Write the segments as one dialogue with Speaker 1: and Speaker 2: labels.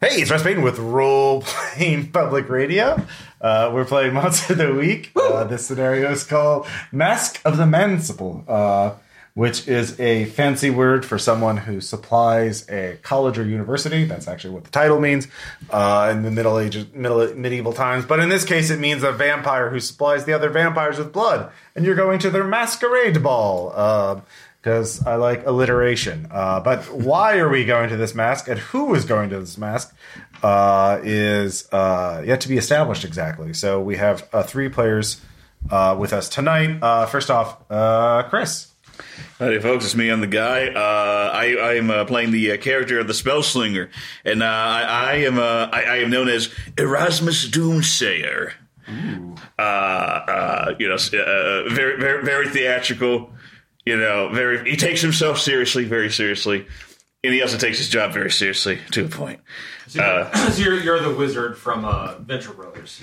Speaker 1: Hey, it's Russ Payton with Role Playing Public Radio. Uh, we're playing Monster of the Week. Uh, this scenario is called Mask of the Manciple, uh, which is a fancy word for someone who supplies a college or university. That's actually what the title means uh, in the Middle Ages, middle, medieval times. But in this case, it means a vampire who supplies the other vampires with blood, and you're going to their masquerade ball. Um, because I like alliteration. Uh, but why are we going to this mask and who is going to this mask uh, is uh, yet to be established exactly. So we have uh, three players uh, with us tonight. Uh, first off, uh, Chris.
Speaker 2: Howdy, folks. It's me. I'm the guy. Uh, I, I am uh, playing the uh, character of the Spellslinger, and uh, I, I am uh, I, I am known as Erasmus Doomsayer. Uh, uh, you know, s- uh, very, very, very theatrical. You know, very. He takes himself seriously, very seriously, and he also takes his job very seriously to a point.
Speaker 3: So, so you're, you're the wizard from uh, Venture Brothers.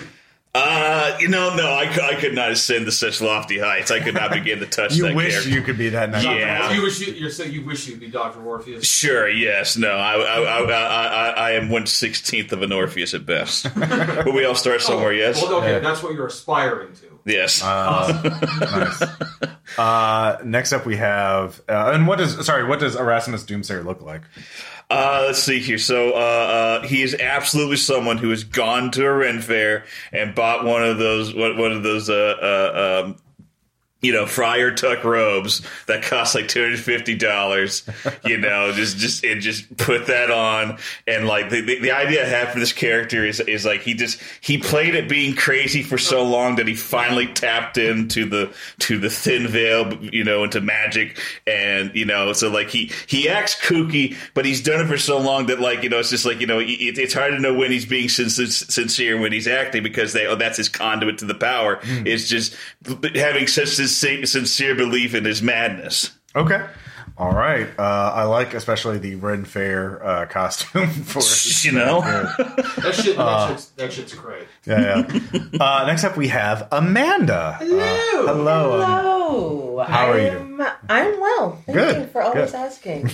Speaker 2: Uh, you know, no, I, cou- I could not ascend to such lofty heights. I could not begin to touch.
Speaker 1: You
Speaker 2: that
Speaker 1: wish
Speaker 2: character.
Speaker 1: you could be that nice.
Speaker 2: Yeah.
Speaker 3: So you wish you, you're, so you wish you'd be Doctor Orpheus.
Speaker 2: Sure. Yes. No. I. I. I. I, I, I am one sixteenth of an Orpheus at best. but we all start somewhere. yes.
Speaker 3: Well, okay,
Speaker 1: Yeah.
Speaker 3: that's what you're aspiring to.
Speaker 2: yes.
Speaker 1: nice. Uh, next up, we have uh, and what does sorry, what does Erasmus Doomsayer look like?
Speaker 2: Uh, let's see here. So uh, uh, he is absolutely someone who has gone to a Ren fair and bought one of those one, one of those uh, uh, um, you know friar tuck robes that cost like two hundred fifty dollars. you know, just just and just put that on and like the, the, the idea I had for this character is is like he just he played at being crazy for so long that he finally tapped into the to the thin veil, you know, into magic and you know so like he he acts kooky, but he's done it for so long that like you know it's just like you know it, it's hard to know when he's being sin- sin- sincere and when he's acting because they oh that's his conduit to the power is just having such sin- sincere belief in his madness.
Speaker 1: Okay. All right. Uh, I like especially the Ren Fair uh, costume for
Speaker 2: You know,
Speaker 3: That shit, that,
Speaker 1: Uh.
Speaker 3: shit's, that shit's great.
Speaker 1: Yeah, yeah. uh, next up, we have Amanda. Hello.
Speaker 3: Hello.
Speaker 1: hello. Am-
Speaker 4: Hello.
Speaker 1: How are you?
Speaker 4: I'm, I'm well. Thank
Speaker 1: Good,
Speaker 4: you for always
Speaker 1: good.
Speaker 4: asking.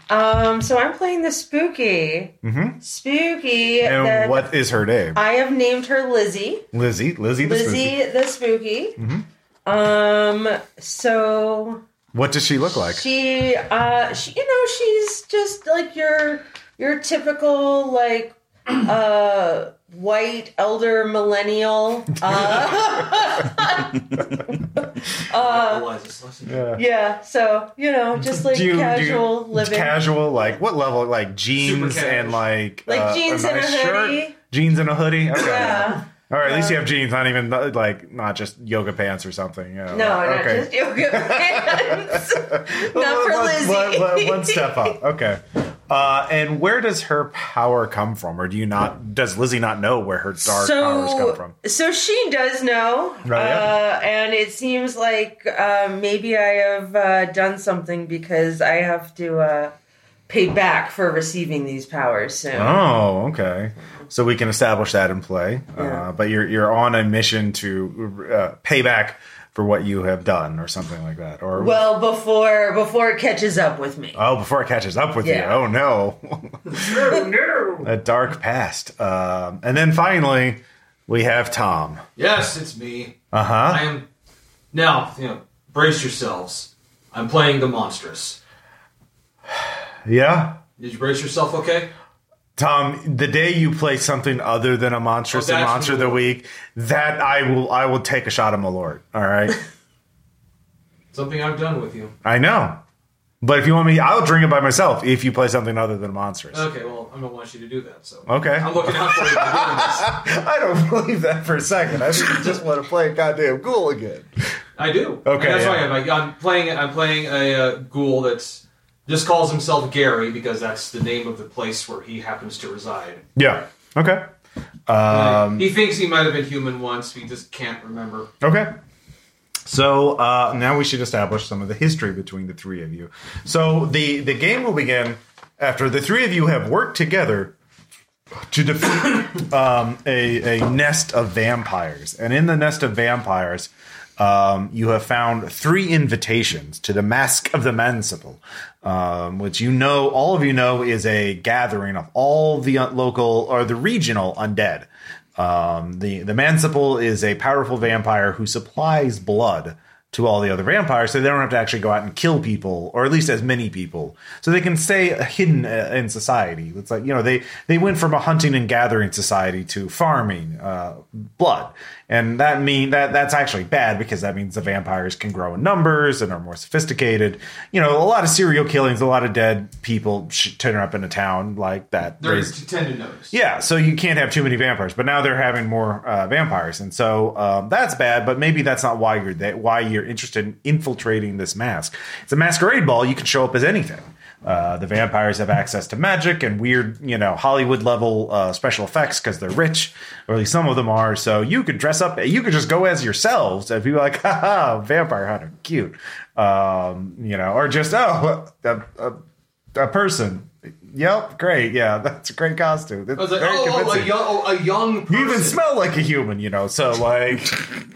Speaker 4: um, so I'm playing the spooky. Spooky. that
Speaker 1: Mm-hmm. And what is her name?
Speaker 4: I have named her Lizzie.
Speaker 1: Lizzie. Lizzie the Spooky.
Speaker 4: Uh,
Speaker 1: Mm-hmm.
Speaker 4: Lizzie the spooky. Um, so
Speaker 1: What does she look like?
Speaker 4: she uh she you know she's just like your your typical like uh white elder millennial uh,
Speaker 3: Eliza Schlesinger.
Speaker 1: Yeah.
Speaker 4: yeah so you know just like
Speaker 1: Do you- do you-
Speaker 4: casual living
Speaker 1: Casual, like what level? Like jeans
Speaker 3: casual.
Speaker 1: and like uh,
Speaker 4: Like jeans and a hoodie.
Speaker 1: Jeans and a hoodie. Okay.
Speaker 4: yeah Uh,
Speaker 1: All right. At least you have jeans, not even like not just yoga pants or something. Yeah.
Speaker 4: no
Speaker 1: okay.
Speaker 4: not just yoga pants not for
Speaker 1: One-
Speaker 4: lizzie
Speaker 1: one- one- one step up. Okay. Uh, and where does her power come from, or do you not? Does Lizzie not know where her dark powers come from?
Speaker 4: So she does know,
Speaker 1: Right, yeah.
Speaker 4: uh, and it seems like uh, maybe I have uh, done something because I have to uh, pay back for receiving these powers soon.
Speaker 1: Oh, okay. So we can establish that in play. Uh,
Speaker 4: Yeah.
Speaker 1: but you're you're on a mission to uh, pay back for what you have done, or something like that. Or
Speaker 4: Well, before before it catches up with me.
Speaker 1: oh, before it catches up with
Speaker 4: Yeah.
Speaker 1: you. Oh no, a dark past. Um, and then finally, we have Tom.
Speaker 3: Yes, it's me.
Speaker 1: Uh huh.
Speaker 3: I am now. You know, brace yourselves. I'm playing the monstrous.
Speaker 1: Yeah.
Speaker 3: Did you brace yourself? Okay.
Speaker 1: Tom, the day you play something other than a monstrous
Speaker 3: Oh,
Speaker 1: and
Speaker 3: that's
Speaker 1: monster of the week, that I will I will take a shot at Malort. All right,
Speaker 3: Something I've done with you.
Speaker 1: I know, but if you want me, I'll drink it by myself. If you play something other than monstrous,
Speaker 3: Okay. Well, I don't want you to do that. So
Speaker 1: okay.
Speaker 3: I'm looking out for you. by doing this.
Speaker 1: I don't believe that for a second. I think you just want to play a goddamn ghoul again.
Speaker 3: I do.
Speaker 1: Okay,
Speaker 3: And that's
Speaker 1: yeah.
Speaker 3: why I'm, like, I'm playing. I'm playing a uh, ghoul that's just calls himself Gary because that's the name of the place where he happens to reside.
Speaker 1: Yeah. Okay. Um,
Speaker 3: he thinks he might have been human once. He just can't remember.
Speaker 1: Okay. So uh, now we should establish some of the history between the three of you. So the the game will begin after the three of you have worked together to defeat um, a, a nest of vampires, and in the nest of vampires, Um, you have found three invitations to the Mask of the Manciple, um, which you know, all of you know, is a gathering of all the uh, local or the regional undead. Um, the the Manciple is a powerful vampire who supplies blood to all the other vampires, so they don't have to actually go out and kill people, or at least as many people, so they can stay hidden uh, in society. It's like you know they they went from a hunting and gathering society to farming uh, blood, and that mean that that's actually bad because that means the vampires can grow in numbers and are more sophisticated. You know, a lot of serial killings, a lot of dead people sh- turn up in a town like that.
Speaker 3: They're
Speaker 1: raised-
Speaker 3: t- tend to notice.
Speaker 1: yeah, so you can't have too many vampires, but now they're having more uh, vampires, and so um, that's bad. But maybe that's not why you're that why you're interested in infiltrating this mask. It's a masquerade ball. You can show up as anything. Uh, the vampires have access to magic and weird, you know, Hollywood level uh, special effects because they're rich, or at least some of them are. So you could dress up. You could just go as yourselves, and people are like, "Ha ha, vampire hunter, cute," um, you know, or just oh, uh, uh, a person. Yep, great. Yeah, that's a great costume. It's
Speaker 3: I was like,
Speaker 1: very
Speaker 3: oh, oh, a
Speaker 1: convincing.
Speaker 3: young, oh, a young person.
Speaker 1: you even smell like a human, you know. So like,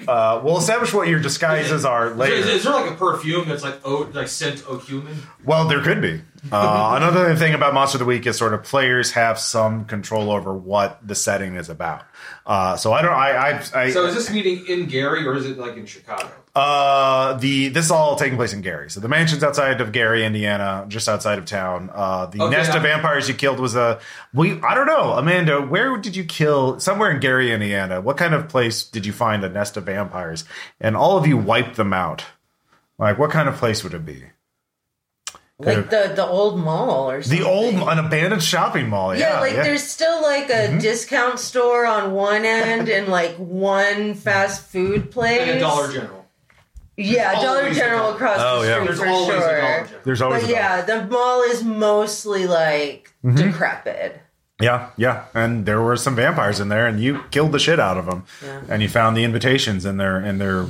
Speaker 1: uh, we'll establish what your disguises are
Speaker 3: Is,
Speaker 1: later.
Speaker 3: is there like a perfume that's like oh, like scent of human?
Speaker 1: Well, there could be. Uh, another thing about Monster of the Week is sort of players have some control over what the setting is about. Uh, so I don't. I. I, I
Speaker 3: So is this meeting in Gary or is it like in Chicago?
Speaker 1: Uh, the this is all taking place in Gary. So the mansion's outside of Gary, Indiana, just outside of town. Uh, the
Speaker 3: Okay,
Speaker 1: nest
Speaker 3: I-
Speaker 1: of vampires you killed was a we. I don't know, Amanda. Where did you kill? Somewhere in Gary, Indiana. What kind of place did you find a nest of vampires? And all of you wiped them out. Like, what kind of place would it be?
Speaker 4: like the the old mall or something.
Speaker 1: The old, an abandoned shopping mall.
Speaker 4: Yeah,
Speaker 1: Yeah,
Speaker 4: like
Speaker 1: yeah. Mm-hmm.
Speaker 4: there's still like a discount store on one end and like one fast food place.
Speaker 3: And a Dollar General.
Speaker 4: Yeah,
Speaker 3: There's
Speaker 4: Dollar
Speaker 3: always a
Speaker 4: General
Speaker 3: Dollar-
Speaker 4: across
Speaker 1: Oh,
Speaker 4: the
Speaker 1: yeah.
Speaker 4: street
Speaker 3: There's
Speaker 4: for
Speaker 3: always
Speaker 4: sure.
Speaker 3: a Dollar General.
Speaker 1: There's always
Speaker 4: but
Speaker 1: a Mm-hmm. dog.
Speaker 4: yeah, the mall is mostly like decrepit.
Speaker 1: Yeah, yeah, and there were some vampires in there, and you killed the shit out of them,
Speaker 4: Yeah.
Speaker 1: and you found the invitations in their in their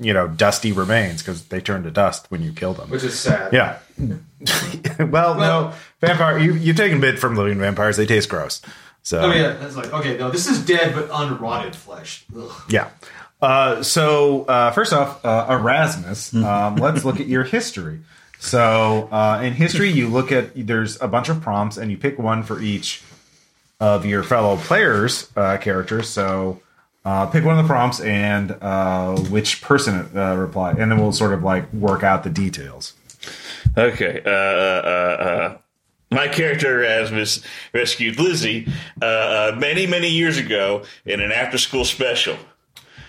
Speaker 1: you know dusty remains because they turned to dust when you killed them.
Speaker 3: Mm. Which is sad.
Speaker 1: yeah. well, no,
Speaker 3: Well-
Speaker 1: vampire. You you take a bit from living vampires; they taste gross. So
Speaker 3: Oh yeah, that's like okay. No, this is dead but unrotted flesh. Ugh.
Speaker 1: yeah. Uh, so uh, first off, uh, Erasmus. Um, let's look at your history. So uh, in history, you look at there's a bunch of prompts, and you pick one for each of your fellow players' uh, characters. So uh, pick one of the prompts and uh, which person uh, reply, and then we'll sort of like work out the details.
Speaker 2: Okay. Uh, uh, uh, my character Erasmus rescued Lizzie uh, uh, many, many years ago in an after-school special.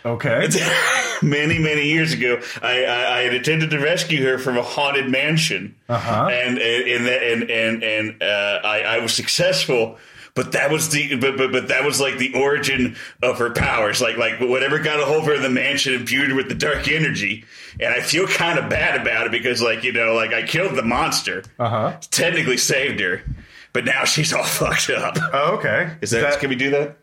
Speaker 1: Okay.
Speaker 2: many, many years ago, I, I, I had attempted to rescue her from a haunted mansion,
Speaker 1: Uh-huh.
Speaker 2: and and and and and, and uh, I, I was successful. But that was the but, but but that was like the origin of her powers. Like like whatever got a hold of her in the mansion imbued her with the dark energy. And I feel kind of bad about it because like you know like I killed the monster,
Speaker 1: Uh huh.
Speaker 2: technically saved her, but now she's all fucked up.
Speaker 1: Oh, okay.
Speaker 2: Is that, can we do that?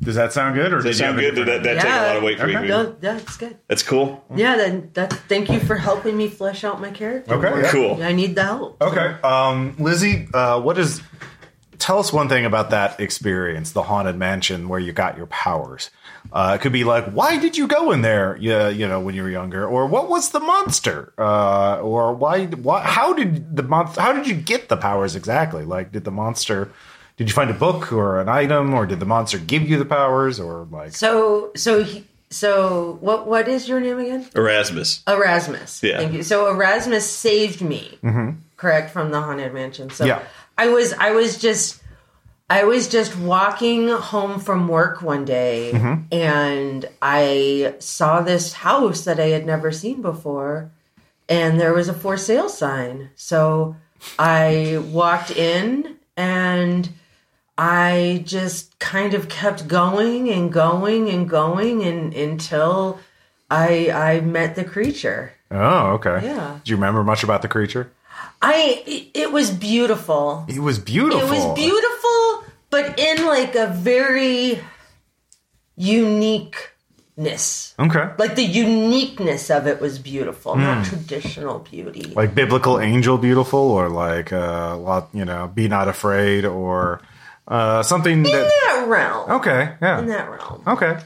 Speaker 1: does that sound good? Or
Speaker 2: Does
Speaker 1: you
Speaker 2: that sound
Speaker 1: have a
Speaker 2: good? Did that,
Speaker 1: different-
Speaker 2: that take a lot of
Speaker 4: Yeah. Uh-huh.
Speaker 2: weight for
Speaker 1: Okay.
Speaker 2: you?
Speaker 4: No, that's good.
Speaker 2: That's cool.
Speaker 4: Yeah, then that's thank you for helping me flesh out my character.
Speaker 1: Okay. yeah.
Speaker 2: Cool.
Speaker 4: I need the help.
Speaker 1: Okay. Um, Lizzie, uh, what is. Tell us one thing about that experience, the haunted mansion where you got your powers. Uh, it could be like, why did you go in there? Yeah, you know, when you were younger, or what was the monster, uh, or why, why, how did the month, how did you get the powers exactly? Like, did the monster, did you find a book or an item, or did the monster give you the powers, or like,
Speaker 4: So so he, so what what is your name again?
Speaker 2: Erasmus.
Speaker 4: Erasmus.
Speaker 2: Yeah.
Speaker 4: Thank you. So Erasmus saved
Speaker 1: Mm-hmm.
Speaker 4: me, correct, from the haunted mansion. So
Speaker 1: Yeah.
Speaker 4: I was I was just I was just walking home from work one day and I saw this house that I had never seen before and there was a for sale sign. So I walked in and I just kind of kept going and going and going and until I I met the creature.
Speaker 1: oh, okay.
Speaker 4: Yeah.
Speaker 1: Do you remember much about the creature?
Speaker 4: I it, it was beautiful.
Speaker 1: It was beautiful.
Speaker 4: It was beautiful, but in like a very uniqueness.
Speaker 1: Okay.
Speaker 4: Like the uniqueness of it was beautiful, not traditional beauty.
Speaker 1: like biblical angel beautiful or like uh lot you know be not afraid or uh something
Speaker 4: in
Speaker 1: that
Speaker 4: that realm.
Speaker 1: okay
Speaker 4: In
Speaker 1: yeah
Speaker 4: that realm.
Speaker 1: okay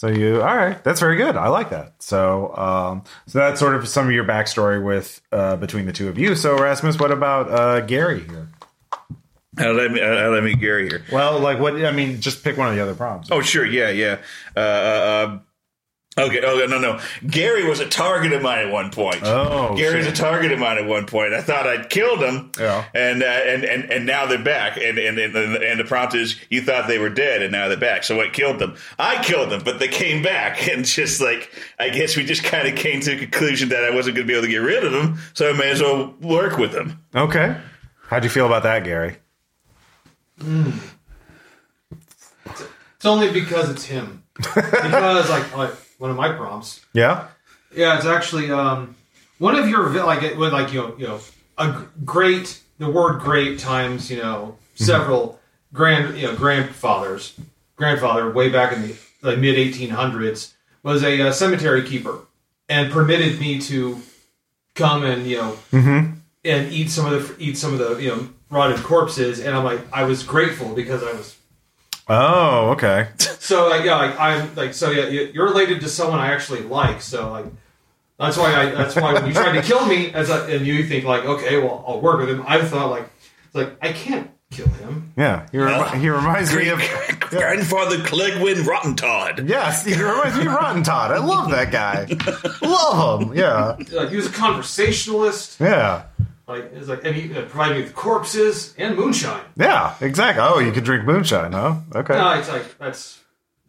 Speaker 1: So you, all right, that's very good. I like that. So, um, so that's sort of some of your backstory with uh, between the two of you. So, Rasmus, what about uh, Gary here?
Speaker 2: How did I meet, how did I meet uh, Gary here?
Speaker 1: Well, like what? I mean, just pick one of the other problems.
Speaker 2: Oh, sure. Yeah, yeah. Uh, uh, uh, okay. Oh, no, no. Gary was a target of mine at one point.
Speaker 1: Oh,
Speaker 2: Gary was a
Speaker 1: shit.
Speaker 2: target of mine at one point. I thought I'd killed him.
Speaker 1: Yeah.
Speaker 2: And, uh, and, and, and now they're back. And, and, and, and the prompt is you thought they were dead and now they're back. So what killed them? I killed them, but they came back. And just like, I guess we just kind of came to the conclusion that I wasn't going to be able to get rid of them. So I may as well work with them.
Speaker 1: Oh. Okay, how'd you feel about that, Gary?
Speaker 3: It's only because it's him. because like, like one of my prompts.
Speaker 1: Yeah.
Speaker 3: Yeah, it's actually um, one of your vi- like it would like you know, you know a g- great the word great times you know several grand you know grandfathers grandfather way back in the like, mid 1800s was a uh, cemetery keeper and permitted me to come and you know and eat some of the eat some of the you know rotted corpses and I'm like I was grateful because I was
Speaker 1: Oh, okay.
Speaker 3: so like yeah, like I'm like so yeah, you- you're related to someone I actually like. So like that's why I that's why when you tried to kill me as a, and you think like okay, well I'll work with him. I thought like it's like I can't kill him.
Speaker 1: Yeah, he, remi- he reminds me of.
Speaker 2: Grandfather Clegwin Rottentod.
Speaker 1: Yes, he reminds me of Rotten Todd. I love that guy. love him. Yeah.
Speaker 3: Like he was a conversationalist.
Speaker 1: Yeah.
Speaker 3: Like it's like and he uh, provided me with corpses and moonshine.
Speaker 1: Yeah, exactly. Oh, you could drink moonshine, huh? Okay.
Speaker 3: No, it's like that's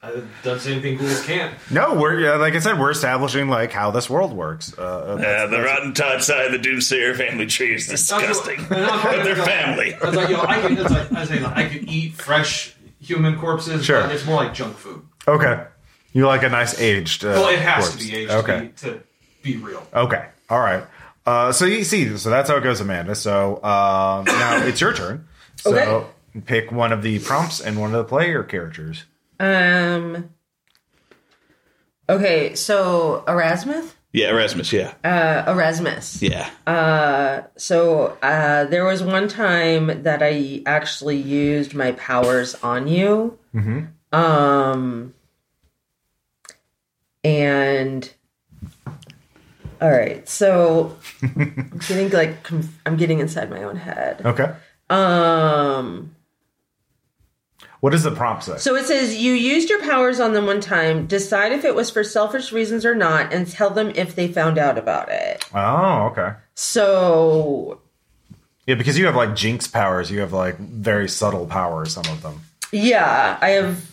Speaker 3: I done anything ghouls can't.
Speaker 1: No, we're yeah, like I said, we're establishing like how this world works. Uh, Uh,
Speaker 2: Uh, the rotten tot side of the doomsayer family tree is disgusting.
Speaker 3: That's what- that's what-
Speaker 2: but they're family.
Speaker 3: It's like you know, I can it's like, I say like, I could eat fresh human corpses.
Speaker 1: Sure.
Speaker 3: but it's more like junk food.
Speaker 1: uh, okay, you like a nice aged. Uh,
Speaker 3: Well, it has
Speaker 1: corpse.
Speaker 3: to be aged
Speaker 1: Okay.
Speaker 3: to, be, to be real.
Speaker 1: Okay. All right. Uh, so you see, so that's how it goes, Amanda. So uh, now it's your turn. So
Speaker 4: Okay.
Speaker 1: pick one of the prompts and one of the player characters.
Speaker 4: Um. Okay, so Erasmus,
Speaker 2: Yeah, Erasmus. Yeah,
Speaker 4: uh, Erasmus.
Speaker 2: yeah.
Speaker 4: So uh, there was one time that I actually used my powers on you. Um. And all right, so I'm getting like conf- I'm getting inside my own head.
Speaker 1: Okay.
Speaker 4: Um.
Speaker 1: What does the prompt say?
Speaker 4: So it says you used your powers on them one time. Decide if it was for selfish reasons or not, and tell them if they found out about it.
Speaker 1: oh, okay.
Speaker 4: So
Speaker 1: Yeah, because you have like jinx powers. You have like very subtle powers. Some of them.
Speaker 4: yeah, I have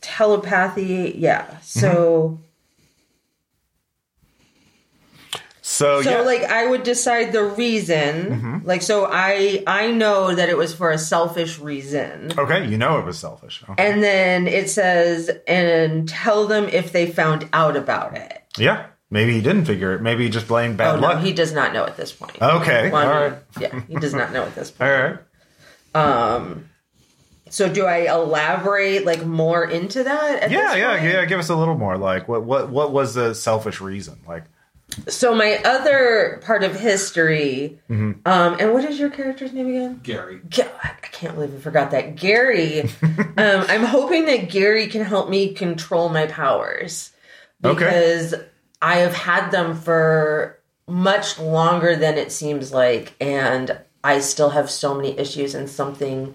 Speaker 4: telepathy.
Speaker 1: Mm-hmm.
Speaker 4: Yeah, so
Speaker 1: So,
Speaker 4: so
Speaker 1: Oh, yeah. Mm-hmm.
Speaker 4: like I would decide the reason. Like so, I I know that it was for a selfish reason.
Speaker 1: okay, you know it was selfish. Oh, Okay.
Speaker 4: And then it says, and tell them if they found out about it.
Speaker 1: Yeah. Maybe he didn't figure it. Maybe he just blamed bad
Speaker 4: Oh, no,
Speaker 1: luck.
Speaker 4: he does not know at this point.
Speaker 1: Okay,
Speaker 4: Well, I mean,
Speaker 1: all right.
Speaker 4: Yeah, he does not know at this point.
Speaker 1: All right.
Speaker 4: So do I elaborate like more into that? At
Speaker 1: Yeah,
Speaker 4: this
Speaker 1: yeah,
Speaker 4: point?
Speaker 1: yeah. Give us a little more. Like, what, what, what was the selfish reason? Like,
Speaker 4: So my other part of history,
Speaker 1: Mm-hmm.
Speaker 4: um, and what is your character's name again?
Speaker 3: Gary.
Speaker 4: Ga- I I can't believe I forgot that Gary. um, I'm hoping that Gary can help me control my powers
Speaker 1: Okay.
Speaker 4: because I have had them for much longer than it seems like, and I still have so many issues, and something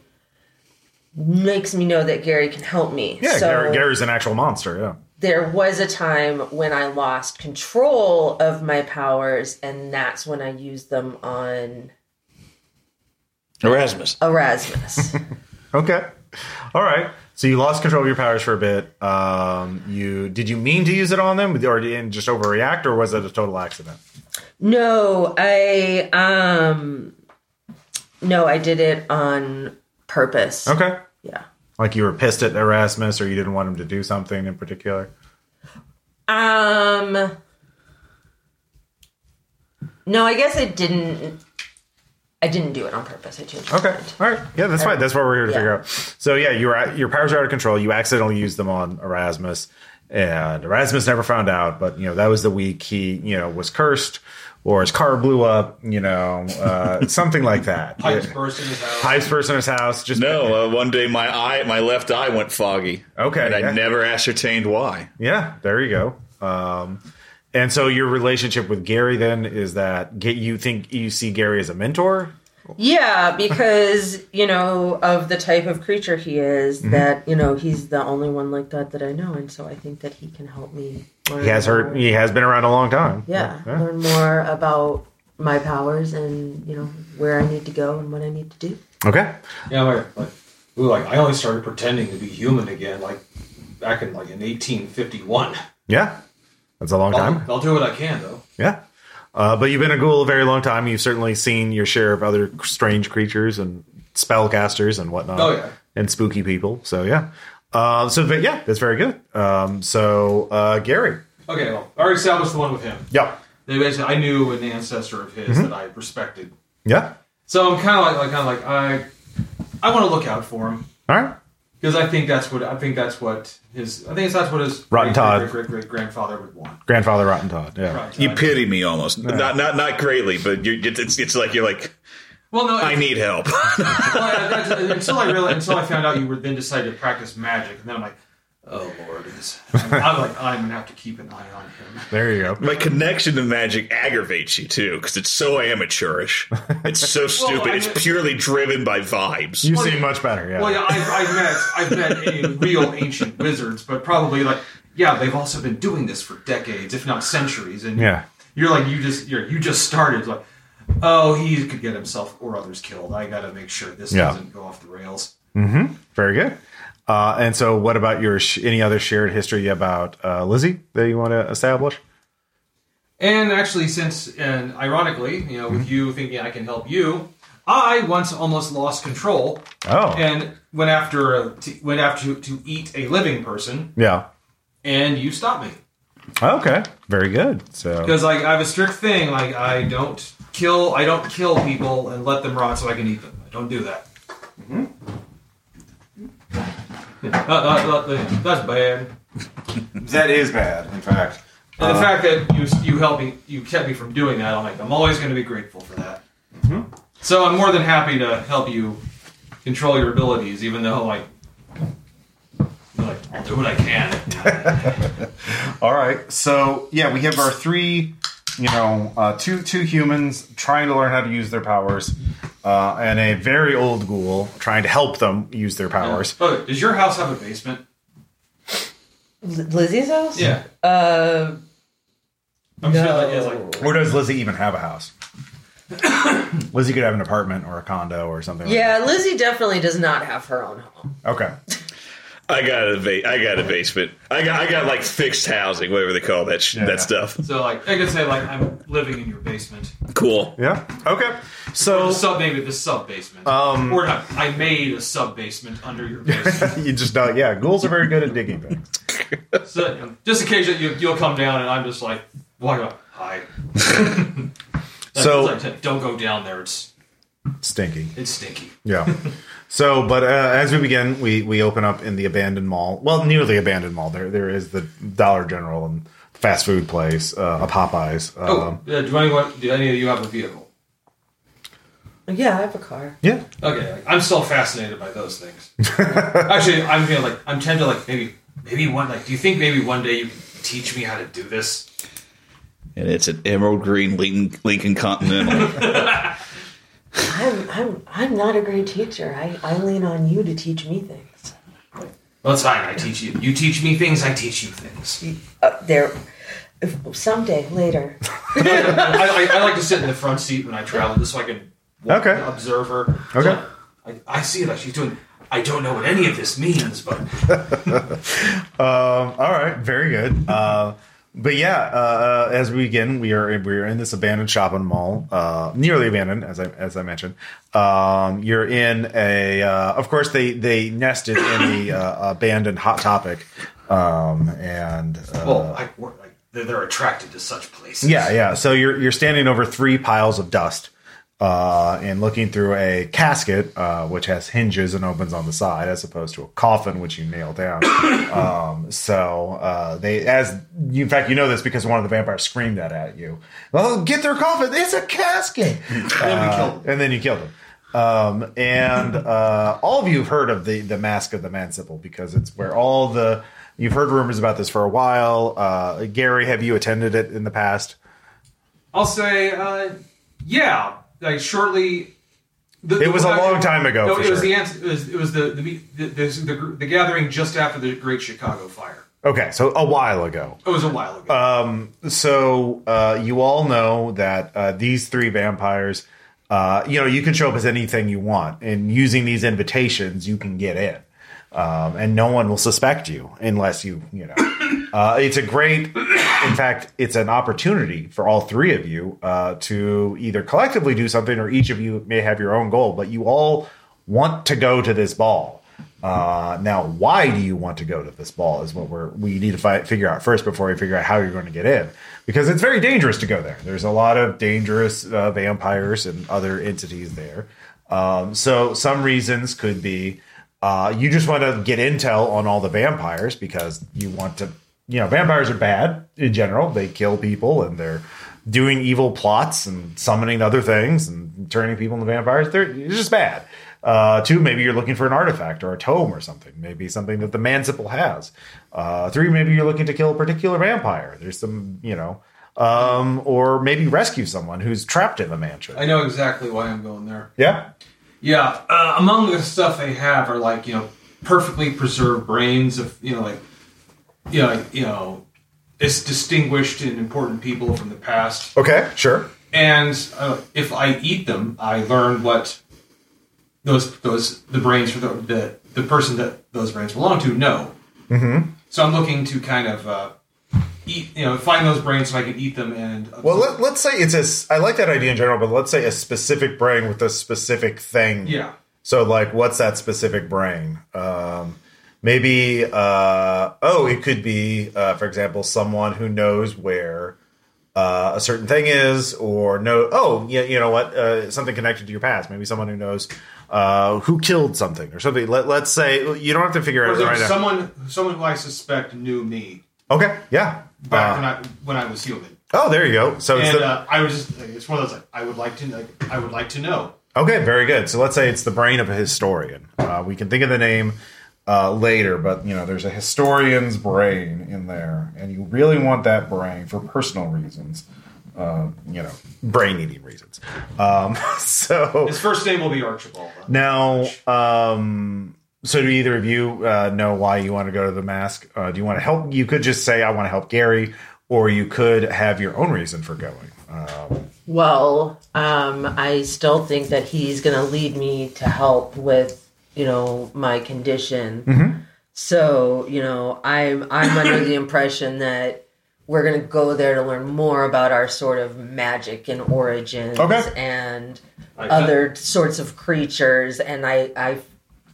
Speaker 4: makes me know that Gary can help me.
Speaker 1: yeah,
Speaker 4: so,
Speaker 1: Gary, Gary's an actual monster. Yeah.
Speaker 4: there was a time when I lost control of my powers, and that's when I used them on
Speaker 2: Erasmus.
Speaker 4: Erasmus.
Speaker 1: Okay. All right. So you lost control of your powers for a bit. Um, you did you mean to use it on them, or did you just overreact, or was it a total accident?
Speaker 4: no, I um, no, I did it on purpose.
Speaker 1: Okay.
Speaker 4: Yeah,
Speaker 1: Like you were pissed at Erasmus, or you didn't want him to do something in particular.
Speaker 4: um, no, I guess I didn't. I didn't do it on purpose. I changed. my
Speaker 1: Okay.
Speaker 4: mind.
Speaker 1: All right. Yeah, that's fine. That's what we're here to
Speaker 4: Yeah.
Speaker 1: figure out. So yeah, you were at, your powers are out of control. You accidentally used them on Erasmus, and Erasmus never found out. But you know that was the week he you know was cursed or his car blew up, you know, uh, something like that.
Speaker 3: Pipes
Speaker 1: Yeah.
Speaker 3: burst in his house.
Speaker 1: Pipes burst in his house. Just
Speaker 2: No, uh, one day my eye, my left eye went foggy.
Speaker 1: Okay,
Speaker 2: and I
Speaker 1: yeah.
Speaker 2: never ascertained why.
Speaker 1: Yeah, there you go. Um, and so your relationship with Gary then is that get you think you see Gary as a mentor?
Speaker 4: Yeah, because, you know, of the type of creature he is,
Speaker 1: Mm-hmm.
Speaker 4: that, you know, he's the only one like that that I know. And so I think that he can help me learn.
Speaker 1: He has
Speaker 4: more-
Speaker 1: heard he has been around a long time.
Speaker 4: Yeah, learn more about my powers and, you know, where I need to go and what I need to do.
Speaker 1: Okay.
Speaker 3: Yeah, like, like, ooh, like I only started pretending to be human again, like back in like in 1851.
Speaker 1: Yeah. That's a long
Speaker 3: I'll,
Speaker 1: time.
Speaker 3: I'll do what I can though.
Speaker 1: Yeah. Uh, but you've been a ghoul a very long time. You've certainly seen your share of other strange creatures and spellcasters and whatnot.
Speaker 3: Oh, yeah.
Speaker 1: And spooky people. So yeah. Uh, so but yeah, that's very good. Um, so uh, Gary.
Speaker 3: Okay, well, I already established the one with him.
Speaker 1: Yeah.
Speaker 3: They basically, I knew an ancestor of his
Speaker 2: Mm-hmm.
Speaker 3: that I respected,
Speaker 1: Yeah.
Speaker 3: so I'm kind of like, like kind of like I, I want to look out for him
Speaker 1: All right.
Speaker 3: because I think that's what I think that's what his I think that's what his
Speaker 1: Rotten
Speaker 3: great,
Speaker 1: Todd.
Speaker 3: great great great grandfather would want.
Speaker 1: Grandfather Rotten Todd. Yeah.
Speaker 3: Right,
Speaker 2: You
Speaker 3: Todd.
Speaker 2: pity me almost. Not not not greatly, but you're, it's it's like you're like
Speaker 3: well, no,
Speaker 2: I
Speaker 3: it's-
Speaker 2: need help.
Speaker 3: well, that's- until I realized, until I found out you were then decided to practice magic, and then I'm like, oh lord, is I'm like I'm gonna have to keep an eye on him.
Speaker 1: There you go.
Speaker 2: My connection to magic aggravates you too because it's so amateurish. It's so stupid.
Speaker 3: I
Speaker 2: it's
Speaker 3: mean-
Speaker 2: purely driven by vibes.
Speaker 1: You've seen much better. Yeah.
Speaker 3: Well, yeah, I've, I've met I've met any real ancient wizards, but probably like yeah, they've also been doing this for decades, if not centuries. And
Speaker 1: Yeah.
Speaker 3: you're like you just you're, you just started like, oh, he could get himself or others killed. I got to make sure this
Speaker 1: Yeah.
Speaker 3: doesn't go off the rails.
Speaker 1: Very good. Uh, and so, what about your sh- any other shared history about uh, Lizzie that you want to establish?
Speaker 3: And actually, since and ironically, you know, with you thinking I can help you, I once almost lost control
Speaker 1: Oh,
Speaker 3: and went after a, to, went after to, to eat a living person,
Speaker 1: yeah.
Speaker 3: and you stopped me.
Speaker 1: Okay, very good. So,
Speaker 3: because like I have a strict thing. Like I don't kill, I don't kill people and let them rot so I can eat them. I don't do that. Yeah, that- that- that- that's bad.
Speaker 1: that is bad, in fact.
Speaker 3: And the fact that you you helped me, you kept me from doing that. I'm like, I'm always going to be grateful for that. Mm-hmm. So I'm more than happy to help you control your abilities, even though like. you're Like, I'll do what I can.
Speaker 1: All right. So, yeah, we have our three, you know, uh, two two humans trying to learn how to use their powers, uh, and a very old ghoul trying to help them use their powers.
Speaker 3: Oh, does your house have a basement?
Speaker 4: L- Lizzie's house?
Speaker 3: Yeah.
Speaker 4: Uh,
Speaker 3: I'm sure that is like
Speaker 4: no.
Speaker 1: Or does Lizzie even have a house? Lizzie could have an apartment or a condo or something.
Speaker 4: yeah, Lizzie definitely does not have her own home.
Speaker 1: Like that. Okay.
Speaker 2: I got a va- I got a basement. I got I got like fixed housing, whatever they call that sh-
Speaker 1: Yeah.
Speaker 2: that stuff.
Speaker 3: So like I could say like I'm living in your basement.
Speaker 2: Cool.
Speaker 1: Yeah. Okay. So
Speaker 3: The sub maybe the sub basement. Um or not. I made a sub basement under your basement.
Speaker 1: you just don't. Yeah, ghouls are very good at digging things.
Speaker 3: so you know, just occasionally you you'll come down and I'm just like walking up, hi. Like,
Speaker 1: So
Speaker 3: it's like, don't go down there, it's
Speaker 1: stinky.
Speaker 3: it's stinky.
Speaker 1: Yeah. So, but uh, as we begin, we we open up in the abandoned mall. Well, nearly abandoned mall. There there is the Dollar General and fast food place, uh, a Popeyes.
Speaker 3: Oh,
Speaker 1: Um,
Speaker 3: uh, do anyone do any of you have a vehicle?
Speaker 4: Yeah, I have a car.
Speaker 1: Yeah.
Speaker 3: Okay, like, I'm still fascinated by those things. Actually, I'm feeling like I'm tempted like maybe maybe one like do you think maybe one day you can teach me how to do this?
Speaker 2: And it's an emerald green Lincoln, Lincoln Continental.
Speaker 4: I'm, I'm, I'm not a great teacher. I, I lean on you to teach me things.
Speaker 3: Well, it's fine. I teach you. You teach me things. I teach you things.
Speaker 4: Uh, there, if, someday, later.
Speaker 3: I, I, I like to sit in the front seat when I travel, just so I can walk,
Speaker 1: Okay.
Speaker 3: observe her.
Speaker 1: Okay.
Speaker 3: I, I see that she's doing. I don't know what any of this means, but
Speaker 1: Um, all right, very good. Uh, but yeah, uh, as we begin, we are we are in this abandoned shopping mall, uh, nearly abandoned, as I as I mentioned. Um, you're in a, uh, of course, they they nested in the uh, abandoned Hot Topic, um, and uh,
Speaker 3: well, I, we're- like, they're, they're attracted to such places.
Speaker 1: yeah, yeah. So you're you're standing over three piles of dust, uh, and looking through a casket, uh, which has hinges and opens on the side, as opposed to a coffin, which you nail down. um, so uh, they, as you, in fact, you know this because one of the vampires screamed that at you. Well, get their coffin. It's a casket.
Speaker 3: then we
Speaker 1: Uh,
Speaker 3: killed him.
Speaker 1: and then you killed him. Um, and uh, all of you have heard of the the Mask of the Manciple because it's where all the you've heard rumors about this for a while. Uh, Gary, have you attended it in the past?
Speaker 3: I'll say, uh, yeah, like shortly. The,
Speaker 1: It was a long time ago,
Speaker 3: No,
Speaker 1: for
Speaker 3: it was
Speaker 1: sure.
Speaker 3: the ans- it was, it was the the, the, the, the the gathering just after the Great Chicago Fire.
Speaker 1: Okay, so a while ago.
Speaker 3: It was a while ago.
Speaker 1: Uh, so uh, you all know that uh, these three vampires, uh, you know, you can show up as anything you want, and using these invitations, you can get in, um, and no one will suspect you unless you, you know, uh, it's a great. In fact, it's an opportunity for all three of you uh, to either collectively do something, or each of you may have your own goal, but you all want to go to this ball. Uh, now, why do you want to go to this ball is what we're we need to fi- figure out first before we figure out how you're going to get in because it's very dangerous to go there. There's a lot of dangerous uh, vampires and other entities there. Um, so some reasons could be uh, you just want to get intel on all the vampires because you want to you know vampires are bad in general. They kill people and they're doing evil plots and summoning other things and turning people into vampires. They're it's just bad. Uh, two, maybe you're looking for an artifact or a tome or something. Maybe something that the manciple has. Uh, three, maybe you're looking to kill a particular vampire. There's some, you know, um, or maybe rescue someone who's trapped in the mansion.
Speaker 3: I know exactly why I'm going there.
Speaker 1: yeah,
Speaker 3: Yeah, uh, among the stuff they have are like you know perfectly preserved brains of you know like you know like, you know it's distinguished and important people from the past.
Speaker 1: okay, sure.
Speaker 3: And uh, if I eat them, I learn what those those the brains for the the, the person that those brains belong to know. Mm-hmm. So I'm looking to kind of uh, eat you know find those brains so I can eat them and
Speaker 1: Well, let, let's say it's a. s- I like that idea in general, but let's say a specific brain with a specific thing.
Speaker 3: yeah
Speaker 1: So, like, what's that specific brain? Um, maybe, uh, oh, it could be, uh, for example, someone who knows where uh, a certain thing is, or know, oh, you, you know what, uh, something connected to your past. Maybe someone who knows uh, who killed something or something. Let, let's say you don't have to figure
Speaker 3: or
Speaker 1: out
Speaker 3: there's
Speaker 1: right now.
Speaker 3: someone someone who I suspect knew me
Speaker 1: Okay, yeah.
Speaker 3: back
Speaker 1: Uh,
Speaker 3: when I when I was human.
Speaker 1: oh, there you go. So, it's
Speaker 3: and
Speaker 1: the,
Speaker 3: uh, I was just like, it's one of those like I would like to like, I would like to know.
Speaker 1: Okay, very good. So let's say it's the brain of a historian. Uh, we can think of the name uh, later, but you know, there's a historian's brain in there, and you really want that brain for personal reasons. Uh, you know, brain eating reasons. Um, so
Speaker 3: His first name will be Archibald.
Speaker 1: now, um, so do either of you uh, know why you want to go to the mask? Uh, do you want to help? You could just say, "I want to help Gary," or you could have your own reason for going.
Speaker 4: Well, um, I still think that he's going to lead me to help with, you know, my condition.
Speaker 1: Mm-hmm.
Speaker 4: So, you know, I'm I'm under the impression that we're going to go there to learn more about our sort of magic and origins
Speaker 1: Okay.
Speaker 4: and
Speaker 3: Like that.
Speaker 4: other sorts of creatures. And I I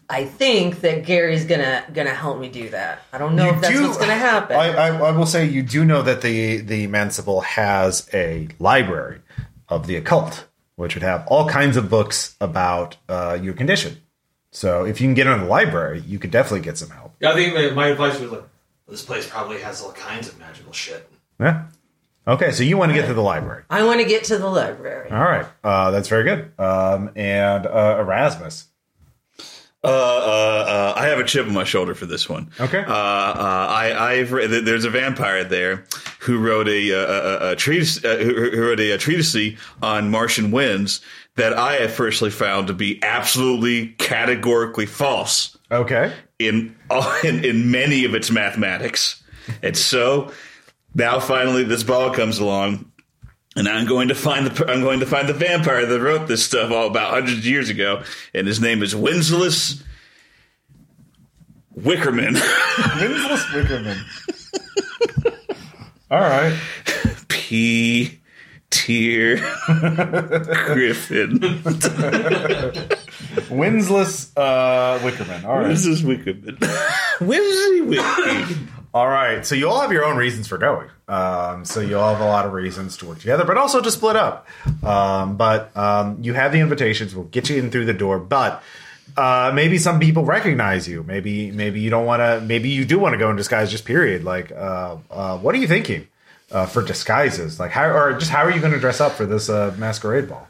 Speaker 4: I think that Gary's gonna gonna help me do that. I don't know
Speaker 1: You
Speaker 4: if that's
Speaker 1: do-
Speaker 4: what's gonna happen.
Speaker 1: I, I, I will say you do know that the the Manciple has a library of the occult, which would have all kinds of books about uh, your condition. So if you can get in the library, you could definitely get some help.
Speaker 3: Yeah, I think my, my advice was like, this place probably has all kinds of magical shit.
Speaker 1: Yeah. Okay, so you want to get to the library.
Speaker 4: I want to get to the library.
Speaker 1: All right, uh, that's very good. Um, and uh, Erasmus.
Speaker 2: Uh, uh, uh, I have a chip on my shoulder for this one.
Speaker 1: Okay.
Speaker 2: Uh, uh, I, I've read, there's a vampire there who wrote a, uh, a, a, a treatise, uh, who who wrote a, a treatise on Martian winds that I have personally found to be absolutely categorically false
Speaker 1: Okay.
Speaker 2: in in, in many of its mathematics. And so now finally this ball comes along and I'm going to find the I'm going to find the vampire that wrote this stuff all about hundreds of years ago and his name is Winsless Wickerman.
Speaker 1: Winsless Wickerman. All right.
Speaker 2: P tier Griffin.
Speaker 1: Winsless uh, Wickerman. All right.
Speaker 2: This is Wickerman. Winsley Wickerman.
Speaker 1: All right. So you all have your own reasons for going. Um, so you all have a lot of reasons to work together, but also to split up. Um, but um, you have the invitations. We'll get you in through the door. But uh, maybe some people recognize you. Maybe maybe you don't want to. Maybe you do want to go in disguise. Just period. Like, uh, uh, what are you thinking uh, for disguises? Like, how or just how are you going to dress up for this uh, masquerade ball?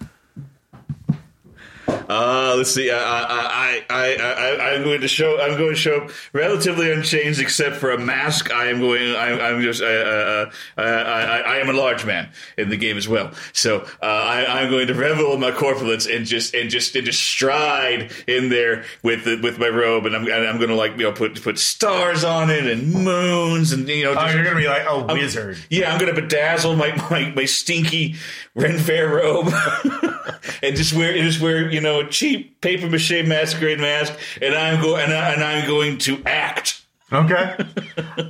Speaker 2: Uh, let's see. I, I, I, I, I, I'm going to show. I'm going to show up relatively unchanged, except for a mask. I am going. I, I'm just. Uh, uh, uh, I, I, I am a large man in the game as well. So uh, I, I'm going to revel in my corpulence and just and just and just stride in there with the, with my robe, and I'm and I'm going to like you know put put stars on it and moons and you know.
Speaker 1: Oh,
Speaker 2: Just,
Speaker 1: you're going to be like a wizard.
Speaker 2: yeah, I'm gonna bedazzle my my, my stinky Renfair robe and just wear just wear you know a cheap paper mache masquerade mask, and I'm go and, I, and I'm going to act.
Speaker 1: Okay.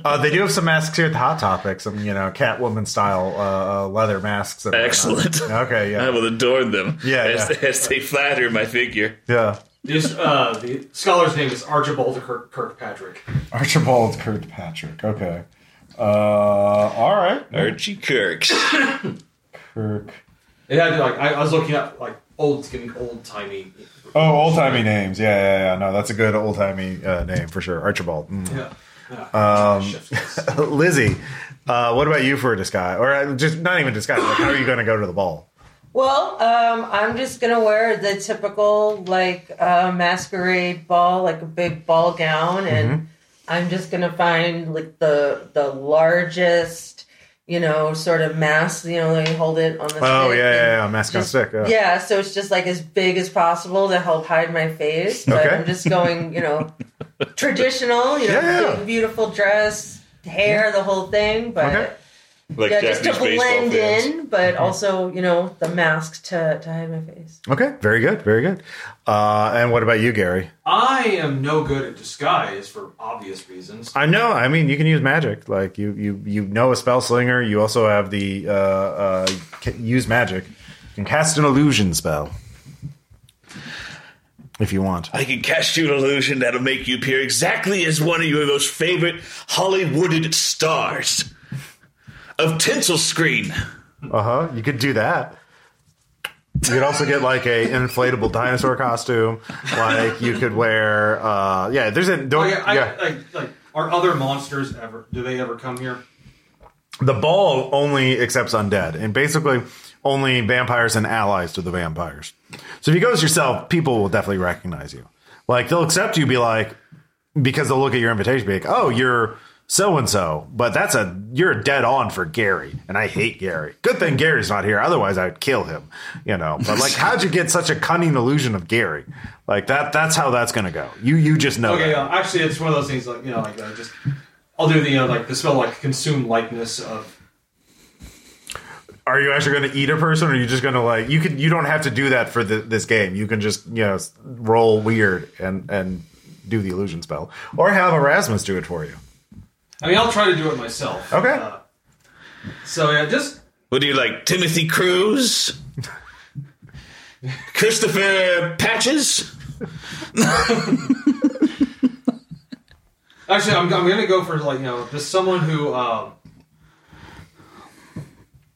Speaker 1: uh, they do have some masks here at the Hot Topic, some you know Catwoman style uh, uh, leather masks. and whatnot.
Speaker 2: Excellent.
Speaker 1: Okay.
Speaker 2: I
Speaker 1: Yeah.
Speaker 2: will adorn them
Speaker 1: Yeah,
Speaker 2: as,
Speaker 1: yeah.
Speaker 2: as they flatter my figure.
Speaker 1: Yeah.
Speaker 3: This uh, the scholar's name is Archibald Kirk- Kirkpatrick.
Speaker 1: Archibald Kirkpatrick. Okay. Uh, all right.
Speaker 2: Archie Kirks.
Speaker 1: Kirk.
Speaker 3: It had to, like I, I was looking up like old, getting old timey.
Speaker 1: Oh, old timey names. Yeah, yeah, yeah. No, that's a good old timey uh, name for sure. Archibald. Mm.
Speaker 3: Yeah. Um, Shiftless.
Speaker 1: Lizzie, uh, what about you for a disguise? Or uh, just not even disguise. Like, how are you going to go to the ball?
Speaker 4: Well, um, I'm just gonna wear the typical like uh, masquerade ball, like a big ball gown, and
Speaker 1: Mm-hmm.
Speaker 4: I'm just gonna find like the the largest, you know, sort of mask. You know, they hold it on the.
Speaker 1: Oh,
Speaker 4: stick
Speaker 1: yeah,
Speaker 4: and-
Speaker 1: yeah, yeah. Mask on
Speaker 4: just-
Speaker 1: stick. Yeah.
Speaker 4: Yeah, so it's just like as big as possible to help hide my face. But
Speaker 1: Okay.
Speaker 4: I'm just going, you know, traditional, you know,
Speaker 1: Yeah, yeah.
Speaker 4: big, beautiful dress, hair, the whole thing. But
Speaker 1: Okay.
Speaker 2: Like
Speaker 4: yeah, just to
Speaker 2: Japanese baseball
Speaker 4: blend
Speaker 2: fans. Mm-hmm.
Speaker 4: in, but also, you know, the mask to, to hide my face.
Speaker 1: Okay. Very good. Very good. Uh, and what about you, Gary?
Speaker 3: I am no good at disguise for obvious reasons.
Speaker 1: I know. I mean, you can use magic. Like you, you, you know a spell slinger. You also have the uh, uh, ca- use magic. You can cast an illusion spell if you want.
Speaker 2: I can cast you an illusion that'll make you appear exactly as one of your most favorite Hollywooded stars of tinsel screen.
Speaker 1: Uh huh. You could do that. You could also get like a inflatable dinosaur costume. Like you could wear. Uh, yeah. There's a don't.
Speaker 3: Like, Oh, I,
Speaker 1: yeah.
Speaker 3: like, like, are other monsters ever? Do they ever come here?
Speaker 1: the ball only accepts undead, and basically only vampires and allies to the vampires. So if you go as yourself, people will definitely recognize you. Like they'll accept you, be like, because they'll look at your invitation, be like, oh, you're so and so, but that's a you're dead on for Gary, and I hate Gary. Good thing Gary's not here, otherwise I'd kill him. You know, but like, how'd you get such a cunning illusion of Gary? Like that, that's how that's gonna go. You you just know.
Speaker 3: Okay,
Speaker 1: that.
Speaker 3: uh, actually, it's one of those things like you know, like uh, just I'll do the you know, like the spell like consume likeness of.
Speaker 1: are you actually going to eat a person or are you just going to like you could you don't have to do that for the, this game you can just you know s- roll weird and and do the illusion spell or have erasmus do it for you
Speaker 3: I mean, I'll try to do it myself.
Speaker 1: Okay.
Speaker 3: Uh, so yeah, just
Speaker 2: What do you like, Timothy Cruz? Christopher Patches?
Speaker 3: actually, I'm, I'm gonna go for like you know just someone who. Um,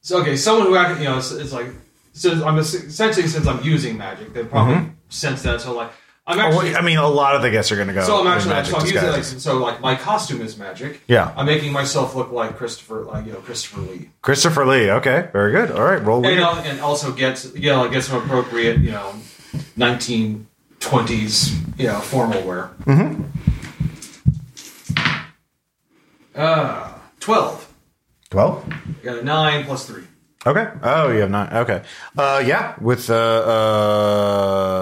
Speaker 3: so okay, someone who act- you know it's, it's like since I'm essentially since I'm using magic, they probably
Speaker 1: Mm-hmm.
Speaker 3: sense that. So like I'm
Speaker 1: Oh,
Speaker 3: actually.
Speaker 1: wait, i mean a lot of Oh, the guests are going to go
Speaker 3: So I'm
Speaker 1: in
Speaker 3: actually
Speaker 1: magic
Speaker 3: so I'm using like
Speaker 1: disguises.
Speaker 3: so like my costume is magic.
Speaker 1: Yeah.
Speaker 3: I'm making myself look like Christopher like you know Christopher Lee.
Speaker 1: christopher lee okay very good all right roll
Speaker 3: And, you
Speaker 1: weird.
Speaker 3: know, and also gets you know get some appropriate you know 1920s you know formal wear. Mm-hmm. Uh, twelve.
Speaker 1: 12
Speaker 3: I got a nine plus three.
Speaker 1: okay oh you have nine okay uh yeah with uh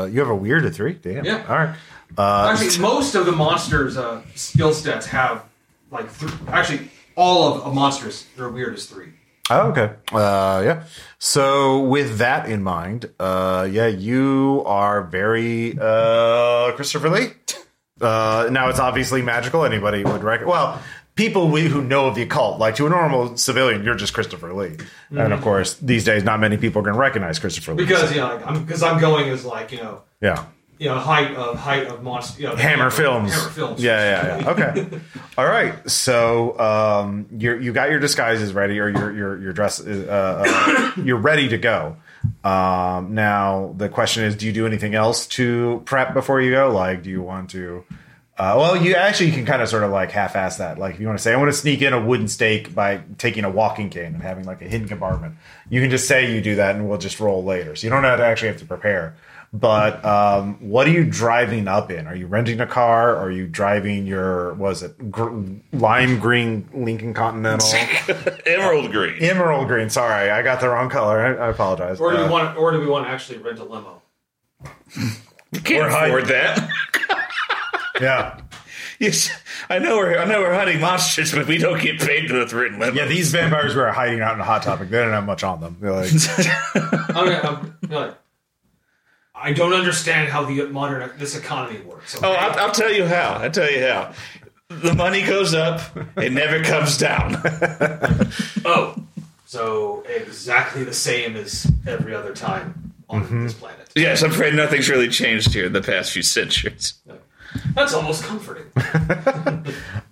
Speaker 1: uh you have a weird at three damn
Speaker 3: Yeah.
Speaker 1: all right uh
Speaker 3: Actually, most of the monsters' uh, skill stats have like th- actually all of a monster's their weird is three.
Speaker 1: Oh, okay. Uh, yeah. So with that in mind, uh, yeah, you are very uh, Christopher Lee. Uh, now it's obviously magical. Anybody would rec Well, people we, who know of the occult, like to a normal civilian, you're just Christopher Lee. And of course, these days, not many people are going to recognize Christopher Lee.
Speaker 3: Because
Speaker 1: So-
Speaker 3: you know, like, I'm because I'm going as like you know
Speaker 1: yeah.
Speaker 3: you know, height of height of monster. You know,
Speaker 1: Hammer Films.
Speaker 3: Hammer Films.
Speaker 1: Yeah, yeah, yeah. Okay. All right. So um, you you got your disguises ready, or your your your dress. is, Uh, uh, you're ready to go. Um, now the question is, do you do anything else to prep before you go? Like, do you want to? Uh, well, you actually can kind of sort of like half-ass that. Like, if you want to say, I want to sneak in a wooden stake by taking a walking cane and having like a hidden compartment, you can just say you do that, and we'll just roll later. So you don't have to actually have to prepare. But um, what are you driving up in? Are you renting a car? Are you driving your was it gr- lime green Lincoln Continental,
Speaker 2: Emerald green.
Speaker 1: emerald green? Sorry, I got the wrong color. I, I apologize.
Speaker 3: Or do
Speaker 1: Uh,
Speaker 3: we want? Or do we want to actually rent a limo?
Speaker 2: Can't
Speaker 1: We're hiding.
Speaker 2: afford that.
Speaker 1: yeah,
Speaker 2: yes, I know we're I know we're hunting monsters, but we don't get paid to the threat and
Speaker 1: yeah. These vampires were hiding out in a hot topic. They didn't have much on them. They're like,
Speaker 3: I'm, gonna- I'm, no. I don't understand how the modern this economy works. okay?
Speaker 2: Oh, I'll, I'll tell you how. I'll tell you how. The money goes up, it never comes down.
Speaker 3: Oh, so exactly the same as every other time on
Speaker 1: Mm-hmm.
Speaker 3: this planet.
Speaker 2: yes, I'm afraid nothing's really changed here in the past few centuries.
Speaker 3: That's almost comforting.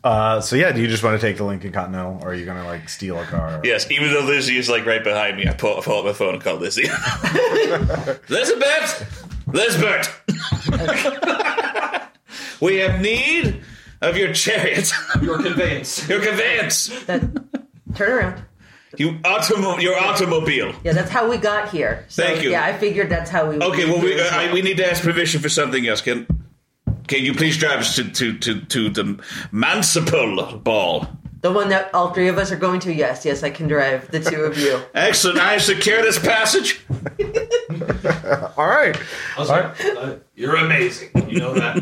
Speaker 1: uh, so yeah. Do you just want to take the Lincoln Continental, or are you gonna like steal a car?
Speaker 2: Yes, even though Lizzie is like right behind me, I pull, I pull up my phone and call Lizzie. Elizabeth! Lisbeth! we have need of your chariot,
Speaker 3: Your conveyance.
Speaker 2: your conveyance,
Speaker 4: That, turn around.
Speaker 2: you automo- your automobile.
Speaker 4: Yeah, that's how we got here. So,
Speaker 2: Thank you.
Speaker 4: Yeah, I figured that's how we.
Speaker 2: Okay, well, we, uh, I, we need to ask permission for something else. Can can you please drive us to to to, to the Mansipal Ball?
Speaker 4: the one that all three of us are going to. Yes, yes, I can drive the two of you.
Speaker 2: Excellent. I secure this passage.
Speaker 1: All right.
Speaker 3: I was like, uh, you're amazing. You know that.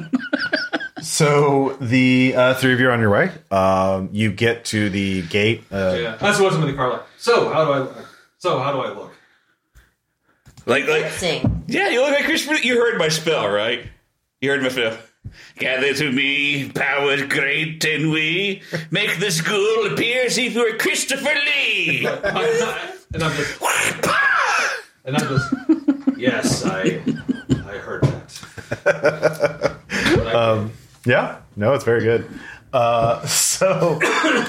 Speaker 1: So the uh, three of you are on your way. Um, you get to the gate. Uh,
Speaker 3: Yeah. That's what's in the car. Like, so how do I? Look? So how do I look?
Speaker 2: Like like
Speaker 4: Sing.
Speaker 2: yeah, you look like Christopher. You heard my spell, right? You heard my spell. Gather to me, power great, and we make the school appear as if we were Christopher Lee.
Speaker 3: I'm not- and I'm just. And I'm just. Yes, I. I heard that. um,
Speaker 1: yeah. No, it's very good. Uh, so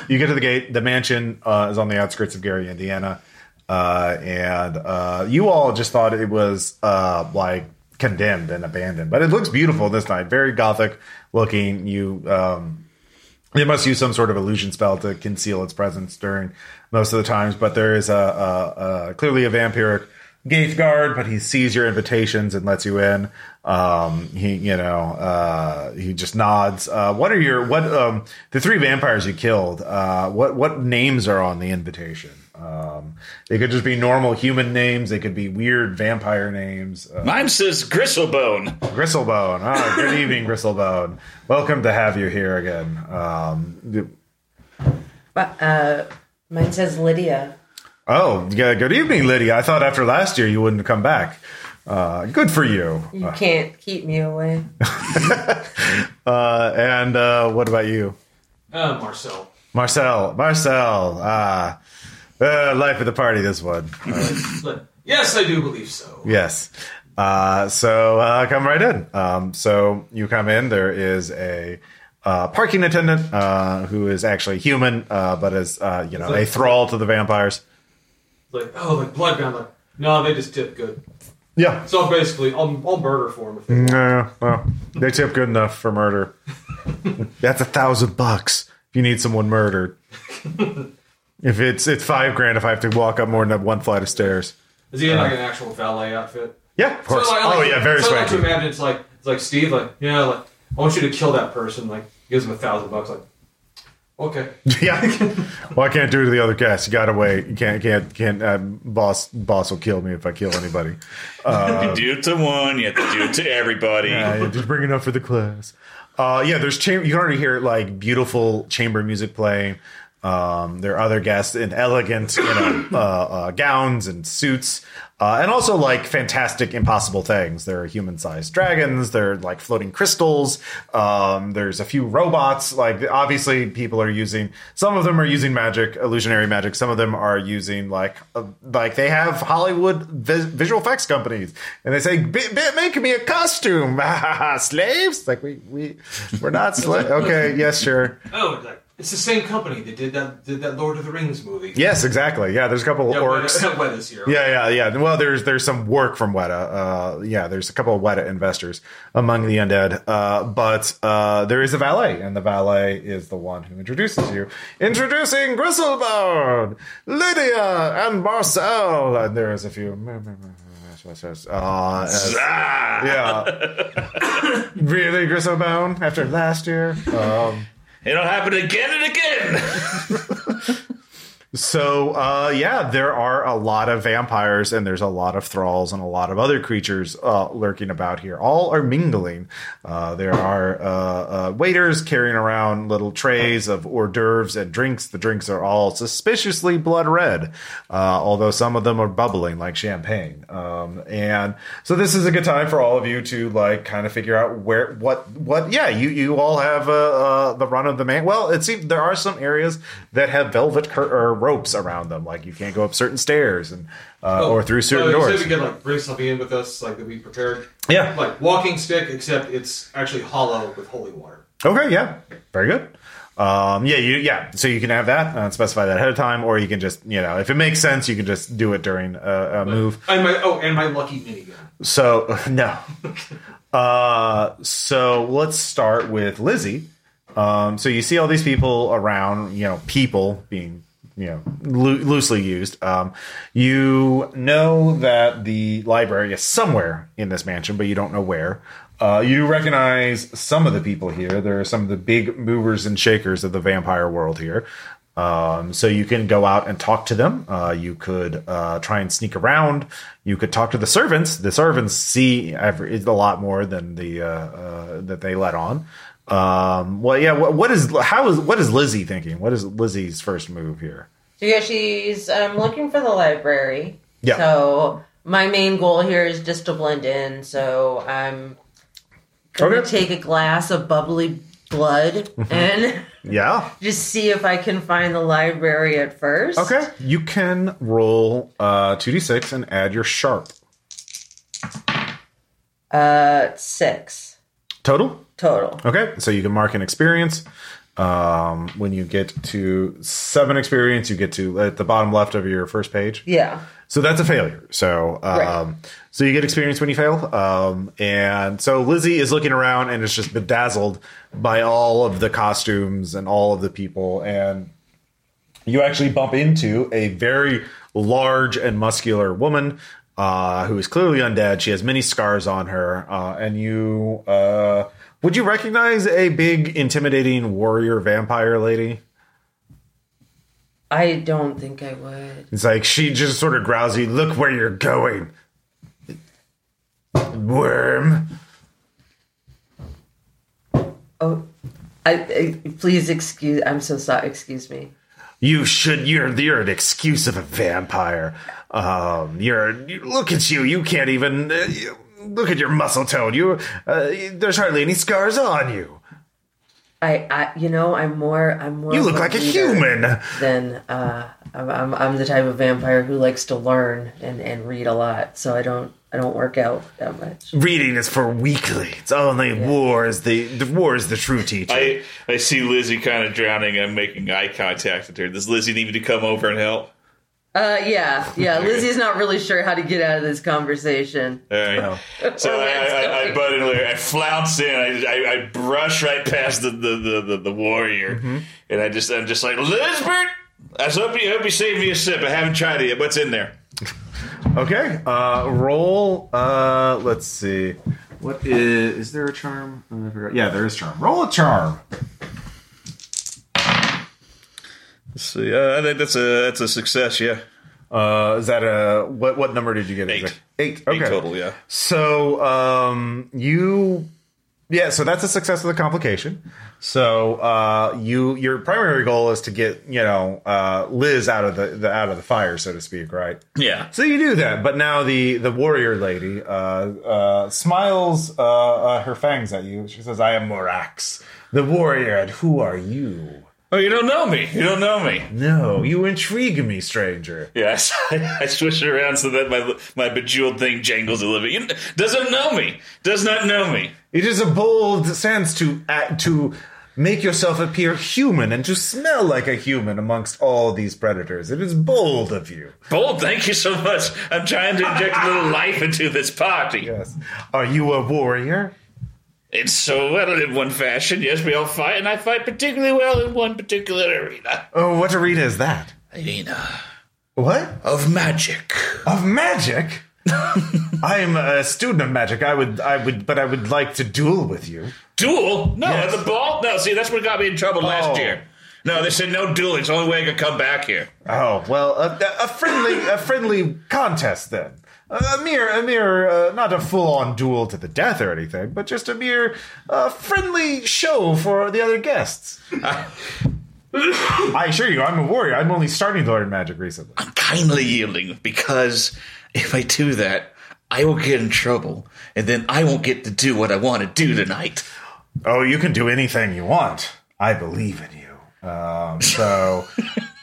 Speaker 1: you get to the gate. The mansion uh, is on the outskirts of Gary, Indiana, uh, and uh, you all just thought it was uh, like condemned and abandoned, but it looks beautiful this night. Very gothic looking. You um, they must use some sort of illusion spell to conceal its presence during most of the times. But there is a, a, a clearly a vampiric gate guard, but he sees your invitations and lets you in. Um, he, you know, uh, he just nods. Uh, what are your what um, the three vampires you killed? Uh, what what names are on the invitation? Um, they could just be normal human names. They could be weird vampire names. Uh,
Speaker 2: Mine says Gristlebone.
Speaker 1: Gristlebone. Ah, good evening, Gristlebone. Welcome to have you here again. Um,
Speaker 4: But, uh, mine says Lydia.
Speaker 1: Oh, yeah, good evening, Lydia. I thought after last year you wouldn't come back. Uh, good for you.
Speaker 2: Ah.
Speaker 4: You can't keep me away.
Speaker 1: Uh, and uh, what about you?
Speaker 3: uh, Marcel.
Speaker 1: Marcel, Marcel, ah, uh, life of the party, this one.
Speaker 3: But yes, I do believe so.
Speaker 1: Yes. Uh, so uh, come right in. Um, so you come in. There is a uh, parking attendant uh, who is actually human, uh, but is uh, you know a thrall to the vampires.
Speaker 3: Like, oh, like bloodbound. Like, no, they just did good.
Speaker 1: Yeah.
Speaker 3: So basically, I'll, I'll murder for him if they
Speaker 1: Mm-hmm. No, well,
Speaker 3: want.
Speaker 1: they tip good enough for murder. That's a thousand bucks if you need someone murdered. if it's it's five grand if I have to walk up more than one flight of stairs.
Speaker 3: Is he in like an actual valet outfit?
Speaker 1: Yeah, Uh-huh. of course.
Speaker 3: So, like, like-
Speaker 1: oh yeah, very
Speaker 3: so, like, to
Speaker 1: swanky.
Speaker 3: imagine it's like it's like Steve, like yeah, like I want you to kill that person. Like gives him a thousand bucks. Like okay,
Speaker 1: yeah. Well, I can't do it to the other guests. You gotta wait. You can't can't can't. Uh, boss boss will kill me if I kill anybody.
Speaker 2: you do it to one, you have to do it to everybody.
Speaker 1: Uh, just bring enough for the class. Uh, yeah, there's chamber. You can already hear like beautiful chamber music playing. Um, there are other guests in elegant you know, uh, uh, gowns and suits, uh, and also like fantastic, impossible things. There are human-sized dragons. There are like floating crystals. Um, there's a few robots. Like obviously, people are using. Some of them are using magic, illusionary magic. Some of them are using like uh, like they have Hollywood vis- visual effects companies, and they say, "B- b- "Make me a costume, slaves." Like we we we're not slaves. Okay, yes, sure.
Speaker 3: Oh, like, it's the same company that did that did that Lord of the Rings movie.
Speaker 1: Yes, exactly. Yeah, there's a couple
Speaker 3: Yeah,
Speaker 1: orcs.
Speaker 3: Weta- Weta's here.
Speaker 1: Yeah, yeah, yeah. Well, there's there's some work from Weta. Uh, yeah, there's a couple of Weta investors among the undead, uh, but uh, there is a valet, and the valet is the one who introduces you. Introducing Gristlebone, Lydia, and Marcel, and there is a few. Uh,
Speaker 2: Ah!
Speaker 1: yeah, really, Gristlebone? After last year. Um,
Speaker 2: It'll happen again and again.
Speaker 1: So uh, yeah, there are a lot of vampires and there's a lot of thralls and a lot of other creatures uh, lurking about here. All are mingling. Uh, there are uh, uh, waiters carrying around little trays of hors d'oeuvres and drinks. The drinks are all suspiciously blood red, uh, although some of them are bubbling like champagne. Um, and so this is a good time for all of you to like kind of figure out where what what yeah you you all have uh, uh, the run of the man. Well, it seems there are some areas that have velvet cur- or ropes around them, like you can't go up certain stairs and uh,
Speaker 3: Oh,
Speaker 1: or through certain
Speaker 3: no, you said
Speaker 1: doors.
Speaker 3: We could like bring something in with us, like that we prepared.
Speaker 1: Yeah.
Speaker 3: like walking stick, except it's actually hollow with holy water.
Speaker 1: Okay, yeah, very good. Um, yeah, you yeah. So you can have that uh, specify that ahead of time, or you can just you know if it makes sense, you can just do it during a, a move.
Speaker 3: And my oh, and my lucky minigun.
Speaker 1: So no. Uh, so let's start with Lizzie. Um, so you see all these people around, you know, people being, you know, loo- loosely used. Um, you know that the library is somewhere in this mansion, but you don't know where. Uh, you recognize some of the people here. There are some of the big movers and shakers of the vampire world here. Um, so you can go out and talk to them. Uh, you could uh, try and sneak around. You could talk to the servants. The servants see every, a lot more than the uh, uh, that they let on. Um, well, yeah. What, what is how is what is Lizzie thinking? What is Lizzie's first move here?
Speaker 4: So yeah, she's um, looking for the library.
Speaker 1: Yeah.
Speaker 4: So my main goal here is just to blend in. So I'm gonna
Speaker 1: Okay.
Speaker 4: take a glass of bubbly blood
Speaker 2: Mm-hmm.
Speaker 4: and
Speaker 1: Yeah.
Speaker 4: just see if I can find the library at first.
Speaker 1: Okay. You can roll uh two d six and add your sharp
Speaker 4: Uh, six
Speaker 1: total.
Speaker 4: total.
Speaker 1: Okay, so you can mark an experience. Um, when you get to seven experience, you get to at the bottom left of your first page.
Speaker 4: Yeah.
Speaker 1: So that's a failure. So, um,
Speaker 4: Right.
Speaker 1: so you get experience when you fail. Um, and so Lizzie is looking around and is just bedazzled by all of the costumes and all of the people. And you actually bump into a very large and muscular woman uh, who is clearly undead. She has many scars on her. Uh, and you, uh, would you recognize a big, intimidating warrior vampire lady?
Speaker 4: I don't think I would.
Speaker 1: It's like she just sort of growls you, look where you're going. Worm.
Speaker 4: Oh, I, I please excuse. I'm so sorry. Excuse me.
Speaker 1: You should you're you're an excuse of a vampire. Um you're you, look at you, you can't even uh, you- look at your muscle tone. You uh, there's hardly any scars on you.
Speaker 4: I, I, you know, I'm more. I'm more.
Speaker 1: You
Speaker 4: of
Speaker 1: look like a
Speaker 4: leader.
Speaker 1: human.
Speaker 4: then uh, I'm, I'm I'm the type of vampire who likes to learn and, and read a lot, so I don't I don't work out that much.
Speaker 1: Reading is for weakly. It's only war is the, the war is the true teacher.
Speaker 2: I, I see Lizzie kind of drowning. I'm making eye contact with her. Does Lizzie need me to come over and help?
Speaker 4: Uh, yeah, yeah. Lizzie's not really sure how to get out of this conversation.
Speaker 2: All right. So I, I, I, I butt in there. I flounce in. I, I, I brush right past the the, the, the, the warrior, and I just I'm just like Lisbeth. I hope you hope you save me a sip. I haven't tried it yet. What's in there?
Speaker 1: Okay. Uh, roll. Uh, let's see. What is? Is there a charm? I forgot. Yeah, there is charm. Roll a charm.
Speaker 2: Let's see. Uh, I think that's a that's a success. Yeah.
Speaker 1: Uh, is that a what? What number did you get?
Speaker 2: Eight.
Speaker 1: Eight. Okay.
Speaker 2: Eight total. Yeah.
Speaker 1: So um, you Yeah, so that's a success with a complication. So uh, you your primary goal is to get you know uh, Liz out of the, the out of the fire, so to speak, right?
Speaker 2: Yeah.
Speaker 1: So you do that, but now the the warrior lady uh, uh, smiles uh, uh, her fangs at you. She says, "I am Morax, the warrior, and who are you?"
Speaker 2: Oh, you don't know me. You don't know me.
Speaker 1: No, you intrigue me, stranger.
Speaker 2: Yes, I, swish it around so that my my bejeweled thing jangles a little bit. You, doesn't know me. Does not know me.
Speaker 1: It is a bold sense to act, to make yourself appear human and to smell like a human amongst all these predators. It is bold of you.
Speaker 2: Bold, thank you so much. I'm trying to inject a little life into this party.
Speaker 1: Yes. Are you a warrior?
Speaker 2: It's so well in one fashion. Yes, we all fight, and I fight particularly well in one particular arena.
Speaker 1: Oh, what arena is that?
Speaker 2: Arena
Speaker 1: What
Speaker 2: of magic.
Speaker 1: of magic? I am a student of magic. I would, I would, but I would like to duel with you.
Speaker 2: Duel? No,
Speaker 1: Yes.
Speaker 2: at the ball? No, see, that's what got me in trouble last
Speaker 1: Oh.
Speaker 2: year. No, they said no dueling. It's the only way I could come back here.
Speaker 1: Oh well, a, a friendly, a friendly contest then. A mere, a mere, uh, not a full-on duel to the death or anything, but just a mere uh, friendly show for the other guests. I assure you, I'm a warrior. I'm only starting to learn magic recently.
Speaker 2: I'm kindly yielding because if I do that, I will get in trouble, and then I won't get to do what I want to do tonight.
Speaker 1: Oh, you can do anything you want. I believe in you. Um, so,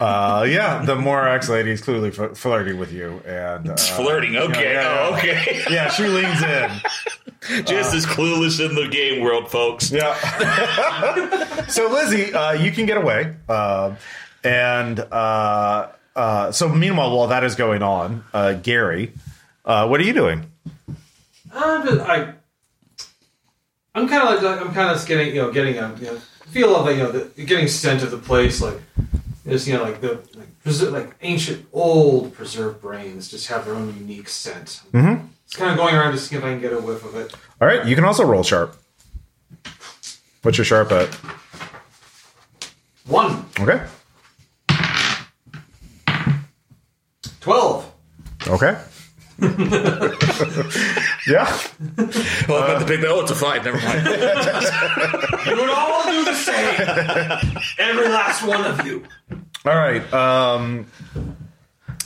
Speaker 1: uh, yeah, the Morax lady is clearly f- flirting with you, and uh,
Speaker 2: Flirting, okay,
Speaker 1: yeah,
Speaker 2: oh,
Speaker 1: yeah.
Speaker 2: okay.
Speaker 1: yeah, she leans in.
Speaker 2: Just as clueless in the game world, folks.
Speaker 1: Yeah. so, Lizzie, uh, you can get away, Um and uh, uh, so meanwhile, while that is going on, uh, Gary, uh, what are you doing?
Speaker 3: I'm just, Ah, I, I'm kind of like I'm kind of getting you know getting a you know, feel of like, you know the, getting scent of the place like just you know like the like, preser- like ancient old preserved brains just have their own unique scent. Mm-hmm. It's kind of going around to see if I can get a whiff of it.
Speaker 1: All right, you can also roll sharp. What's your sharp at?
Speaker 3: One,
Speaker 1: Okay.
Speaker 3: twelve.
Speaker 1: Okay. yeah.
Speaker 2: Well, I'm about to pick that. Oh, it's a five. Never mind.
Speaker 3: You would all do the same. Every last one of you.
Speaker 1: All right. Um,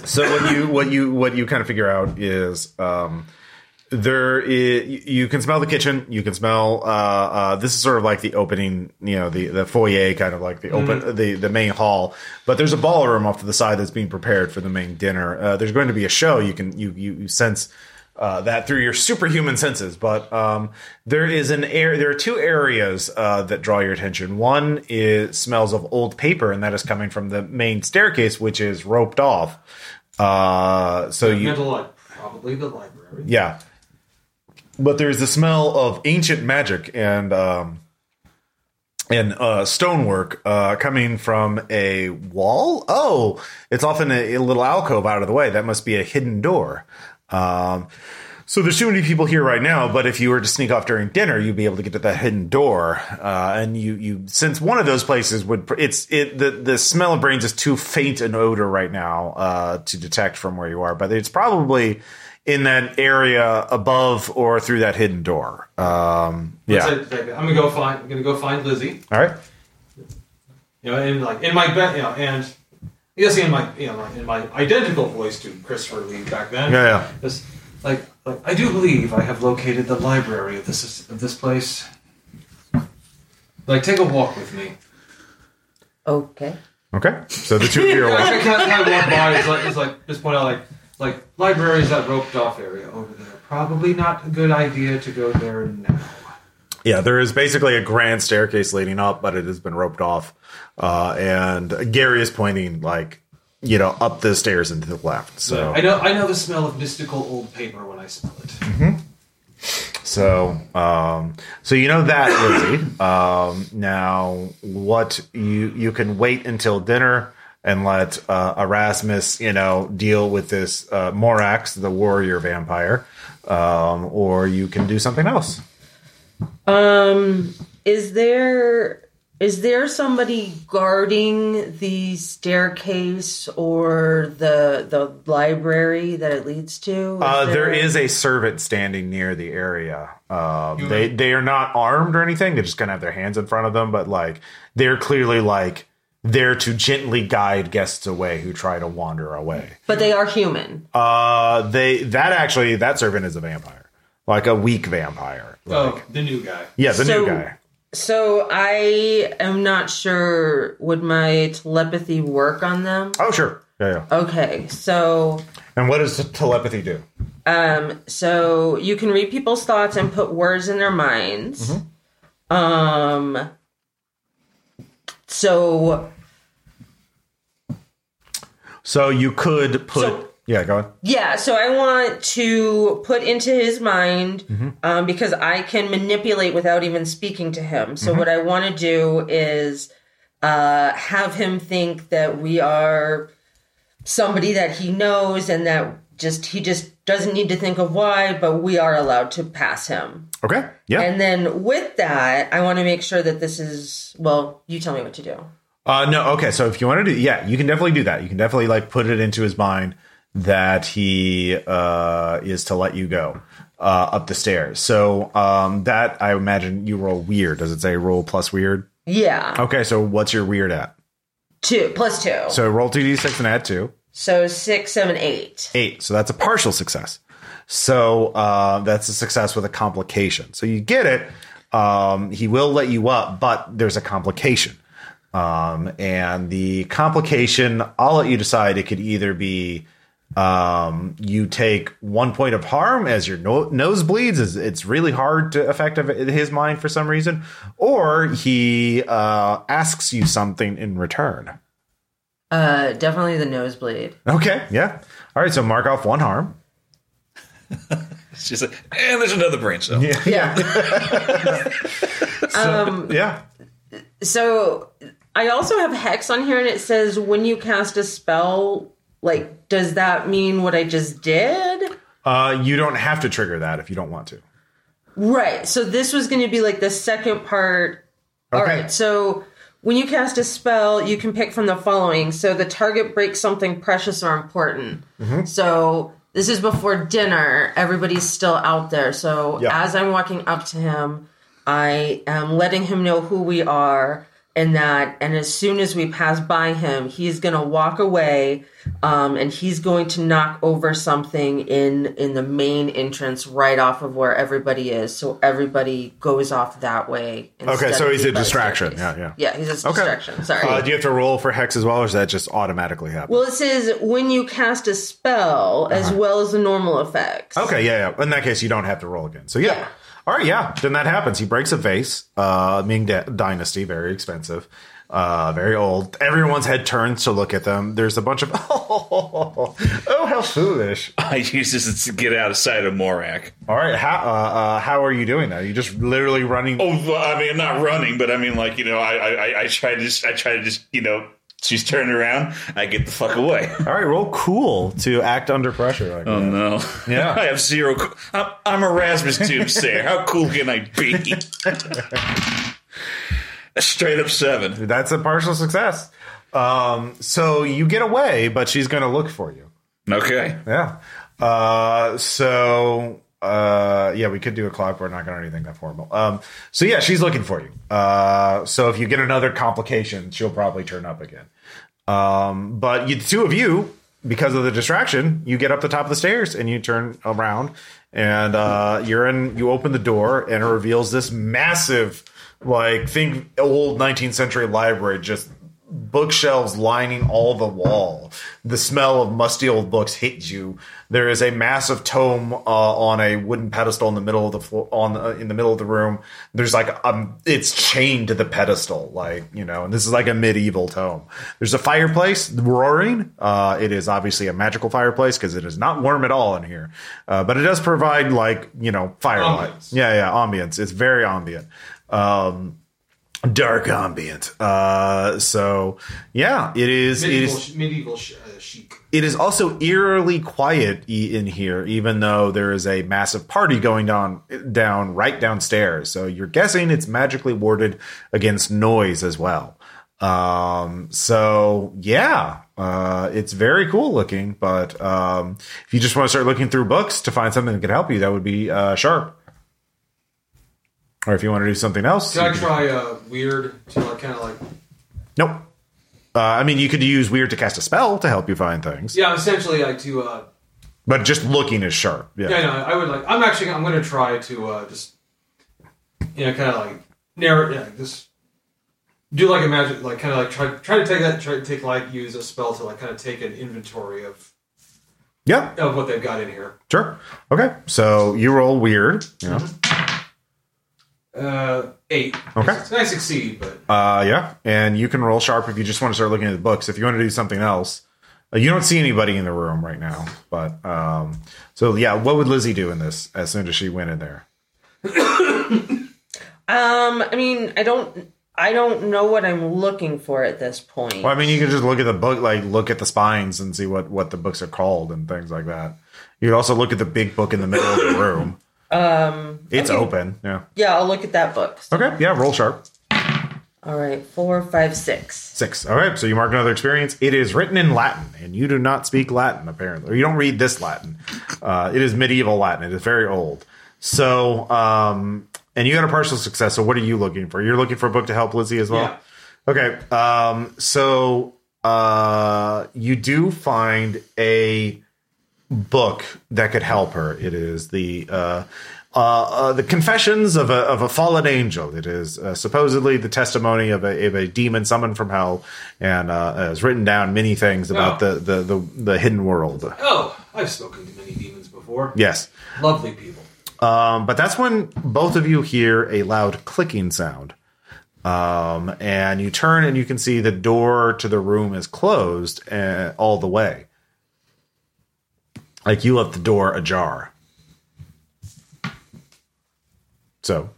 Speaker 1: so what you what you what you kind of figure out is um, there i you can smell the kitchen. You can smell uh, uh, this is sort of like the opening, you know, the the foyer, kind of like the open the the main hall. But there's a ballroom off to the side that's being prepared for the main dinner. Uh, there's going to be a show. You can you you, you sense. Uh, that through your superhuman senses, but um, there is an air. There are two areas uh, that draw your attention. One is smells of old paper, and that is coming from the main staircase, which is roped off. Uh, so you
Speaker 3: Mental like probably the library.
Speaker 1: yeah. But there's the smell of ancient magic and um, and uh, stonework uh, coming from a wall. Oh, it's often a, a little alcove out of the way. That must be a hidden door. Um, so there's too many people here right now. But if you were to sneak off during dinner, you'd be able to get to that hidden door. Uh, and you you since one of those places would pr- it's it the the smell of brains is too faint an odor right now uh, to detect from where you are. But it's probably in that area above or through that hidden door. Um,
Speaker 3: So,
Speaker 1: yeah.
Speaker 3: like, I'm gonna go find. I'm gonna go find Lizzie.
Speaker 1: All right.
Speaker 3: You know, and like in my bed. You know, and I guess in my you know like, in my identical voice to Christopher Lee back then.
Speaker 1: Yeah, yeah.
Speaker 3: Just, like like I do believe I have located the library of this of this place. Like take a walk with me.
Speaker 4: Okay.
Speaker 1: Okay. So the two of you are
Speaker 3: Like,
Speaker 1: watching.
Speaker 3: I can't I walk by. It's like, it's like just point out like like libraries that roped off area over there. Probably not a good idea to go there now.
Speaker 1: Yeah, there is basically a grand staircase leading up, but it has been roped off. Uh, and Gary is pointing, like, you know, up the stairs and to the left. So,
Speaker 3: I know I know the smell of mystical old paper when I smell it.
Speaker 1: so, um, so you know that, Lizzie. Um, now, what you you can wait until dinner and let uh, Erasmus, you know, deal with this uh, Morax, the warrior vampire, um, or you can do something else.
Speaker 4: Um, is there Is there somebody guarding the staircase or the the library that it leads to?
Speaker 1: Uh, there is a servant standing near the area. Um, they they are not armed or anything. They're just gonna have their hands in front of them, but like they're clearly like there to gently guide guests away who try to wander away.
Speaker 4: but they are human.
Speaker 1: Uh, they that actually that servant is a vampire, like a weak vampire.
Speaker 3: Oh, the new guy.
Speaker 1: Yeah, the
Speaker 4: So-
Speaker 1: new guy.
Speaker 4: So I am not sure. Would my telepathy work on them?
Speaker 1: Oh sure, yeah, yeah.
Speaker 4: Okay, so
Speaker 1: And what does telepathy do?
Speaker 4: Um, so you can read people's thoughts and put words in their minds.
Speaker 1: Mm-hmm.
Speaker 4: Um, so
Speaker 1: So you could put.
Speaker 4: So-
Speaker 1: yeah, go on.
Speaker 4: yeah, so I want to put into his mind um, because I can manipulate without even speaking to him. So what I want to do is uh, have him think that we are somebody that he knows and that just he just doesn't need to think of why, but we are allowed to pass him.
Speaker 1: Okay, yeah.
Speaker 4: And then with that, I want to make sure that this is well. You tell me what to do.
Speaker 1: Uh, no, okay. So if you want to do, yeah, you can definitely do that. You can definitely like put it into his mind that he uh, is to let you go uh, up the stairs. So um, that I imagine you roll weird. Does it say roll plus weird?
Speaker 4: Yeah,
Speaker 1: Okay, so what's your weird at?
Speaker 4: two plus two, so,
Speaker 1: Oh. So roll two d six and add two.
Speaker 4: six, seven, eight.
Speaker 1: eight. So that's a partial success. So uh, that's a success with a complication. So you get it. Um, he will let you up, but there's a complication. Um, and the complication, I'll let you decide. It could either be um, you take one point of harm as your no- nose bleeds. Is it's really hard to affect of- his mind for some reason, or he uh, asks you something in return.
Speaker 4: Uh, definitely the nosebleed.
Speaker 1: Okay, yeah. All right, so mark off one harm.
Speaker 2: It's just like, and there's another brain cell.
Speaker 4: Yeah.
Speaker 1: Yeah.
Speaker 4: so I also have hex on here, and it says when you cast a spell, like, does that mean what I just did?
Speaker 1: Uh, you don't have to trigger that if you don't want to.
Speaker 4: Right. So this was going to be like the second part. All
Speaker 1: Okay.
Speaker 4: right. So when you cast a spell, you can pick from the following. So the target breaks something precious or important.
Speaker 1: Mm-hmm.
Speaker 4: So this is before dinner. Everybody's still out there. So
Speaker 1: Yeah.
Speaker 4: as I'm walking up to him, I am letting him know who we are and that and as soon as we pass by him he's going to walk away um, and he's going to knock over something in in the main entrance right off of where everybody is so everybody goes off that way instead
Speaker 1: so
Speaker 4: of
Speaker 1: he's
Speaker 4: the
Speaker 1: a
Speaker 4: other
Speaker 1: distraction.
Speaker 4: staircase.
Speaker 1: Yeah, yeah.
Speaker 4: yeah he's a
Speaker 1: Okay.
Speaker 4: distraction sorry
Speaker 1: Uh, do you have to roll for hex as well, or does that just automatically happen?
Speaker 4: well it says when you cast a spell as well as the normal effects
Speaker 1: Uh-huh. okay, yeah, yeah. In that case, you don't have to roll again. So yeah.
Speaker 4: Yeah.
Speaker 1: All right, yeah. Then that happens. He breaks a vase. Uh, Ming da- Dynasty, very expensive, uh, very old. Everyone's head turns to look at them. There's a bunch of oh, how foolish.
Speaker 2: I use this to get out of sight of Morak.
Speaker 1: All right, how uh, uh, how are you doing that? Are you just literally running?
Speaker 2: Oh, well, I mean, not running, but I mean, like you know, I I, I- I try to just I try to just you know, she's turning around. I get the fuck away.
Speaker 1: All right, roll cool to act under pressure. Like
Speaker 2: Oh no!
Speaker 1: Yeah.
Speaker 2: I have zero. co- I'm, I'm Erasmus Doomsayer. How cool can I be? A straight up seven.
Speaker 1: That's a partial success. Um, so you get away, but she's going to look for you.
Speaker 2: Okay.
Speaker 1: Yeah. Uh, so uh, yeah, we could do a clock. We're not going to do anything that formal. Um, so yeah, she's looking for you. Uh, so if you get another complication, she'll probably turn up again. Um, but you, the two of you, because of the distraction, you get up the top of the stairs and you turn around, and uh, you're in. You open the door, and it reveals this massive, like think old 19th century library, just bookshelves lining all the wall. The smell of musty old books hits you. There is a massive tome uh, on a wooden pedestal in the middle of the floor, on uh, in the middle of the room. There's like um, it's chained to the pedestal, like you know. And this is like a medieval tome. There's a fireplace roaring. Uh, it is obviously a magical fireplace because it is not warm at all in here, uh, but it does provide like you know firelight.
Speaker 3: Ambience.
Speaker 1: Yeah, yeah, ambience. It's very ambient. Um, dark ambient. Uh, so yeah, it is. It
Speaker 3: Medieval,
Speaker 1: is
Speaker 3: sh- medieval sh- uh, uh, chic.
Speaker 1: It is also eerily quiet e- in here, even though there is a massive party going on down right downstairs. So you're guessing it's magically warded against noise as well. Um, so yeah, uh, it's very cool looking. But um, if you just want to start looking through books to find something that could help you, that would be uh, sharp. Or if you want to do something else,
Speaker 3: Can I
Speaker 1: you can-
Speaker 3: try uh, weird to like, kind of like?
Speaker 1: Nope. Uh, I mean, you could use weird to cast a spell to help you find things,
Speaker 3: Yeah, essentially like to. Uh,
Speaker 1: but just looking is sharp. Yeah.
Speaker 3: yeah, no, I would like. I'm actually. I'm going to try to uh, just, you know, kind of like narrow. Yeah, just do like a magic, like kind of like try try to take that. Try to take like use a spell to like kind of take an inventory of
Speaker 1: Yeah,
Speaker 3: of what they've got in here.
Speaker 1: Sure. Okay. So you roll weird. Yeah.
Speaker 3: Uh, eight.
Speaker 1: Okay.
Speaker 3: I succeed, but
Speaker 1: Uh, yeah. And you can roll sharp if you just want to start looking at the books. If you want to do something else, uh, you don't see anybody in the room right now. But um, so yeah, what would Lizzie do in this as soon as she went in there?
Speaker 4: Um, I mean, I don't, I don't know what I'm looking for at this point.
Speaker 1: Well, I mean, you can just look at the book, like look at the spines and see what what the books are called and things like that. You could also look at the big book in the middle of the room. Um, it's open. Yeah.
Speaker 4: Yeah, I'll look at that book.
Speaker 1: Okay. Yeah. Roll sharp.
Speaker 4: All right, four, five, six.
Speaker 1: Six. All right. So you mark another experience. It is written in Latin, and you do not speak Latin, apparently. Or you don't read this Latin. Uh, it is medieval Latin. It is very old. So, um, and you got a partial success. So, what are you looking for? You're looking for a book to help Lizzie as well? Okay. Um, so, uh, you do find a book that could help her. It is the uh, uh, uh, the Confessions of a of a Fallen Angel. It is uh, supposedly the testimony of a of a demon summoned from hell, and uh, has written down many things about
Speaker 3: Oh.
Speaker 1: the, the the the hidden world.
Speaker 3: oh, I've spoken to many demons before.
Speaker 1: Yes.
Speaker 3: Lovely people.
Speaker 1: Um, but that's when both of you hear a loud clicking sound. Um, and you turn and you can see the door to the room is closed uh, all the way. Like you left the door ajar. So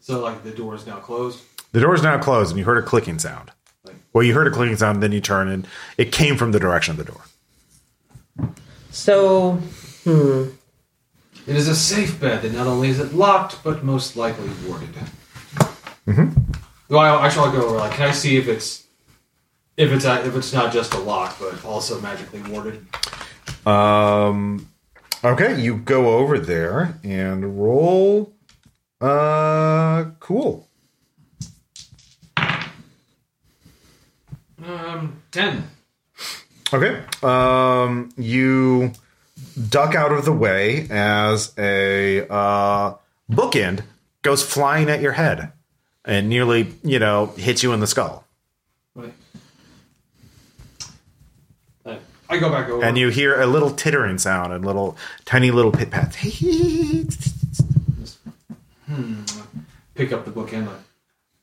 Speaker 3: So like the door is now closed.
Speaker 1: the door is now closed and you heard a clicking sound. Well, you heard a clicking sound, then you turn and it came from the direction of the door.
Speaker 4: So,
Speaker 3: It is a safe bed, and not only is it locked, but most likely warded. Mm-hmm. Well, I, actually, I'll go over. Like, can I see if it's if it's uh, if it's not just a lock, but also magically warded?
Speaker 1: Okay, you go over there and roll. Uh, cool.
Speaker 3: Um, ten.
Speaker 1: Okay. Um, you duck out of the way as a uh, bookend goes flying at your head and nearly, you know, hits you in the skull.
Speaker 3: Wait. Uh, I go back over.
Speaker 1: And you hear a little tittering sound and little tiny little pit pats.
Speaker 3: pick up the book and like,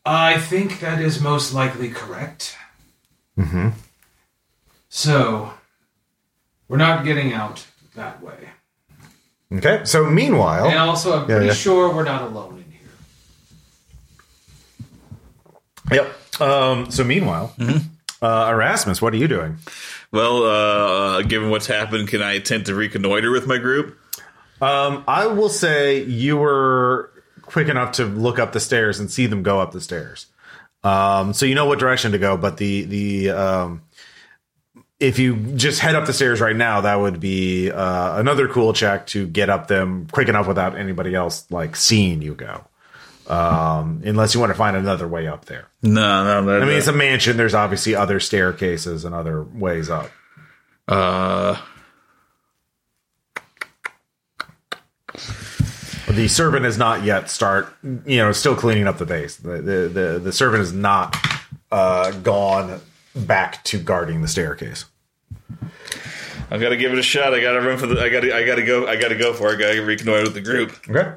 Speaker 3: I think that is most likely correct. Mm-hmm. So we're not getting out that way.
Speaker 1: okay. So
Speaker 3: And
Speaker 1: meanwhile,
Speaker 3: also, I'm
Speaker 1: Oh. Yeah,
Speaker 3: pretty
Speaker 1: yeah.
Speaker 3: sure we're not alone in here.
Speaker 1: yep. Um, so meanwhile, uh, Erasmus, what are you doing?
Speaker 2: Well, uh, given what's happened, can I attempt to reconnoiter with my group?
Speaker 1: Um, I will say you were quick enough to look up the stairs and see them go up the stairs. Um, so you know what direction to go, but the the um, if you just head up the stairs right now, that would be uh, another cool check to get up them quick enough without anybody else like seeing you go. Um, unless you want to find another way up there.
Speaker 2: No, no, no.
Speaker 1: I mean, it's a mansion. There's obviously other staircases and other ways up.
Speaker 2: uh,
Speaker 1: The servant is not yet start, you know, still cleaning up the base. The the the, the servant is not uh, gone back to guarding the staircase.
Speaker 2: I've got to give it a shot. I got to run for the. I got to. I got to go. I got to go for it. I got to reconnoiter with the group.
Speaker 1: Okay.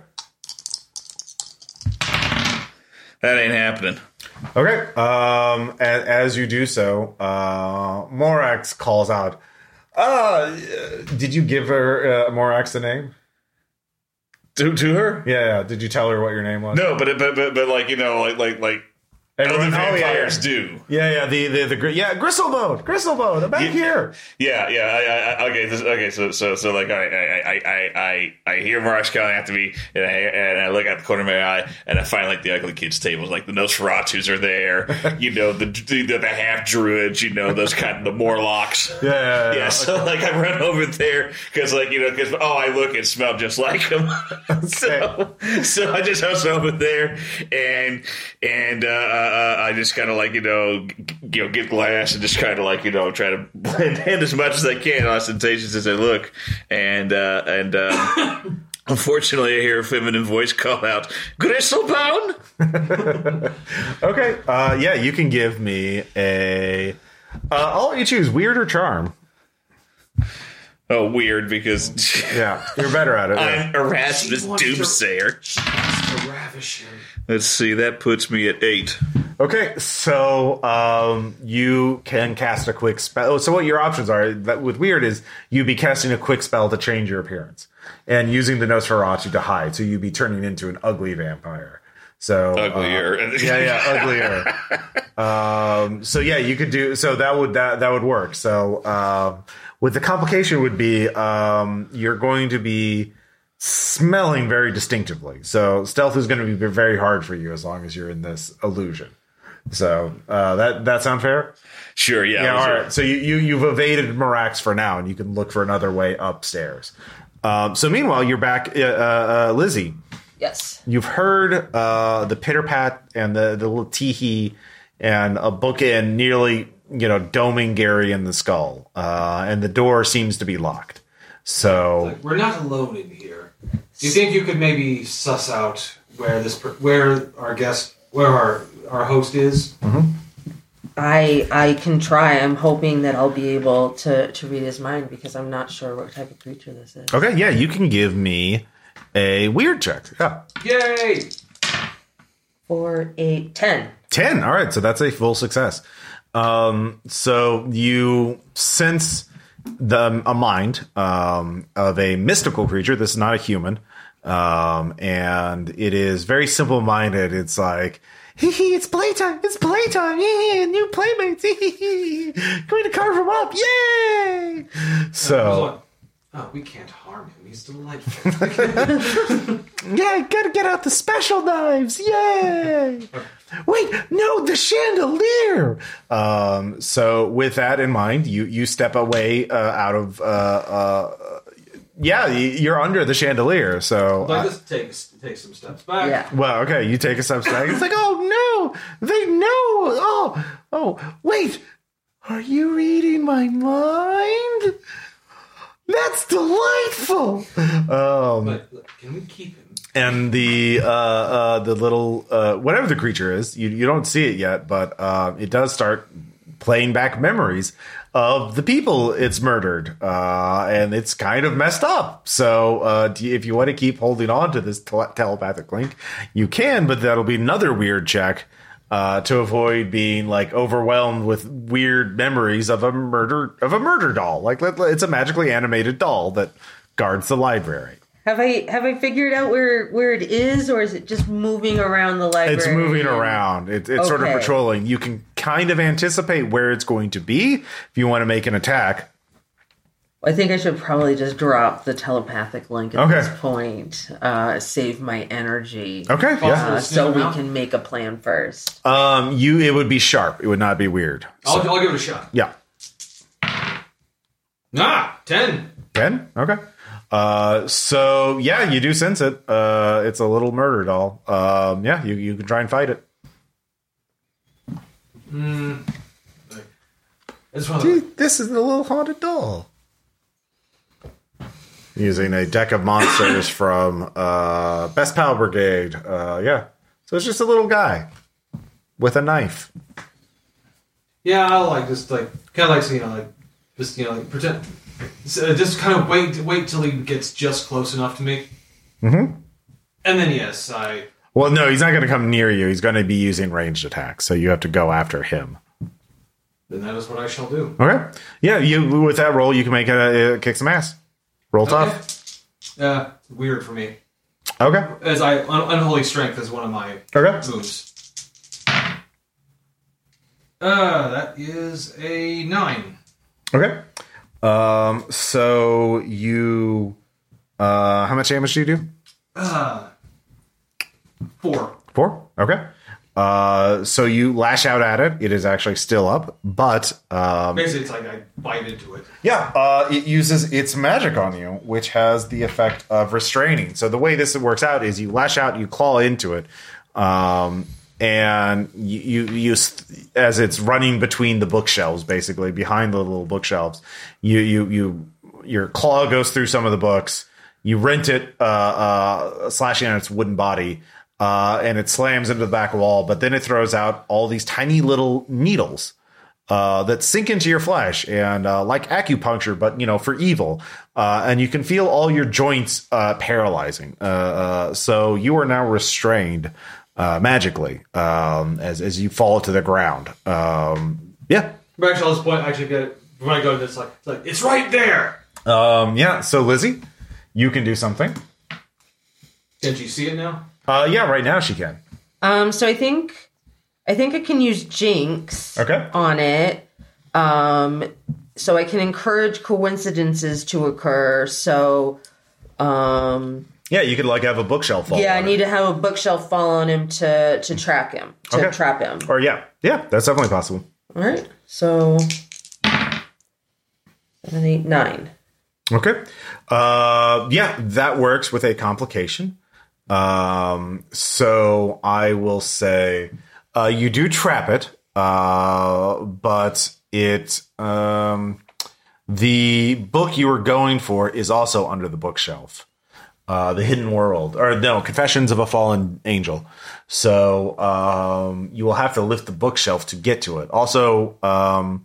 Speaker 2: That ain't happening.
Speaker 1: Okay. Um, a- as you do so, uh, Morax calls out. Uh, did you give her uh, Morax a name?
Speaker 2: To to her?
Speaker 1: Yeah, yeah. Did you tell her what your name was?
Speaker 2: No, but it- but but but like you know, like like like Other
Speaker 1: Everyone- oh, yeah,
Speaker 2: vampires
Speaker 1: yeah.
Speaker 2: do.
Speaker 1: Yeah, yeah, the the the gr- yeah, Gristlevote, Gristlevote, back
Speaker 2: Yeah.
Speaker 1: here.
Speaker 2: Yeah, yeah. I, I, I, okay, this, okay. So, so, so, like, all right, I, I, I, I, I hear Marash calling after me, and I, and I look out the corner of my eye, and I find like the ugly kids tables, like the Nosferatu's are there, you know, the the, the half druids, you know, those kind of the Morlocks.
Speaker 1: Yeah, yeah, yeah.
Speaker 2: Yeah, so like I run over there because like you know because oh I look and smell just like him, so so I just hustle over there and and uh, uh, uh, I just kind of like you know g- you know get glass and just kind of like you know try to blend in as much as I can ostentatious as I look and uh, and. Uh, Unfortunately, I hear a feminine voice call out, Gristlebaum?
Speaker 1: Okay, uh, yeah, you can give me a. Uh, I'll let you choose weird or charm.
Speaker 2: Oh, weird, because
Speaker 1: Yeah, you're better at it. yeah.
Speaker 2: I'm Erasmus
Speaker 3: She wants to-
Speaker 2: Doomsayer.
Speaker 3: She wants to ravish him.
Speaker 2: Let's see, that puts me at eight.
Speaker 1: Okay, so um, you can cast a quick spell. oh, So what your options are that with weird is you'd be casting a quick spell to change your appearance and using the Nosferatu to hide. So you'd be turning into an ugly vampire. So uh,
Speaker 2: Uglier.
Speaker 1: yeah, yeah, uglier. um, so yeah, you could do so that would that that would work. So um, with the complication would be um, you're going to be smelling very distinctively. So stealth is going to be very hard for you as long as you're in this illusion. So uh, that that sound fair?
Speaker 2: Sure, yeah.
Speaker 1: Yeah,
Speaker 2: those
Speaker 1: all
Speaker 2: are-
Speaker 1: right. So you, you you've evaded Marax for now, and you can look for another way upstairs. Um, so meanwhile, you're back, uh, uh, uh, Lizzie
Speaker 4: Yes.
Speaker 1: you've heard uh, the pitter pat and the, the little teehee and a bookend nearly you know doming Gary in the skull, uh, and the door seems to be locked. So
Speaker 3: Like, we're not alone in here. Do you think you could maybe suss out where this, per- where our guest, where our our host is?
Speaker 4: I I can try. I'm hoping that I'll be able to to read his mind because I'm not sure what type of creature this is.
Speaker 1: okay, yeah, you can give me a weird check. Yeah,
Speaker 3: Yay!
Speaker 4: Four, eight, ten.
Speaker 1: ten. All right, so that's a full success. Um, so you sense the a mind um, of a mystical creature. This is not a human, um, and it is very simple minded. It's like. Hee hee, it's playtime! It's playtime! Yeah, new playmates! Hee hee hee! Going to carve them up! Yay! So,
Speaker 3: Oh. we can't harm him. He's delightful.
Speaker 1: yeah, gotta get out the special knives! Yay! Wait, no, the chandelier. Um, so with that in mind, you you step away uh, out of uh, uh, yeah, y- you're under the chandelier. So
Speaker 3: Let
Speaker 1: uh,
Speaker 3: us take take some steps back.
Speaker 4: Yeah.
Speaker 1: well, okay, you take a step back. It's like, oh no, they know. Oh, oh, wait, are you reading my mind? That's delightful. Um,
Speaker 3: But look, can we keep him?
Speaker 1: and the uh, uh, the little uh, whatever the creature is, you, you don't see it yet, but uh, it does start playing back memories of the people it's murdered, uh, and it's kind of messed up. So uh, do you- if you want to keep holding on to this tele- telepathic link, you can, but that'll be another weird check. Uh, to avoid being like overwhelmed with weird memories of a murder of a murder doll, like let- let- it's a magically animated doll that guards the library.
Speaker 4: Have I have I figured out where where it is, or is it just moving around the library?
Speaker 1: It's moving around. It, it's sort of
Speaker 4: Okay.
Speaker 1: patrolling. You can kind of anticipate where it's going to be if you want to make an attack.
Speaker 4: I think I should probably just drop the telepathic link at
Speaker 1: Okay.
Speaker 4: this point. Uh, save my energy.
Speaker 1: Okay.
Speaker 4: Uh,
Speaker 1: Yeah.
Speaker 3: Awesome.
Speaker 4: so we
Speaker 3: Amount.
Speaker 4: can make a plan first.
Speaker 1: Um. You. It would be sharp. It would not be weird.
Speaker 3: I'll, I'll give it a shot.
Speaker 1: Yeah.
Speaker 3: Nah, ten.
Speaker 1: Ten. Okay. Uh. So yeah, you do sense it. Uh. It's a little murder doll. Um. Yeah. You. You can try and fight it.
Speaker 3: It's one of
Speaker 1: Gee,
Speaker 3: the,
Speaker 1: this is the little haunted doll. Using a deck of monsters from uh, Best Pal Brigade. Uh, yeah. So it's just a little guy with a knife.
Speaker 3: yeah, I like just like kind of like you know like just you know like pretend so just kind of wait wait till he gets just close enough to me. Mm-hmm. And then yes, I
Speaker 1: Well, no, he's not going to come near you. He's going to be using ranged attacks. So you have to go after him.
Speaker 3: then that is what I shall do.
Speaker 1: Okay. Yeah. You With that roll, you can make a, uh kick some ass. Roll tough.
Speaker 3: Uh, weird for me
Speaker 1: Okay.
Speaker 3: as I un- unholy strength is one of my
Speaker 1: Okay.
Speaker 3: moves. Uh, that is a nine.
Speaker 1: Okay. Um, so you, uh, how much damage do you do?
Speaker 3: Uh, four.
Speaker 1: Four. Okay. Uh, so you lash out at it. It is actually still up, but um,
Speaker 3: Basically, it's like I bite into it.
Speaker 1: Yeah, uh, it uses its magic on you, which has the effect of restraining. So the way this works out is you lash out, you claw into it, um, and you, you, you as it's running between the bookshelves, basically behind the little bookshelves, you you you your claw goes through some of the books. You rent it, uh, uh, slashing on its wooden body, uh, and it slams into the back wall. But then it throws out all these tiny little needles uh, that sink into your flesh and uh, like acupuncture, but you know for evil. Uh, and you can feel all your joints uh, paralyzing. Uh, uh, so you are now restrained uh, magically um, as as you fall to the ground. Um, yeah,
Speaker 3: But actually, at this point, actually, get it. when I go to this, like, it's like it's right there.
Speaker 1: um, yeah. So Lizzie, you can do something.
Speaker 3: Can't you see it now?
Speaker 1: Uh, yeah, right now she can.
Speaker 4: Um, so I think I think I can use Jinx
Speaker 1: Okay.
Speaker 4: on it. Um, so I can encourage coincidences to occur. So um,
Speaker 1: Yeah, you could like have a bookshelf fall.
Speaker 4: yeah, I
Speaker 1: on it.
Speaker 4: need to have a bookshelf fall on him to to track him to
Speaker 1: Okay.
Speaker 4: trap him.
Speaker 1: Or yeah, yeah, that's definitely possible.
Speaker 4: All right, so seven, eight, nine.
Speaker 1: Okay. Uh, yeah, that works with a complication. Um, so I will say uh, you do trap it, uh, but it um, the book you were going for is also under the bookshelf. Uh, the Hidden World, or no, Confessions of a Fallen Angel. So um, you will have to lift the bookshelf to get to it. Also, um,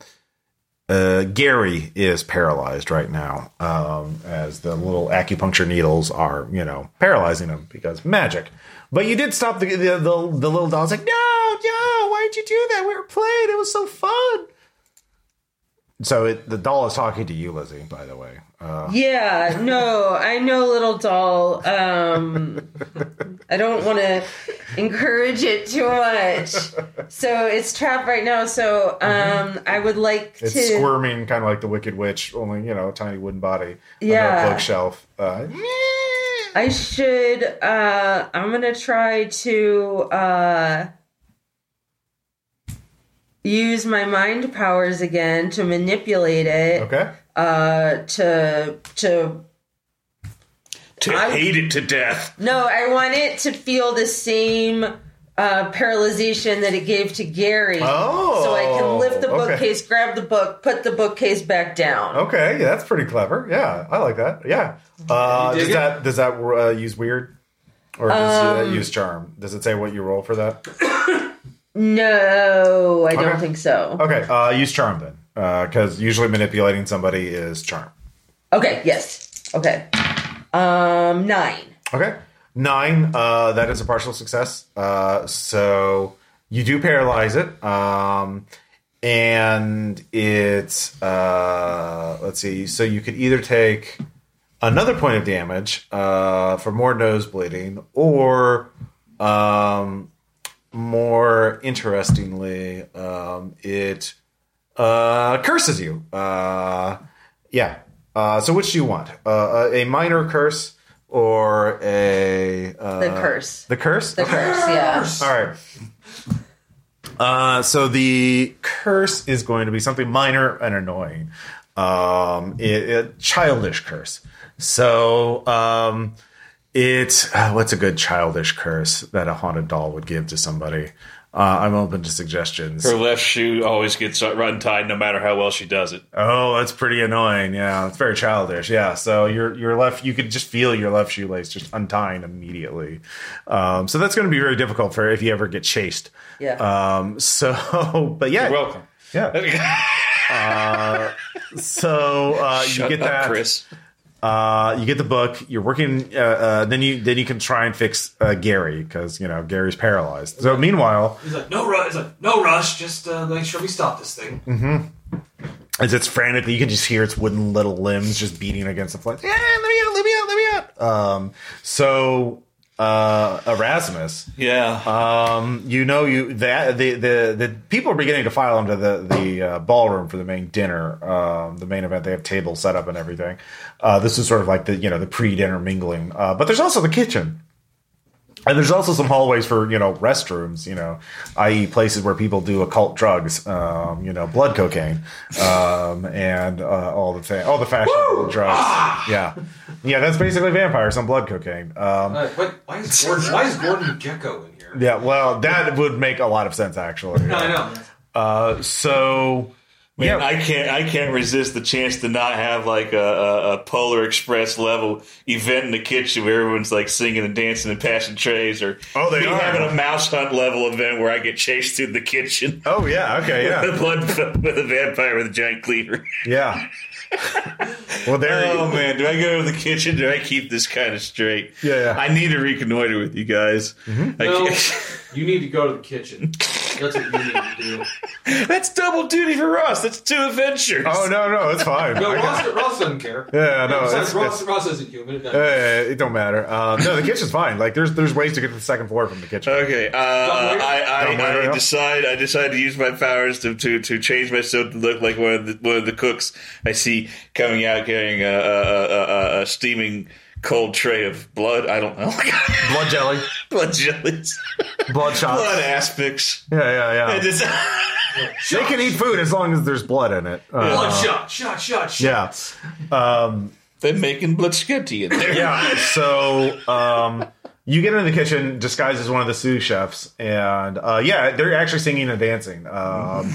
Speaker 1: uh, Gary is paralyzed right now, um, as the little acupuncture needles are, you know, paralyzing him because magic. But you did stop the the, the, the little doll's like, no, no, why did you do that? We were playing; it was so fun. So it, the doll is talking to you, Lizzie. By the way, uh,
Speaker 4: Yeah, no, I know, little doll. Um, I don't want to encourage it too much. So it's trapped right now. So um, I would like
Speaker 1: Mm-hmm. it's
Speaker 4: to.
Speaker 1: squirming, kind of like the Wicked Witch, only you know, a tiny wooden body on
Speaker 4: Yeah.
Speaker 1: a bookshelf. Uh,
Speaker 4: I should. Uh, I'm gonna try to uh, use my mind powers again to manipulate it.
Speaker 1: okay,
Speaker 4: Uh, to to
Speaker 2: To hate it to death.
Speaker 4: No, I want it to feel the same uh, paralyzation that it gave to Gary.
Speaker 1: Oh,
Speaker 4: So I can lift the
Speaker 1: okay. Oh.
Speaker 4: bookcase, grab the book, put the bookcase back down.
Speaker 1: okay, yeah, that's pretty clever. Yeah, I like that. Yeah, uh,
Speaker 3: You dig
Speaker 1: does
Speaker 3: it? Um,
Speaker 1: that does that uh, use weird or does that use charm? Does it say what you roll for that?
Speaker 4: No, I
Speaker 1: Okay.
Speaker 4: don't think so.
Speaker 1: Okay, uh, use charm then, because usually manipulating somebody is charm.
Speaker 4: Okay, yes. Okay. Um, nine.
Speaker 1: Okay. Nine. Uh, that is a partial success. Uh, so you do paralyze it. Um, and it's, uh, let's see. So you could either take another point of damage uh, for more nose bleeding or. Um, more interestingly, um, it uh, curses you. Uh, yeah. Uh, so which do you want? Uh, a minor curse or a uh,
Speaker 4: The curse.
Speaker 1: The curse.
Speaker 4: The curse, yeah.
Speaker 1: All right. Uh, so the curse is going to be something minor and annoying. Um, it, it- childish curse. So um, it uh, what's a good childish curse that a haunted doll would give to somebody? Uh, I'm open to suggestions.
Speaker 2: Her left shoe always gets untied no matter how well she does it.
Speaker 1: Oh, that's pretty annoying. Yeah, it's very childish. Yeah, so your your left, you could just feel your left shoelace just untying immediately. Um, so that's going to be very difficult for if you ever get chased.
Speaker 4: Yeah.
Speaker 1: Um, so, but yeah,
Speaker 2: You're welcome. Uh,
Speaker 1: yeah. So uh, you
Speaker 2: Shut
Speaker 1: get
Speaker 2: up,
Speaker 1: that.
Speaker 2: Chris.
Speaker 1: Uh, you get the book. You're working. Uh, uh, then you then you can try and fix uh, Gary because you know Gary's paralyzed. So meanwhile,
Speaker 3: He's like, no rush. He's like, no rush. Just uh, make sure we stop this thing.
Speaker 1: Mm-hmm. as it's frantically, you can just hear its wooden little limbs just beating against the flesh. Yeah, let me out, let me out, let me out. Um, so uh, Erasmus,
Speaker 2: Yeah.
Speaker 1: um, you know you that the, the the people are beginning to file into the the uh, ballroom for the main dinner, um, the main event. They have tables set up and everything. Uh, this is sort of like the you know the pre dinner mingling, uh, but there's also the kitchen. And there's also some hallways for you know restrooms, you know, i.e. places where people do occult drugs, um, you know, blood cocaine, um, and uh, all the thing, all the fashionable drugs. Yeah, yeah, that's basically vampires on blood cocaine. Um,
Speaker 3: Uh, what, why is Gordon? Why is Gordon Gecko in here?
Speaker 1: yeah, well, that would make a lot of sense actually.
Speaker 3: I know.
Speaker 1: Uh, so
Speaker 2: Man,
Speaker 1: yeah,
Speaker 2: I can't. I can't resist the chance to not have like a, a, a Polar Express level event in the kitchen where everyone's like singing and dancing and passing trays, or
Speaker 1: Oh, they
Speaker 2: me
Speaker 1: are.
Speaker 2: having a mouse hunt level event where I get chased through the kitchen.
Speaker 1: oh yeah, okay,
Speaker 2: with
Speaker 1: yeah,
Speaker 2: a blood with a vampire with a giant cleaver.
Speaker 1: yeah. Well, there.
Speaker 2: Oh
Speaker 1: you
Speaker 2: man, do I go to the kitchen? Do I keep this kind of straight?
Speaker 1: Yeah, Mm-hmm. yeah.
Speaker 2: I need to reconnoiter with you guys. I
Speaker 3: No,
Speaker 2: can't-
Speaker 3: you need to go to the kitchen. That's what you need to do.
Speaker 2: That's double duty for Ross. That's two adventures.
Speaker 1: Oh no, no, it's fine.
Speaker 3: No,
Speaker 1: I got-
Speaker 3: Ross, Ross doesn't care.
Speaker 1: yeah, no,
Speaker 3: Besides,
Speaker 1: it's,
Speaker 3: Ross,
Speaker 1: it's,
Speaker 3: Ross isn't human.
Speaker 1: uh, it don't matter. Uh, no, the kitchen's fine. Like there's there's ways to get to the second floor from the kitchen.
Speaker 2: Okay, uh,
Speaker 3: Don't worry.
Speaker 2: I,
Speaker 1: Don't worry,
Speaker 2: I, I
Speaker 1: yeah.
Speaker 2: decide I decide to use my powers to, to, to change myself to look like one of the one of the cooks I see coming out carrying a, a, a, a, a steaming cold tray of blood. I don't know,
Speaker 1: Blood jelly,
Speaker 2: blood jellies,
Speaker 1: blood shots.
Speaker 2: blood aspics.
Speaker 1: Yeah, yeah,
Speaker 2: I
Speaker 1: yeah.
Speaker 2: just-
Speaker 1: They can eat food as long as there's blood in it. Uh,
Speaker 3: Blood shot, shot, shot, shot.
Speaker 1: yeah. Um,
Speaker 2: They're making blood skitty in there.
Speaker 1: yeah. So um, you get into the kitchen disguised as one of the sous chefs, and uh, yeah, they're actually singing and dancing. Um,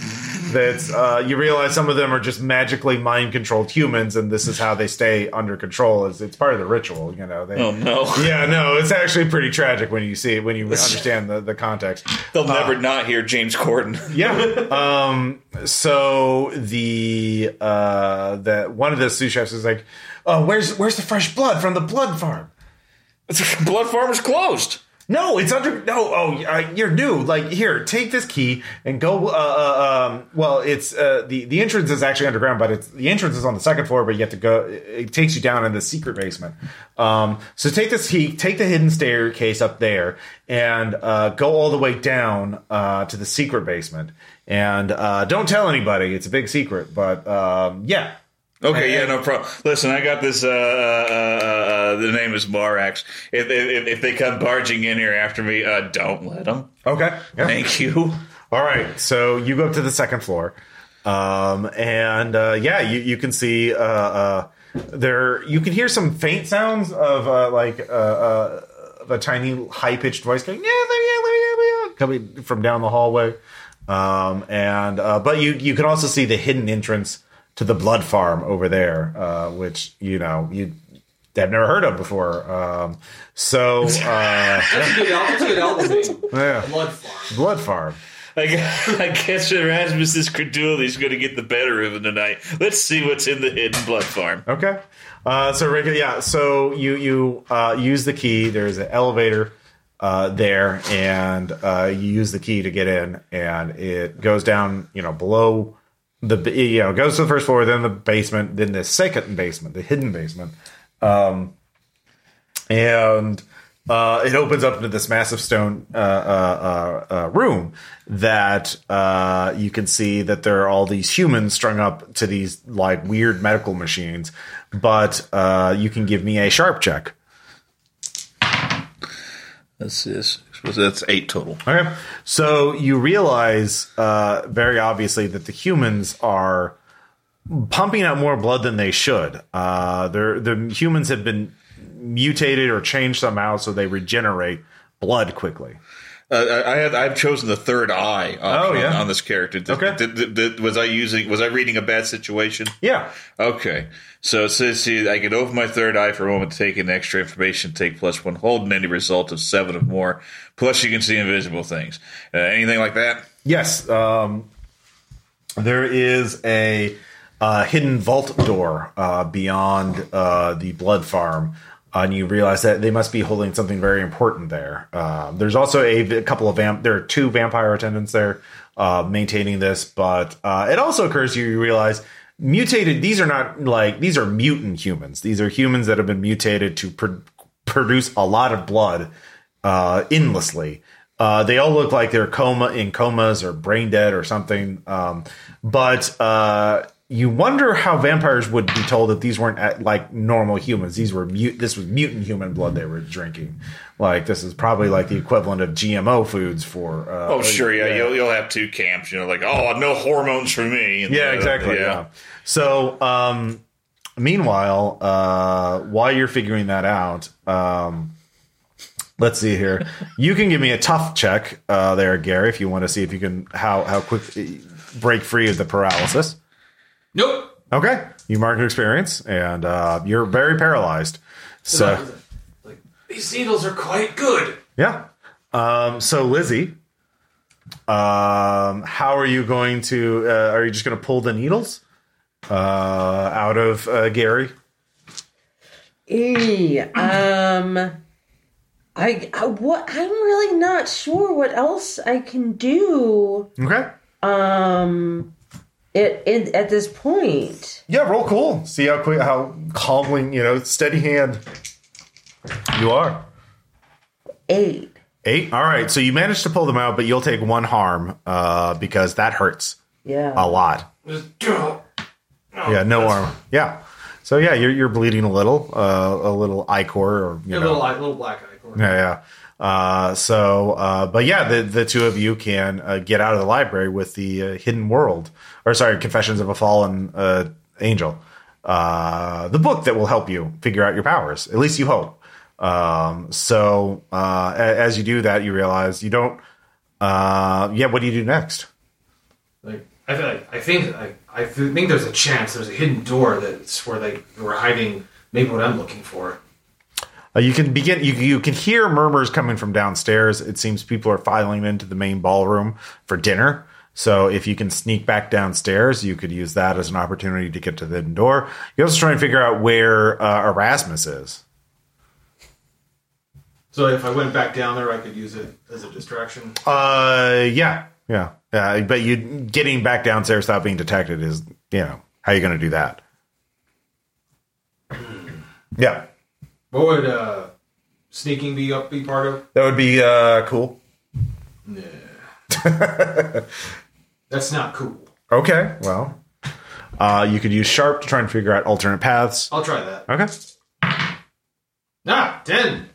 Speaker 1: that's uh, you realize some of them are just magically mind controlled humans, and this is how they stay under control. Is it's part of the ritual, you know? They,
Speaker 2: Oh no,
Speaker 1: Yeah, no, it's actually pretty tragic when you see it when you understand the, the context.
Speaker 2: they'll never not hear James Corden.
Speaker 1: Yeah. Um, so the uh, the one of the sous chefs is like, oh, "Where's where's the fresh blood from the blood farm?"
Speaker 2: blood farm is closed.
Speaker 1: No, it's under. No, oh, uh, you're new. Like here, take this key and go. Uh, uh, um, well, it's uh, the the entrance is actually underground, but it's the entrance is on the second floor. But you have to go. It, it takes you down in the secret basement. Um, so take this key, take the hidden staircase up there, and uh, go all the way down uh, to the secret basement. And uh, don't tell anybody; it's a big secret. But um, yeah,
Speaker 2: Okay, yeah, no problem. Listen, I got this. Uh, uh, uh, uh, the name is Morax. If, if if they come barging in here after me, uh, don't let them.
Speaker 1: okay. Oh, Yeah.
Speaker 2: Thank you.
Speaker 1: All right, so you go up to the second floor, um, and uh, yeah, you, you can see uh, uh, there. You can hear some faint sounds of uh, like uh, uh, of a tiny high pitched voice going yeah, yeah, yeah, yeah, yeah," coming from down the hallway, um, and uh, but you you can also see the hidden entrance to the blood farm over there, uh, which you know you have never heard of before. Um, so uh,
Speaker 3: That's a good album. That's a good album name.
Speaker 1: yeah,
Speaker 3: Blood Farm.
Speaker 1: blood farm.
Speaker 2: I, gu- I guess Erasmus's credulity is going to get the better of him tonight. Let's see what's in the hidden blood farm.
Speaker 1: Okay. Uh, so regular, yeah. So you you uh, use the key. There's an elevator uh, there, and uh, you use the key to get in, and it goes down. You know, below the b- you know it goes to the first floor, then the basement, then the second basement, the hidden basement, um, and. Uh, it opens up into this massive stone uh, uh, uh, uh, room that uh, you can see that there are all these humans strung up to these like weird medical machines. But uh, you can give me a sharp check.
Speaker 2: That's this. That's eight total.
Speaker 1: Okay. So you realize uh, very obviously that the humans are pumping out more blood than they should. Uh, they're, the humans have been mutated or changed somehow, so they regenerate blood quickly.
Speaker 2: Uh, I I had I've chosen the third eye. uh, On,
Speaker 1: Oh, yeah.
Speaker 2: on, on this character. Did-
Speaker 1: Okay.
Speaker 2: did- did- did- was I using? Was I reading a bad situation?
Speaker 1: Yeah.
Speaker 2: Okay. So it says here I can open my third eye for a moment to take in extra information, take plus one hold, and any result of seven or more. Plus, you can see invisible things. Uh, anything like that?
Speaker 1: Yes, um, there is a uh, hidden vault door uh, beyond uh, the blood farm, uh, and you realize that they must be holding something very important there. Uh, there's also a, v- couple of vamp. There are two vampire attendants there uh, maintaining this, but uh, it also occurs to you you realize mutated. These are not like these are mutant humans. These are humans that have been mutated to. Pro- produce a lot of blood uh, endlessly. Uh, they all look like they're coma in comas or brain dead or something. Um, but uh, you wonder how vampires would be told that these weren't at, like normal humans. These were mute. This was mutant human blood they were drinking. Like this is probably like the equivalent of GMO foods for. Uh,
Speaker 2: Oh, sure, yeah. You'll, you'll have two camps, you know, like, oh, no hormones for me. And
Speaker 1: Yeah,
Speaker 2: the-
Speaker 1: exactly. Yeah. So, um, meanwhile, uh, while you're figuring that out, um, let's see here. You can give me a tough check uh, there, Gary, if you want to see if you can how how quick eh, break free of the paralysis.
Speaker 3: Nope.
Speaker 1: Okay, you mark your experience, and uh, you're very paralyzed. So,
Speaker 3: Like, these needles are quite good.
Speaker 1: yeah. Um, so, Lizzie, um, how are you going to? Uh, are you just going to pull the needles uh, out of uh, Gary?
Speaker 4: Eh, um, I, I what I'm really not sure what else I can do.
Speaker 1: Okay.
Speaker 4: Um, it, it at this point.
Speaker 1: Yeah, roll cool. See how quick, how calmly, you know, steady hand you are.
Speaker 4: Eight.
Speaker 1: Eight. All right. So you managed to pull them out, but you'll take one harm uh, because that hurts
Speaker 4: Yeah.
Speaker 1: a lot.
Speaker 3: Just, oh,
Speaker 1: Yeah, no arm. Yeah. So yeah, you're, you're bleeding a little, uh, a little ichor or you
Speaker 3: a
Speaker 1: know,
Speaker 3: little, eye, little black eye corner.
Speaker 1: yeah, yeah. Uh, so, uh, but yeah, the the two of you can uh, get out of the library with the uh, Hidden World, or sorry, Confessions of a Fallen uh, Angel, uh, the book that will help you figure out your powers. At least you hope. Um, so, uh, a- as you do that, you realize you don't. Uh, yeah, what do you do next?
Speaker 3: Like I, feel like, I think I, I think there's a chance there's a hidden door that's where they were hiding maybe what I'm looking for.
Speaker 1: Uh, you can begin. You, you can hear murmurs coming from downstairs. It seems people are filing into the main ballroom for dinner. So if you can sneak back downstairs, you could use that as an opportunity to get to the hidden door. You're also trying to figure out where uh, Erasmus is.
Speaker 3: So if I went back down there, I could use it as a distraction.
Speaker 1: Uh, yeah, yeah, yeah. But you getting back downstairs without being detected is, you know, how you going to do that? Yeah,
Speaker 3: What would uh, sneaking be up be part of?
Speaker 1: that would be uh, cool.
Speaker 3: Nah. that's not cool.
Speaker 1: Okay, well, uh, you could use sharp to try and figure out alternate paths.
Speaker 3: I'll try that.
Speaker 1: Okay.
Speaker 3: Ah, ten.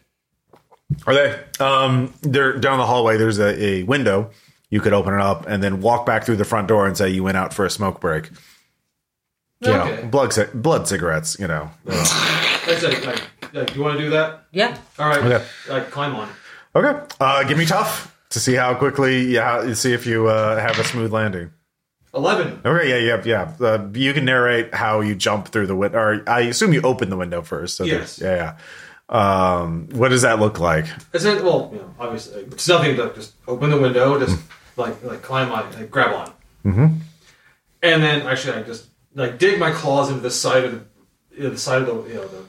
Speaker 1: Are they? Um, they're down the hallway. There's a, a window. You could open it up and then walk back through the front door and say you went out for a smoke break. You
Speaker 3: Okay.
Speaker 1: know, blood, ci- blood cigarettes, you know.
Speaker 3: That's like, like, like, you want to do that?
Speaker 4: yeah.
Speaker 3: All right.
Speaker 1: Okay.
Speaker 3: Like, climb on.
Speaker 1: Okay. Uh, give me tough to see how quickly, yeah, see if you uh, have a smooth landing.
Speaker 3: Eleven.
Speaker 1: Okay, yeah, yeah, yeah. Uh, you can narrate how you jump through the window, or I assume you open the window first. So
Speaker 3: Yes.
Speaker 1: there's- Yeah, yeah. Um, what does that look like?
Speaker 3: It's not, well, you know, obviously, like, it's nothing but just open the window, just like like climb on, like, grab on, mm-hmm. and then actually I just like dig my claws into the side of the, you know, the side of the you know the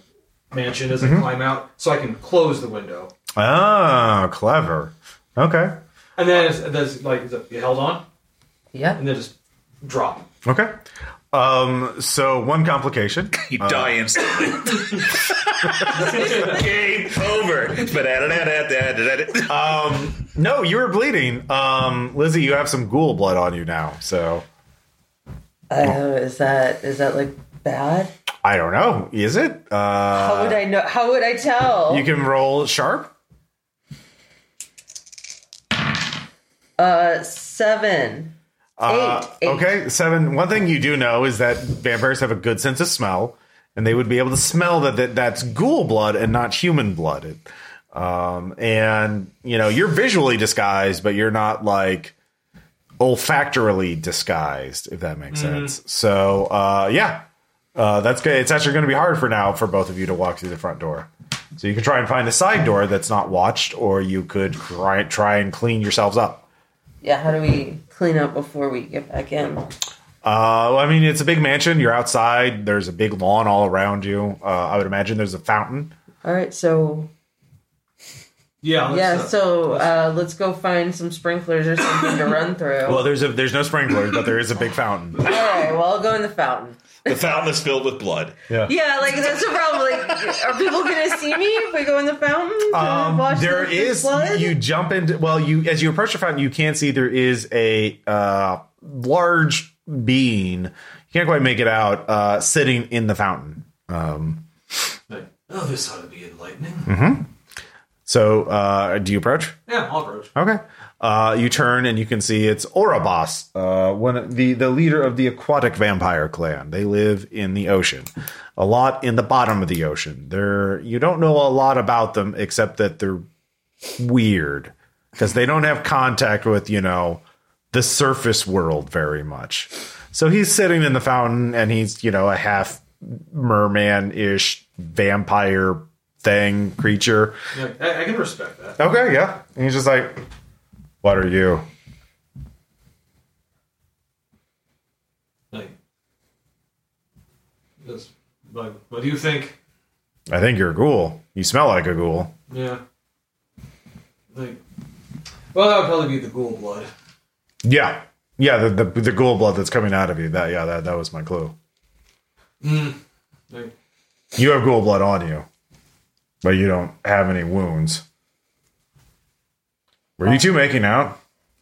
Speaker 3: mansion as I climb out, so I can close the window,
Speaker 1: Ah, clever. Okay.
Speaker 3: and then it's, there's like it's like, you held on,
Speaker 4: Yeah.
Speaker 3: and then just drop.
Speaker 1: Okay. Um, so one complication.
Speaker 2: You
Speaker 1: Uh,
Speaker 2: die instantly. Game over. Ba-da-da-da-da-da-da.
Speaker 1: Um, no, you were bleeding. Um, Lizzie, you have some ghoul blood on you now, so
Speaker 4: Uh, is that is that like bad?
Speaker 1: I don't know. Is it? Uh,
Speaker 4: How would I know? How would I tell?
Speaker 1: you can roll sharp.
Speaker 4: uh, seven.
Speaker 1: Uh,
Speaker 4: Eight, eight.
Speaker 1: Okay, seven. One thing you do know is that vampires have a good sense of smell, and they would be able to smell that, that that's ghoul blood and not human blood. It, um, and you know you're visually disguised, but you're not like olfactorily disguised, if that makes
Speaker 4: Mm-hmm.
Speaker 1: sense. So uh, yeah, uh, that's good. It's actually going to be hard for now for both of you to walk through the front door. So you can try and find a side door that's not watched, or you could try, try and clean yourselves up.
Speaker 4: Yeah. How do we clean up before we get back in?
Speaker 1: Uh, well, I mean, it's a big mansion. You're outside. There's a big lawn all around you. Uh, I would imagine there's a fountain.
Speaker 4: All right. So
Speaker 3: Yeah. let's,
Speaker 4: Yeah,
Speaker 3: uh,
Speaker 4: so uh, let's go find some sprinklers or something to run through.
Speaker 1: Well, there's a there's no sprinklers, but there is a big fountain.
Speaker 4: All right, well, I'll go in the fountain.
Speaker 2: The fountain is filled with blood.
Speaker 1: Yeah.
Speaker 4: Yeah, like that's the problem. Like, are people going to see me if we go in the fountain? To
Speaker 1: Um,
Speaker 4: watch
Speaker 1: there
Speaker 4: the
Speaker 1: is
Speaker 4: flood?
Speaker 1: you jump into well you as you approach the fountain you can see there is a uh, large being you can't quite make it out uh, sitting in the fountain
Speaker 3: like, oh, this ought to be enlightening.
Speaker 1: so uh, do you approach
Speaker 3: Yeah, I'll approach.
Speaker 1: okay uh, you turn and you can see it's Orobos, uh, one of the the leader of the aquatic vampire clan. They live in the ocean, a lot in the bottom of the ocean. They're you don't know a lot about them except that they're weird because they don't have contact with you know the surface world very much. So he's sitting in the fountain and he's you know a half merman ish vampire thing creature.
Speaker 3: Yeah, I, I can respect that.
Speaker 1: Okay, yeah. And he's just like, What are you?
Speaker 3: Like, this, like, what do you think?
Speaker 1: I think you're a ghoul. You smell like a ghoul.
Speaker 3: Yeah. Like, well, that would probably be the ghoul blood.
Speaker 1: Yeah. Yeah, the, the the ghoul blood that's coming out of you. That yeah, that, that was my clue.
Speaker 3: Like,
Speaker 1: You have ghoul blood on you. But you don't have any wounds. Were you two
Speaker 2: Oh.
Speaker 1: making out?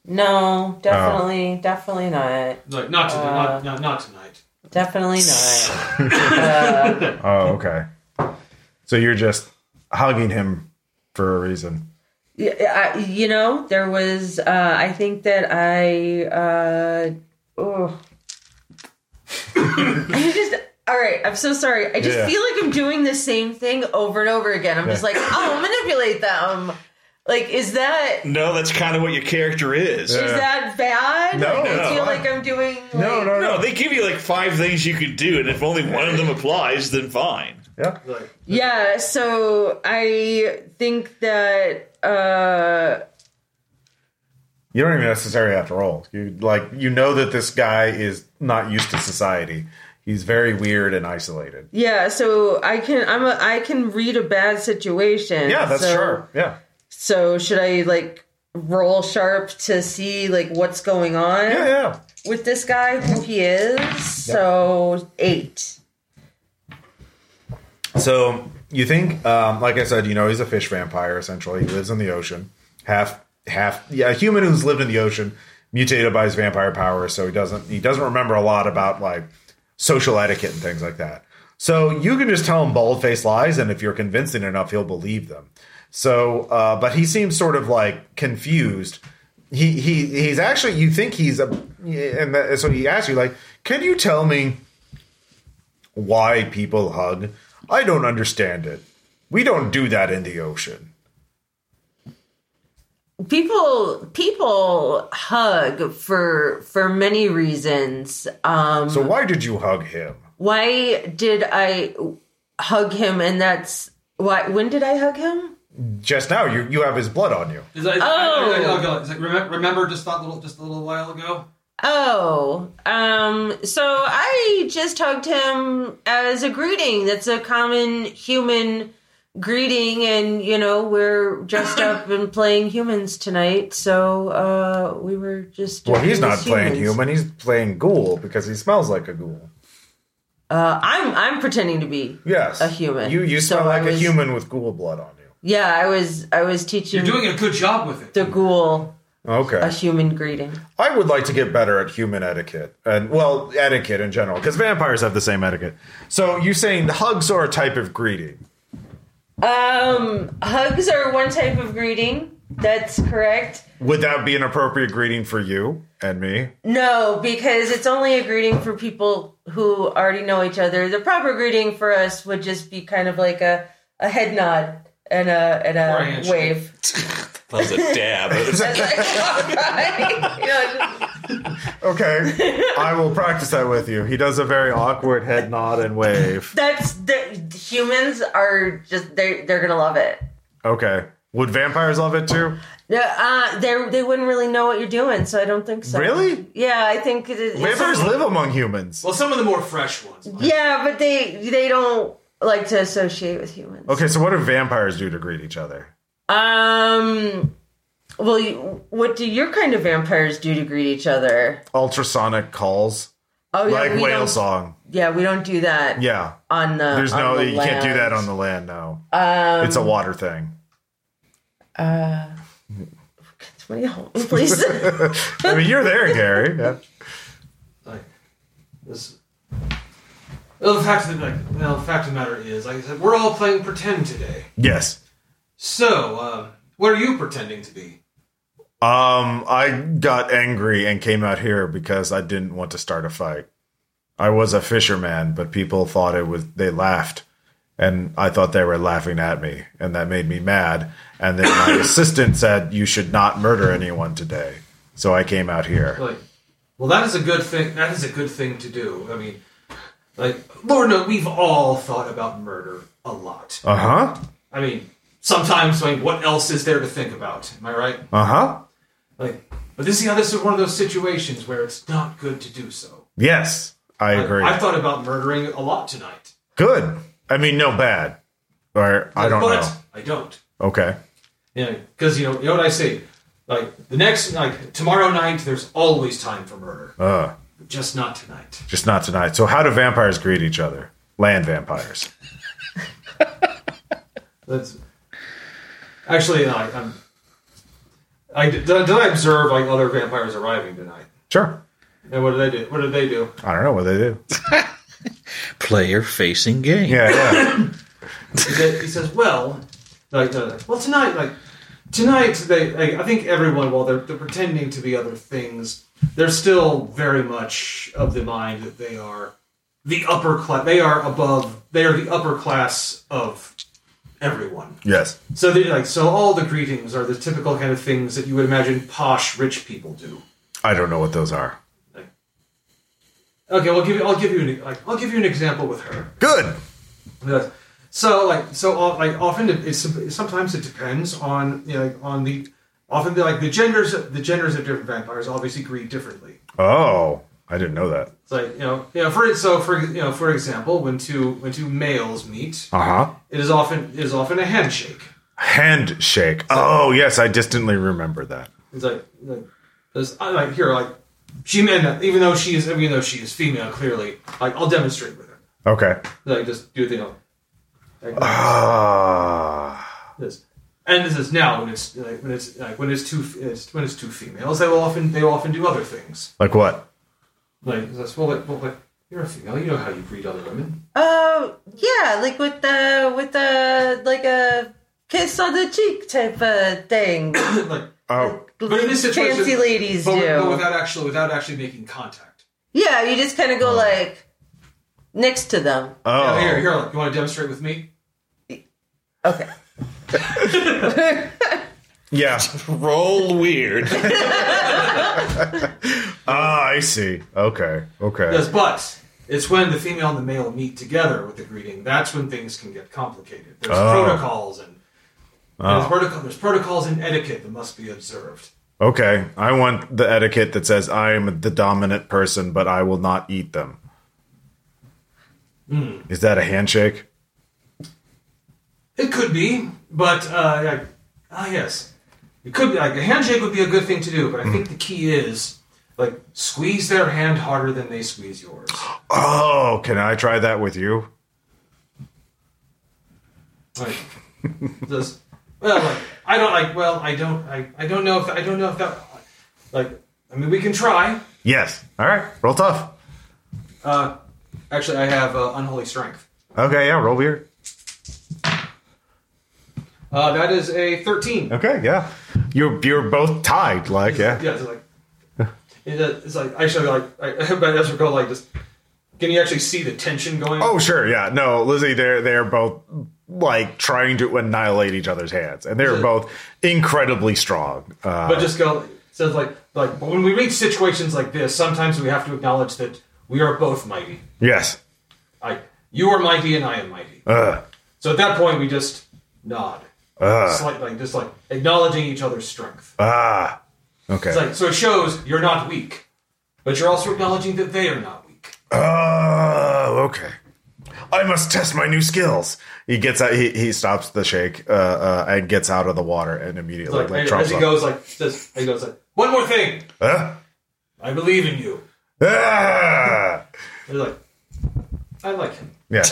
Speaker 4: No, definitely, definitely not.
Speaker 3: like not tonight. not, not, not tonight.
Speaker 4: Definitely not.
Speaker 1: Oh, okay. So you're just hugging him for a reason.
Speaker 4: Yeah, I, you know, there was. Uh, I think that I. Uh, oh. I just. All right, I'm so sorry. I just
Speaker 1: Yeah.
Speaker 4: feel like I'm doing the same thing over and over again. I'm just
Speaker 1: Yeah.
Speaker 4: like, oh, manipulate them. Like, is that is
Speaker 2: No, that's kind of what your character is.
Speaker 1: Yeah.
Speaker 4: that bad?
Speaker 1: No,
Speaker 4: like, I
Speaker 2: no.
Speaker 4: feel like I'm doing. like-
Speaker 2: No, they give you like five things you could do, and if only one of them applies, then fine.
Speaker 1: Yeah.
Speaker 3: Like,
Speaker 4: Yeah, so I think that uh
Speaker 1: You don't even necessarily have to roll. You like you know that this guy is not used to society. He's very weird and isolated.
Speaker 4: yeah, so I can I'm a I can read a bad situation.
Speaker 1: Yeah, that's
Speaker 4: so,
Speaker 1: sharp. Yeah.
Speaker 4: So should I like roll sharp to see like what's going on
Speaker 1: Yeah, yeah.
Speaker 4: with this guy, who he is? So eight.
Speaker 1: So you think, um, like I said, you know, he's a fish vampire. Essentially, he lives in the ocean, half, half, yeah, a human who's lived in the ocean, mutated by his vampire powers. So he doesn't, he doesn't remember a lot about like social etiquette and things like that. So you can just tell him bald faced lies, and if you're convincing enough, he'll believe them. So, uh, but he seems sort of like confused. He he he's actually you think he's a, and that, so he asks you like, can you tell me why people hug. I don't understand it. We don't do that in the ocean.
Speaker 4: People people hug for for many reasons. Um
Speaker 1: So why did you hug him?
Speaker 4: why did I hug him and that's why when did I hug him?
Speaker 1: Just now, you, you have his blood on you.
Speaker 3: is that,
Speaker 4: Oh!
Speaker 3: I, I, I, I'll go. It's like, remember, remember just that little, just a little while ago.
Speaker 4: Oh, um, so I just hugged him as a greeting. That's a common human greeting, and you know, we're dressed up and playing humans tonight, so uh, we were just.
Speaker 1: Well, he's
Speaker 4: doing
Speaker 1: not
Speaker 4: as
Speaker 1: playing
Speaker 4: humans.
Speaker 1: human. He's playing ghoul because he smells like a ghoul.
Speaker 4: Uh, I'm I'm pretending to be.
Speaker 1: Yes,
Speaker 4: A human.
Speaker 1: You you
Speaker 4: So
Speaker 1: smell
Speaker 4: I
Speaker 1: like a
Speaker 4: was-
Speaker 1: human with ghoul blood on you.
Speaker 4: Yeah, I was I was teaching
Speaker 3: You're doing a good job with it.
Speaker 4: the ghoul a
Speaker 1: Okay,
Speaker 4: human greeting.
Speaker 1: I would like to get better at human etiquette and well etiquette in general because vampires have the same etiquette. So you're saying hugs are a type of greeting?
Speaker 4: Um, hugs are one type of greeting. That's correct.
Speaker 1: Would that be an appropriate greeting for you and me?
Speaker 4: No, because it's only a greeting for people who already know each other. The proper greeting for us would just be kind of like a, a head nod and a and
Speaker 3: Or a
Speaker 4: a
Speaker 3: handshake.
Speaker 4: wave.
Speaker 2: That was a dab.
Speaker 4: Right? You know,
Speaker 1: Okay, I will practice that with you. He does a very awkward head nod and wave.
Speaker 4: That's the humans are just they they're gonna love it.
Speaker 1: Okay, would vampires love it too?
Speaker 4: Yeah, Uh, they they wouldn't really know what you're doing, so I don't think so.
Speaker 1: Really?
Speaker 4: Yeah, I think it, it's-
Speaker 1: Vampires live among humans.
Speaker 3: Well, some of the more fresh ones. Like,
Speaker 4: Yeah, but they they don't like to associate with humans.
Speaker 1: Okay, so what do vampires do to greet each other?
Speaker 4: Um. Well, you, what do your kind of vampires do to greet each other?
Speaker 1: Ultrasonic calls,
Speaker 4: Oh, yeah,
Speaker 1: like
Speaker 4: we
Speaker 1: whale
Speaker 4: don't-
Speaker 1: song.
Speaker 4: Yeah, we don't do that.
Speaker 1: Yeah,
Speaker 4: On the
Speaker 1: there's
Speaker 4: on
Speaker 1: no
Speaker 4: the
Speaker 1: you can't do that
Speaker 4: land. Um,
Speaker 1: on the land now. it's a water thing.
Speaker 4: What do you help me, please?
Speaker 1: I mean, you're there, Gary. Yeah.
Speaker 3: like this. Well, the fact of the like, well, the fact of the matter is, like I said, we're all playing pretend today.
Speaker 1: Yes.
Speaker 3: So, um, what are you pretending to be?
Speaker 1: Um, I got angry and came out here because I didn't want to start a fight. I was a fisherman, but people thought it was they laughed, and I thought they were laughing at me, and that made me mad. And then my assistant said, "You should not murder anyone today." So I came out here.
Speaker 3: Like, well, that is a good thing. That is a good thing to do. I mean, like, Lord, no, we've all thought about murder a lot.
Speaker 1: Uh huh.
Speaker 3: I mean, sometimes, like, what else is there to think about? Am I right?
Speaker 1: Uh huh.
Speaker 3: Like, but this, yeah, this is one of those situations where it's not good to do so.
Speaker 1: Yes, I agree.
Speaker 3: I've thought about murdering a lot tonight,
Speaker 1: Good. I mean, no bad. Or I don't
Speaker 3: but
Speaker 1: know.
Speaker 3: I don't.
Speaker 1: Okay.
Speaker 3: Yeah, because you know, you know what I say. Like the next, like tomorrow night, there's always time for murder,
Speaker 1: Uh,
Speaker 3: just not tonight.
Speaker 1: just not tonight. So, how do vampires greet each other? Land vampires.
Speaker 3: That's actually, I, I'm. I did, did I observe like other vampires arriving tonight?
Speaker 1: Sure.
Speaker 3: And what do they do? What do they do?
Speaker 1: I don't know what they do.
Speaker 2: Player facing game.
Speaker 1: Yeah, yeah.
Speaker 3: He said- he says, "Well, like, uh, well, tonight, like, tonight, they, like, I think everyone, while they're, they're pretending to be other things, they're still very much of the mind that they are the upper class. They are above. They are the upper class of everyone.
Speaker 1: yes.
Speaker 3: So they like, so all the greetings are the typical kind of things that you would imagine posh rich people do.
Speaker 1: I don't know what those are.
Speaker 3: Okay, well, give you, I'll give you, an, like, I'll give you an example with her."
Speaker 1: Good.
Speaker 3: Yes. So like so uh, like often it- it's sometimes it depends on you know, like, on the often the, like the genders the genders of different vampires obviously greet differently.
Speaker 1: Oh, I didn't know that.
Speaker 3: It's like you know you know for so for you know for example when two when two males meet
Speaker 1: Uh huh.
Speaker 3: it is often it is often a handshake.
Speaker 1: Handshake. Oh, yes. I distantly remember that.
Speaker 3: It's like like, it's- I, like here like she may even though she is even though she is female clearly like I'll demonstrate with her
Speaker 1: Okay.
Speaker 3: like just do the you know, like,
Speaker 1: Ah.
Speaker 3: this. And this is now when it's like, when it's like, when it's two it's, when it's two females they will often they will often do other things
Speaker 1: like what?
Speaker 3: like that's well like, well like you're a female you know how you greet other women
Speaker 4: Oh yeah, like with the with the like a kiss on the cheek type of thing.
Speaker 3: like
Speaker 1: Oh,
Speaker 3: but in this situation
Speaker 4: fancy ladies
Speaker 3: but,
Speaker 4: do.
Speaker 3: but without actually without actually making contact
Speaker 4: yeah, you just kind of go like next to them.
Speaker 3: Now, here
Speaker 1: oh.
Speaker 3: here like, you want to demonstrate with me
Speaker 4: Okay.
Speaker 1: Yeah.
Speaker 2: Roll weird.
Speaker 1: Ah, I see. Okay. Okay.
Speaker 3: yes but it's when the female and the male meet together with the greeting that's when things can get complicated there's
Speaker 1: Oh.
Speaker 3: protocols and there's, protocol, there's protocols and etiquette that must be observed
Speaker 1: Okay. I want the etiquette that says I am the dominant person, but I will not eat them. Is that a handshake?
Speaker 3: It could be, but uh, like, ah, yes, it could be. Like a handshake would be a good thing to do, but I think the key is like squeeze their hand harder than they squeeze yours.
Speaker 1: Oh, can I try that with you?
Speaker 3: Like, just well, like I don't like. Well, I don't. I, I don't know if I don't know if that. Like, I mean, we can try.
Speaker 1: Yes. All right. Roll tough.
Speaker 3: Uh, actually, I have uh, unholy strength.
Speaker 1: Okay. Yeah. Roll weird.
Speaker 3: Uh, that is a thirteen.
Speaker 1: Okay, yeah. You're you're both tied, like Oh, yeah.
Speaker 3: Yeah, it's like it, uh, it's like actually like I, but as we go like just can you actually see the tension going?
Speaker 1: Oh sure, yeah. No, Lizzie, they're they're both like trying to annihilate each other's hands, and they're both incredibly strong. Uh,
Speaker 3: but just go says like like but when we reach situations like this sometimes we have to acknowledge that we are both mighty
Speaker 1: yes.
Speaker 3: like you are mighty and i am mighty
Speaker 1: Uh,
Speaker 3: so at that point we just nod
Speaker 1: uh,
Speaker 3: slightly like, just like acknowledging each other's strength
Speaker 1: ah. Okay.
Speaker 3: it's like so it shows you're not weak but you're also acknowledging that they are not weak
Speaker 1: oh, okay. I must test my new skills. He gets out. He, he stops the shake uh, uh, and gets out of the water and immediately
Speaker 3: Like,
Speaker 1: like,
Speaker 3: as- as
Speaker 1: trumps
Speaker 3: he
Speaker 1: up.
Speaker 3: goes, like says, he goes like, one more thing.
Speaker 1: Huh?
Speaker 3: I believe in you.
Speaker 1: Ah!
Speaker 3: They're like, I like him.
Speaker 1: Yeah,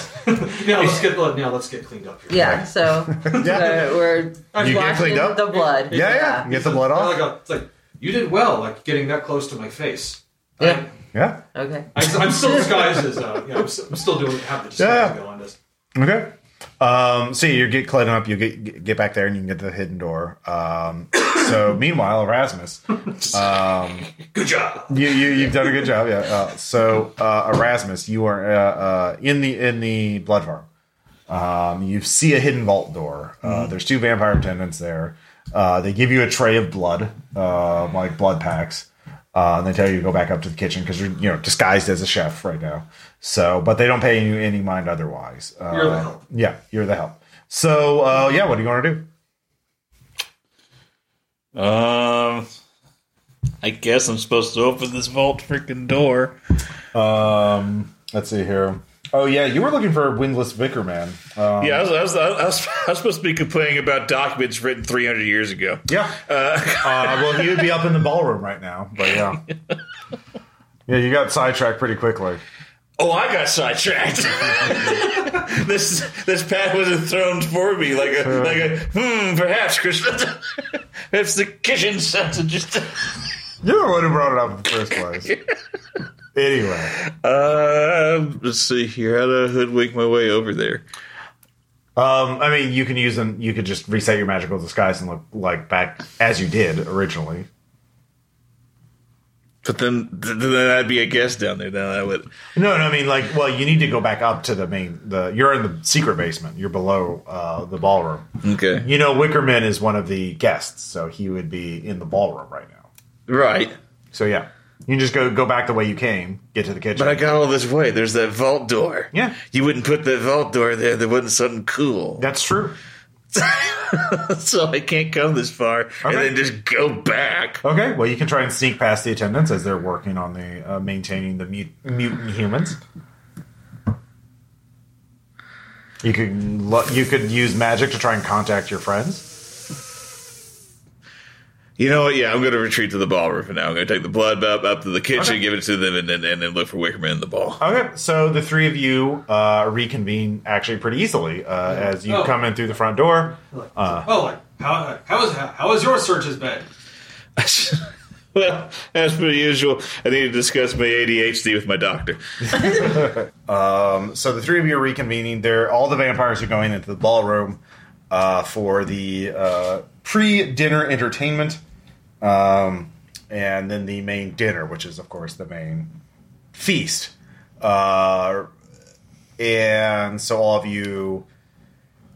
Speaker 3: Now let's get blood. Now let's get cleaned up here.
Speaker 4: Yeah, so
Speaker 1: yeah,
Speaker 4: uh, we're
Speaker 1: You get
Speaker 4: washing
Speaker 1: cleaned up?
Speaker 4: the blood.
Speaker 1: yeah, yeah. Get the blood
Speaker 3: I
Speaker 1: off.
Speaker 3: like a- it's like you did well, like getting that close to my face. Um,
Speaker 4: Yeah.
Speaker 1: Yeah.
Speaker 4: Okay.
Speaker 3: I, am still disguised as uh, you know, I'm, s- I'm still doing have the disguise
Speaker 1: Yeah.
Speaker 3: go on this.
Speaker 1: Okay. Um, so you get cleaned up, you get get back there, and you can get to the hidden door. Um, so meanwhile, Erasmus,
Speaker 3: Good job.
Speaker 1: you, you you've done a good job. Yeah. Uh, so uh, Erasmus, you are uh, uh, in the in the blood farm. Um, you see a hidden vault door. Uh,
Speaker 3: Mm-hmm.
Speaker 1: There's two vampire attendants there. Uh, they give you a tray of blood, uh, like blood packs. Uh, and they tell you to go back up to the kitchen because you're, you know, disguised as a chef right now. So, but they don't pay you any mind otherwise. Uh,
Speaker 3: You're the help.
Speaker 1: Yeah, you're the help. So, uh, yeah, what do you want to do?
Speaker 2: Um, I guess I'm supposed to open this vault freaking door.
Speaker 1: Um, let's see here. Oh yeah, you were looking for windless vicar man. Um,
Speaker 2: Yeah, I was, I was, I was, I was supposed to be complaining about documents written 300 years ago.
Speaker 1: Yeah. Uh, well, he would be up in the ballroom right now, but yeah. Yeah, you got sidetracked pretty quickly.
Speaker 2: Oh, I got sidetracked. this this pad was enthroned for me, like a like a hmm, perhaps Christmas. it's the kitchen set to just.
Speaker 1: You're the one who brought it up in the first place. anyway,
Speaker 2: Um, let's see here. How do I hoodwink my way over there?
Speaker 1: um, I mean, you can use them. You could just reset your magical disguise and look like back as you did originally.
Speaker 2: But then, th- then I'd be a guest down there. Then I would.
Speaker 1: No, no, I mean, like, well, you need to go back up to the main. The you're in the secret basement. You're below uh, the ballroom.
Speaker 2: Okay.
Speaker 1: You know, Wickerman is one of the guests, so he would be in the ballroom right now.
Speaker 2: Right.
Speaker 1: So yeah, you can just go go back the way you came, get to the kitchen.
Speaker 2: But I got all this way. There's that vault door.
Speaker 1: Yeah.
Speaker 2: You wouldn't put that vault door there. There wasn't something cool.
Speaker 1: That's true.
Speaker 2: so I can't come this far and
Speaker 1: Okay.
Speaker 2: then just go back.
Speaker 1: Okay, well, you can try and sneak past the attendants as they're working on the uh, maintaining the mut- mutant humans. You could lo- you could use magic to try and contact your friends.
Speaker 2: You know what? Yeah, I'm going to retreat to the ballroom for now. I'm going to take the blood up, up to the kitchen,
Speaker 1: Okay.
Speaker 2: give it to them, and then and then look for Wickerman in the ball.
Speaker 1: Okay, so the three of you uh, reconvene actually pretty easily uh, as you
Speaker 3: Oh.
Speaker 1: come in through the front door.
Speaker 3: Like, oh, like how how is how is your search has been?
Speaker 1: Uh,
Speaker 2: well, as per usual, I need to discuss my ADHD with my doctor.
Speaker 1: So the three of you are reconvening. There, all the vampires are going into the ballroom uh, for the uh, pre-dinner entertainment, um, and then the main dinner, which is of course the main feast. Uh, and so all of you,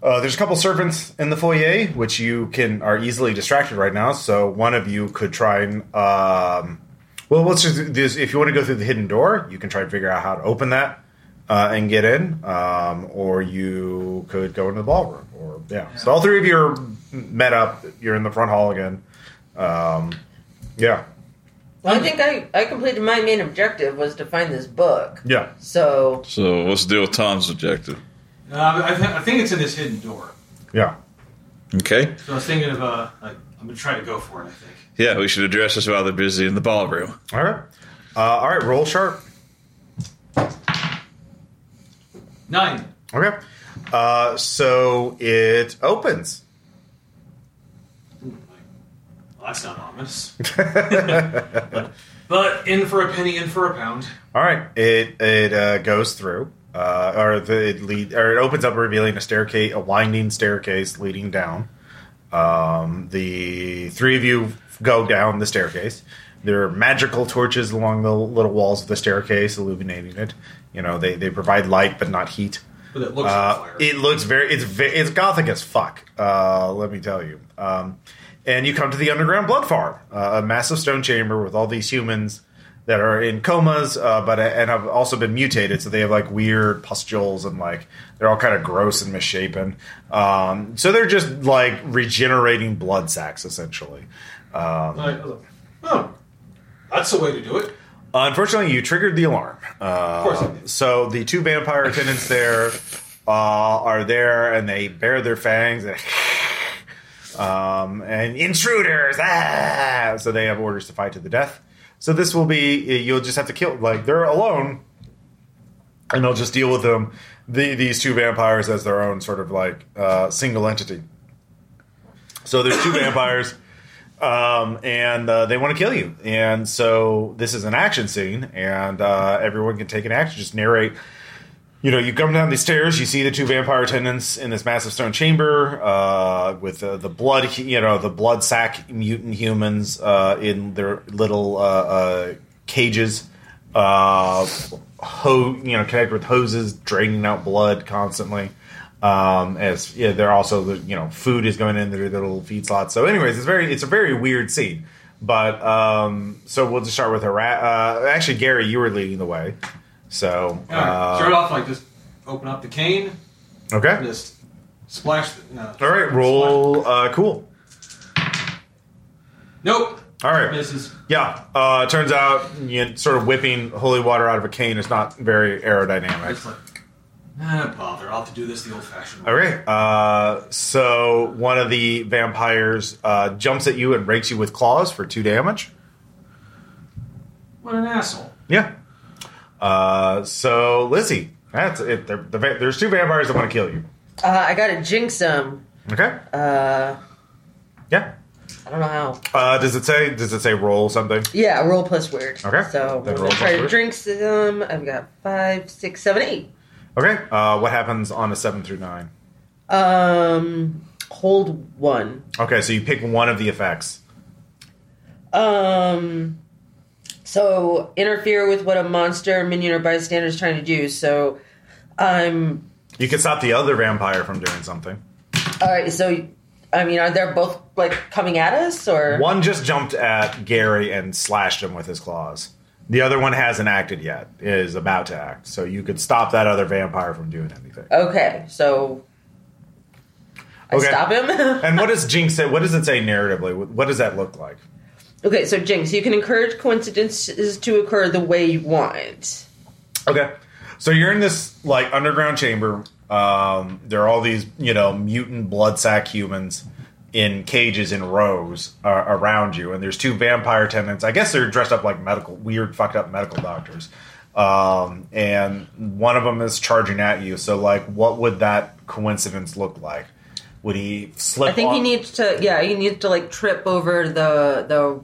Speaker 1: uh, there's a couple servants in the foyer, which you can are easily distracted right now. So one of you could try and. Um, well, let's just this. If you want to go through the hidden door, you can try to figure out how to open that uh, and get in, um, or you could go into the ballroom. Or yeah, so all three of you are met up. You're in the front hall again. Um, yeah,
Speaker 4: I think I, I completed my main objective was to find this book.
Speaker 1: yeah.
Speaker 4: So
Speaker 2: So, what's the deal with Tom's objective?
Speaker 3: Uh, I, th- I think it's in this hidden door.
Speaker 1: Yeah.
Speaker 2: Okay.
Speaker 3: So I was thinking of uh, like I'm gonna try to go for it. I think.
Speaker 2: Yeah, we should address this while they're busy in the ballroom.
Speaker 1: All right. Uh, all right. Roll sharp.
Speaker 3: Nine.
Speaker 1: Okay. Uh, so it opens.
Speaker 3: Hmm, Like, well, that's not ominous. But in for a penny, in for a pound.
Speaker 1: All right. It it uh, goes through, uh, or the it lead, or it opens up, revealing a staircase, a winding staircase leading down. Um, the three of you go down the staircase. There are magical torches along the little walls of the staircase, illuminating it. You know, they, they provide light but not heat.
Speaker 3: But it looks like
Speaker 1: Uh,
Speaker 3: fire.
Speaker 1: it looks very it's ve- it's gothic as fuck. Uh, let me tell you. Um, and you come to the underground blood farm, uh, a massive stone chamber with all these humans that are in comas, uh, but and have also been mutated, so they have like weird pustules and like they're all kind of gross and misshapen. Um, so they're just like regenerating blood sacs essentially.
Speaker 3: Like, I was like, oh, that's the way to do it.
Speaker 1: Uh, Unfortunately, you triggered the alarm. Uh,
Speaker 3: course I did.
Speaker 1: So the two vampire attendants there uh, are there, and they bare their fangs and, um, and intruders. Ah! So they have orders to fight to the death. So this will be you'll just have to kill. Like they're alone, and they'll just deal with them. The, these two vampires as their own sort of like uh, single entity. So there's two vampires, um, and uh, they want to kill you. And so this is an action scene, and uh, everyone can take an action. Just narrate. You know, you come down these stairs, you see the two vampire attendants in this massive stone chamber uh, with uh, the blood, hu- you know, the blood sack mutant humans uh, in their little uh, uh, cages, uh, ho- you know, connected with hoses, draining out blood constantly. Um, as yeah, they're also the you know food is going in their little feed slots. So, anyways, it's very it's a very weird scene. But um, so we'll just start with a rat. Uh, actually, Gary, you were leading the way, so
Speaker 3: All right,
Speaker 1: uh,
Speaker 3: Start off like just open up the cane,
Speaker 1: okay.
Speaker 3: just splash. The, no,
Speaker 1: All right, roll. Uh, cool.
Speaker 3: Nope.
Speaker 1: All right.
Speaker 3: This is
Speaker 1: Yeah. Uh, it turns out you know, sort of whipping holy water out of a cane is not very
Speaker 3: it's
Speaker 1: aerodynamic.
Speaker 3: like nah, bother. I'll have to do this the old-fashioned way.
Speaker 1: All right. Uh, so one of the vampires uh, jumps at you and rakes you with claws for two damage.
Speaker 3: What an asshole!
Speaker 1: Yeah. Uh, so Lizzie, that's it. They're, the, va- there's two vampires that want to kill you.
Speaker 4: Uh, I got to jinx them.
Speaker 1: Okay.
Speaker 4: Uh,
Speaker 1: Yeah.
Speaker 4: I don't know how.
Speaker 1: Uh, does it say? Does it say roll something?
Speaker 4: Yeah, roll plus weird.
Speaker 1: Okay.
Speaker 4: So
Speaker 1: Then
Speaker 4: I'm
Speaker 1: roll
Speaker 4: gonna
Speaker 1: plus
Speaker 4: try to
Speaker 1: weird.
Speaker 4: jinx them. I've got five, six, seven, eight.
Speaker 1: Okay. Uh, what happens on a seven through nine?
Speaker 4: Um, hold one.
Speaker 1: Okay, so you pick one of the effects.
Speaker 4: Um, so interfere with what a monster, minion, or bystander is trying to do. So I'm.
Speaker 1: You can stop the other vampire from doing something.
Speaker 4: All right. So I mean, are they both like coming at us or?
Speaker 1: One just jumped at Gary and slashed him with his claws. The other one hasn't acted yet, is about to act. So you could stop that other vampire from doing anything.
Speaker 4: Okay. So I
Speaker 1: Okay.
Speaker 4: stop him.
Speaker 1: And what does Jinx say? What does it say narratively? What- What does that look like?
Speaker 4: Okay, so Jinx, you can encourage coincidences to occur the way you want.
Speaker 1: Okay. So you're in this like underground chamber. Um, there are all these, you know, mutant blood sack humans in cages in rows uh, around you, and there's two vampire tenants. I guess they're dressed up like medical, weird, fucked up medical doctors. Um, and one of them is charging at you. So, like, what would that coincidence look like? Would he slip?
Speaker 4: I think he
Speaker 1: on-
Speaker 4: needs to, yeah, he needs to like trip over the the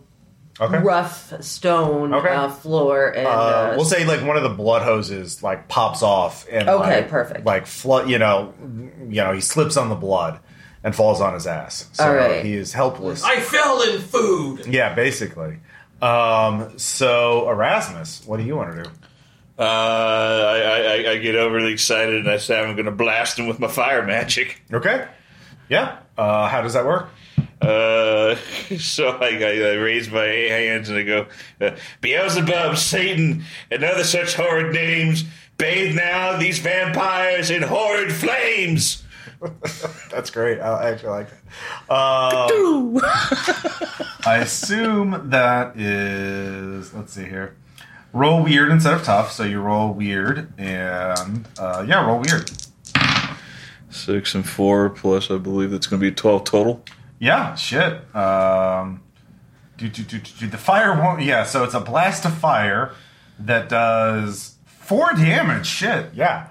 Speaker 1: Okay.
Speaker 4: rough stone
Speaker 1: Okay.
Speaker 4: uh, floor and uh,
Speaker 1: Uh, we'll say like one of the blood hoses like pops off and
Speaker 4: Okay,
Speaker 1: like,
Speaker 4: perfect.
Speaker 1: like flood you know you know he slips on the blood and falls on his ass so
Speaker 4: All right.
Speaker 1: he is helpless
Speaker 3: I fell in food.
Speaker 1: yeah basically um so erasmus what do you want to do
Speaker 2: Uh, I, I, I- I get overly excited and I say I'm going to blast him with my fire magic.
Speaker 1: okay yeah uh how does that work
Speaker 2: Uh, so I, I, I raise my hands and I go, uh, Beelzebub, Satan, and other such horrid names, bathe now these vampires in horrid flames.
Speaker 1: that's great i actually like that um, i assume that is let's see here roll weird instead of tough so you roll weird and uh yeah roll weird
Speaker 2: Six and four plus, I believe that's going to be 12 total.
Speaker 1: Yeah, shit. Um, do, do, do, do, do. The fire won't. Yeah, so it's a blast of fire that does four damage. Shit, yeah.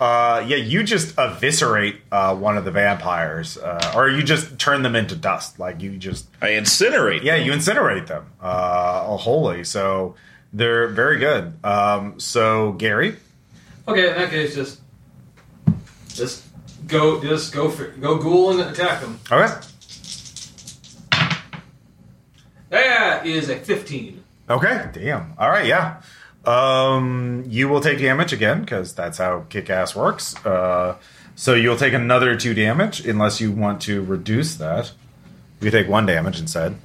Speaker 1: Uh, yeah, you just eviscerate uh, one of the vampires, uh, or you just turn them into dust. Like you just,
Speaker 2: I incinerate.
Speaker 1: yeah, you incinerate them. Uh, oh, holy! So they're very good. Um, so Gary,
Speaker 3: Okay, in that case, just just go, just go, for, go, ghoul and attack them.
Speaker 1: okay,
Speaker 3: That is a fifteen.
Speaker 1: okay, damn, all right, yeah. Um, you will take damage again because that's how kick ass works. Uh, so you'll take another two damage unless you want to reduce that. You take one damage instead.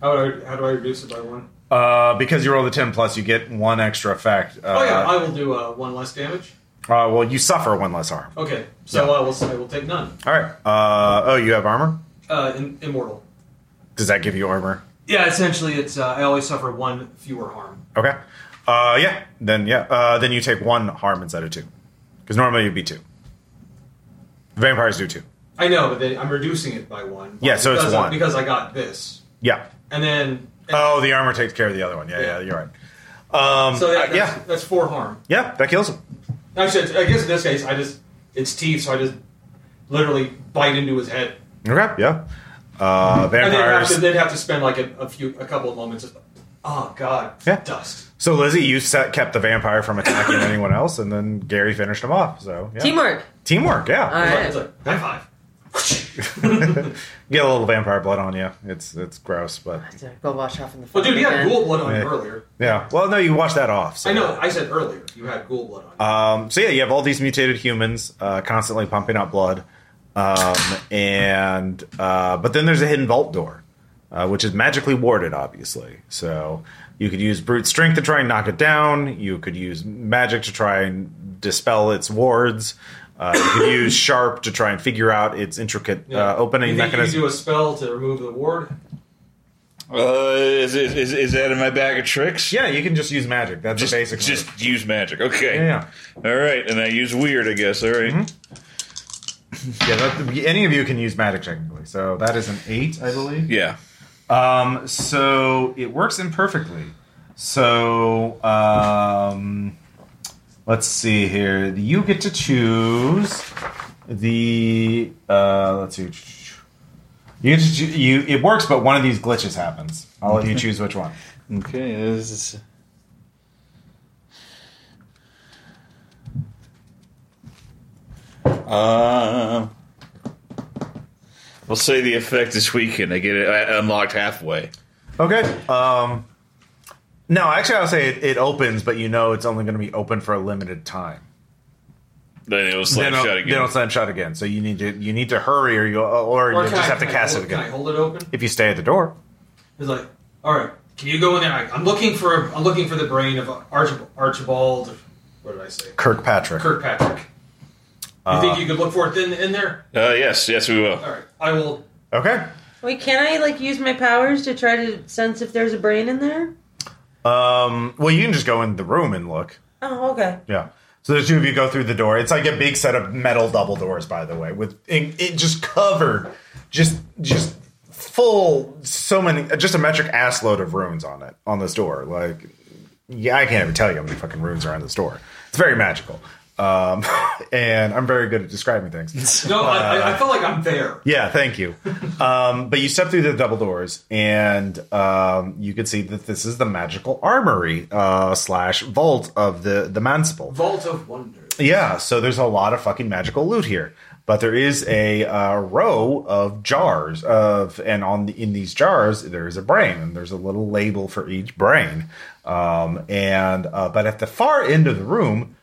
Speaker 3: How do I, how do I reduce it by one?
Speaker 1: Uh, because you roll the 10 plus, you get one extra effect. Uh,
Speaker 3: oh yeah, I will do uh, one less damage.
Speaker 1: uh, well, you suffer one less harm.
Speaker 3: Okay, so I will I will take none.
Speaker 1: All right. Uh, oh, you have armor?
Speaker 3: Uh, in, immortal.
Speaker 1: Does that give you armor?
Speaker 3: Yeah, essentially, it's uh, I always suffer one fewer harm.
Speaker 1: Okay. Uh, yeah. Then yeah. Uh, then you take one harm instead of two, because normally it'd be two. Vampires do two.
Speaker 3: I know, but then I'm reducing it by one.
Speaker 1: Yeah, so it's
Speaker 3: Because I-
Speaker 1: one.
Speaker 3: because I got this,
Speaker 1: Yeah.
Speaker 3: and then
Speaker 1: Oh, the armor takes care of the other one. Yeah, yeah,
Speaker 3: Yeah.
Speaker 1: you're right. Um,
Speaker 3: so that,
Speaker 1: uh,
Speaker 3: that's,
Speaker 1: yeah,
Speaker 3: that's four harm.
Speaker 1: yeah, that kills him.
Speaker 3: Actually, it's- I guess in this case, I just it's teeth, so I just literally bite into his head,
Speaker 1: Okay, yeah. Uh,
Speaker 3: and then have
Speaker 1: vampires.
Speaker 3: to, they'd have to spend like a, a few, a couple of moments. Of, oh God,
Speaker 1: Yeah.
Speaker 3: dust.
Speaker 1: so Lizzie, you set, kept the vampire from attacking anyone else, and then Gary finished him off. So yeah.
Speaker 4: Teamwork.
Speaker 1: Teamwork,
Speaker 4: All
Speaker 1: yeah.
Speaker 3: It's
Speaker 4: right.
Speaker 3: like, it's like high five.
Speaker 1: Get a little vampire blood on you. It's it's gross, but
Speaker 4: I have to Go wash off in the.
Speaker 1: Oh,
Speaker 3: Well, dude, you had
Speaker 4: again.
Speaker 3: ghoul blood on you
Speaker 1: Yeah.
Speaker 3: earlier.
Speaker 1: yeah. Well, no, you wash that off. So.
Speaker 3: I know. I said earlier you had ghoul blood on you.
Speaker 1: Um, so yeah, you have all these mutated humans uh, constantly pumping out blood, um, and uh, but then there's a hidden vault door, uh, which is magically warded, obviously. So you could use brute strength to try and knock it down. You could use magic to try and dispel its wards. Uh, you could use sharp to try and figure out its intricate
Speaker 3: Yeah.
Speaker 1: uh, opening
Speaker 3: you think you could
Speaker 1: mechanism.
Speaker 3: do a spell to remove the ward.
Speaker 2: Uh, is, is, is, is that in my bag of tricks?
Speaker 1: yeah, you can just use magic. That's
Speaker 2: Just,
Speaker 1: the basic.
Speaker 2: just
Speaker 1: move.
Speaker 2: use magic. Okay.
Speaker 1: yeah, yeah.
Speaker 2: All right. And I use weird, I guess. All right.
Speaker 1: yeah that, any of you can use magic technically. So that is an eight, I believe.
Speaker 2: Yeah.
Speaker 1: Um, so it works imperfectly. So um, let's see here. You get to choose the. Uh, let's see. You, get to choo- you it works, but one of these glitches happens. I'll let you choose which one.
Speaker 2: Okay. This is. Uh, we'll say the effect this weekend. I get it I unlocked halfway.
Speaker 1: Okay. Um, no, actually, I'll say it, it opens, but you know it's only going to be open for a limited time.
Speaker 2: Then it was
Speaker 1: then,
Speaker 2: slam shut
Speaker 1: it'll, then
Speaker 2: again.
Speaker 1: it'll slam shut again. So you need to you need to hurry, or you or, you
Speaker 3: can
Speaker 1: just
Speaker 3: I-
Speaker 1: have to
Speaker 3: can I
Speaker 1: cast it
Speaker 3: hold- Can I
Speaker 1: again.
Speaker 3: hold it open?
Speaker 1: If you stay at the door,
Speaker 3: He's like, all right, can you go in there? I, I'm looking for I'm looking for the brain of Archibald. Archibald what did I say?
Speaker 1: Kirkpatrick.
Speaker 3: Kirkpatrick. You think you could look for it in, in there?
Speaker 2: Uh, yes, yes, we will.
Speaker 3: All right, I will.
Speaker 1: Okay.
Speaker 4: Wait, can I like use my powers to try to sense if there's a brain in there?
Speaker 1: Um, well, you can just go in the room and look.
Speaker 4: Oh, okay.
Speaker 1: Yeah. So the two of you go through the door. It's like a big set of metal double doors, by the way, with it, it just covered, just just full, so many, just a metric ass load of runes on it on this door. Like, yeah, I can't even tell you how many fucking runes are on this door. It's very magical, um, and I'm very good at describing things.
Speaker 3: No, I, I, I feel like I'm there.
Speaker 1: Yeah, thank you. Um, but you step through the double doors, and um, you can see that this is the magical armory uh, slash vault of the the Mansiple.
Speaker 3: Vault of Wonders.
Speaker 1: Yeah, so there's a lot of fucking magical loot here, but there is a uh, row of jars of, and on the, in these jars there is a brain, and there's a little label for each brain. Um, and uh, but at the far end of the room,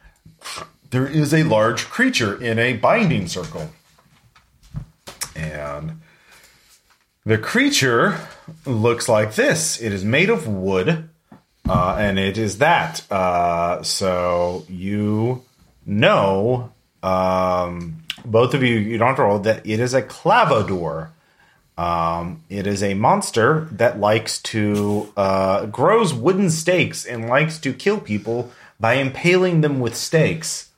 Speaker 1: there is a large creature in a binding circle. And the creature looks like this it is made of wood, uh, and it is that. Uh, so you know, um, both of you, you don't have to roll that it is a clavador. Um, it is a monster that likes to uh, grows wooden stakes and likes to kill people by impaling them with stakes.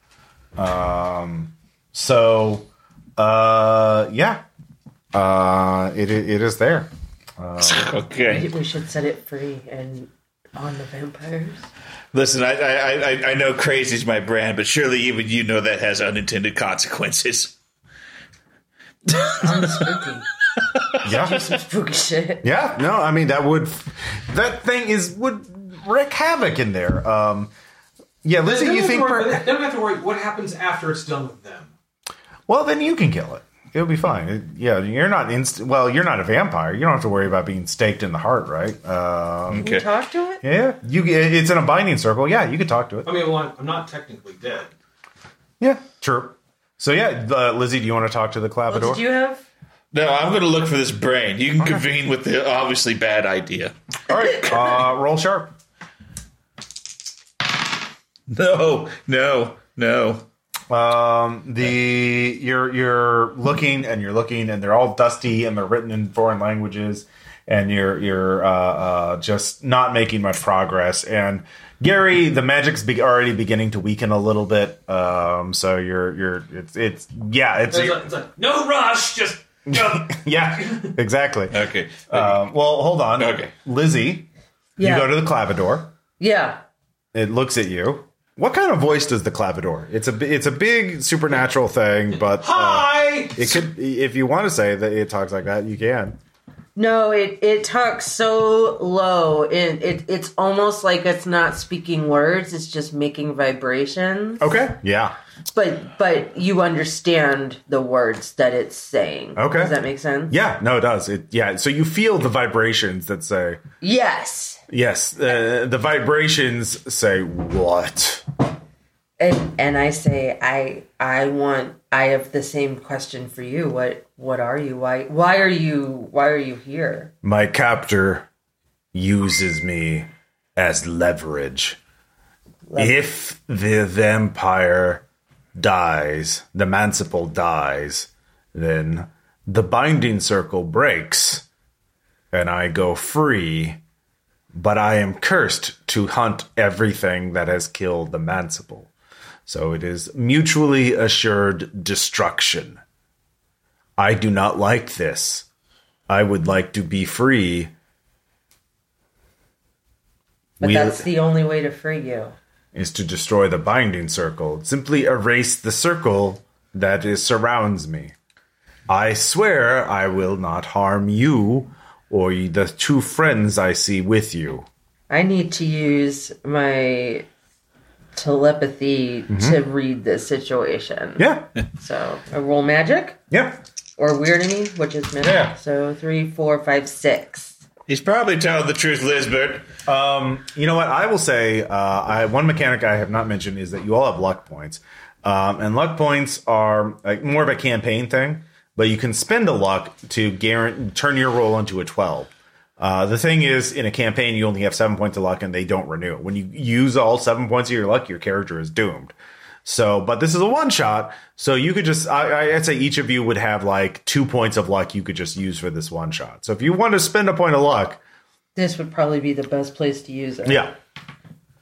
Speaker 1: Um, so, uh, yeah, uh, it it is there.
Speaker 2: Okay.
Speaker 4: We should set it free and on the vampires.
Speaker 2: Listen, I, I, I, I know crazy's my brand, but surely even you know that has unintended consequences.
Speaker 4: Spooky.
Speaker 1: Yeah,
Speaker 4: Spooky shit.
Speaker 1: yeah. No, I mean that would that thing is would wreak havoc in there. Um, yeah,
Speaker 3: They
Speaker 1: Lizzie,
Speaker 3: don't
Speaker 1: you
Speaker 3: have to
Speaker 1: think?
Speaker 3: worry-
Speaker 1: per-
Speaker 3: they don't have to worry what happens after it's done with them.
Speaker 1: Well, then you can kill it. It'll be fine. It- yeah, you're not inst- well. You're not a vampire. You don't have to worry about being staked in the heart, right? Um,
Speaker 4: Can you talk to it?
Speaker 1: yeah, you. It's in a binding circle. Yeah, you could talk to it.
Speaker 3: I mean, well, I'm- I'm not technically dead.
Speaker 1: Yeah, sure. So yeah, uh, Lizzie, do you want to talk to the
Speaker 4: What
Speaker 1: clavador?
Speaker 4: Oh, did you have?
Speaker 2: No, I'm going to look for this brain. You can convene with the obviously bad idea.
Speaker 1: All right, uh, roll sharp.
Speaker 2: No, no, no.
Speaker 1: Um, the you're you're looking and you're looking and they're all dusty and they're written in foreign languages and you're you're uh, uh, just not making much progress. And Gary, the magic's be- already beginning to weaken a little bit. Um, so you're you're it's it's yeah it's,
Speaker 3: It's like, it's like, no rush, just jump.
Speaker 1: yeah exactly.
Speaker 2: Okay.
Speaker 1: Um, well, hold on.
Speaker 2: Okay.
Speaker 1: Lizzie,
Speaker 4: Yeah.
Speaker 1: you go to the clavador.
Speaker 4: yeah.
Speaker 1: It looks at you. What kind of voice does the clavador? It's a bi- it's a big supernatural thing, but uh,
Speaker 3: Hi.
Speaker 1: it could if you want to say that it talks like that, you can.
Speaker 4: No, it it talks so low, and it it's almost like it's not speaking words. It's just making vibrations.
Speaker 1: Okay. Yeah.
Speaker 4: But but you understand the words that it's saying.
Speaker 1: Okay.
Speaker 4: does that make sense?
Speaker 1: Yeah. No, it does. It yeah. So you feel the vibrations that say
Speaker 4: Yes,
Speaker 1: yes. Uh, the vibrations say what?
Speaker 4: and and I say I I want I have the same question for you. What what are you? Why why are you why are you here?
Speaker 1: My captor uses me as leverage. If the vampire dies, the manciple dies, then the binding circle breaks and I go free, but I am cursed to hunt everything that has killed the manciple. So it is mutually assured destruction. I do not like this. I would like to be free.
Speaker 4: But
Speaker 1: We-
Speaker 4: that's the only way to free you.
Speaker 1: is to destroy the binding circle. Simply erase the circle that is surrounds me. I swear I will not harm you or the two friends I see with you.
Speaker 4: I need to use my telepathy to read this situation.
Speaker 1: Mm-hmm. Yeah.
Speaker 4: So I roll magic
Speaker 1: Yeah.
Speaker 4: or weirdity, which is magic.
Speaker 1: Yeah.
Speaker 4: So three, four, five, six.
Speaker 2: He's probably telling the truth, Lisbeth.
Speaker 1: Um, you know what? I will say uh, I, one mechanic I have not mentioned is that you all have luck points. Um, and luck points are like more of a campaign thing, but you can spend a luck to guarantee, turn your roll into a 12. Uh, the thing is, in a campaign, you only have seven points of luck and they don't renew. When you use all seven points of your luck, your character is doomed. So, but this is a one shot. So you could just, I, I- I'd say each of you would have like two points of luck you could just use for this one shot. So if you want to spend a point of luck,
Speaker 4: This would probably be the best place to use it.
Speaker 1: yeah,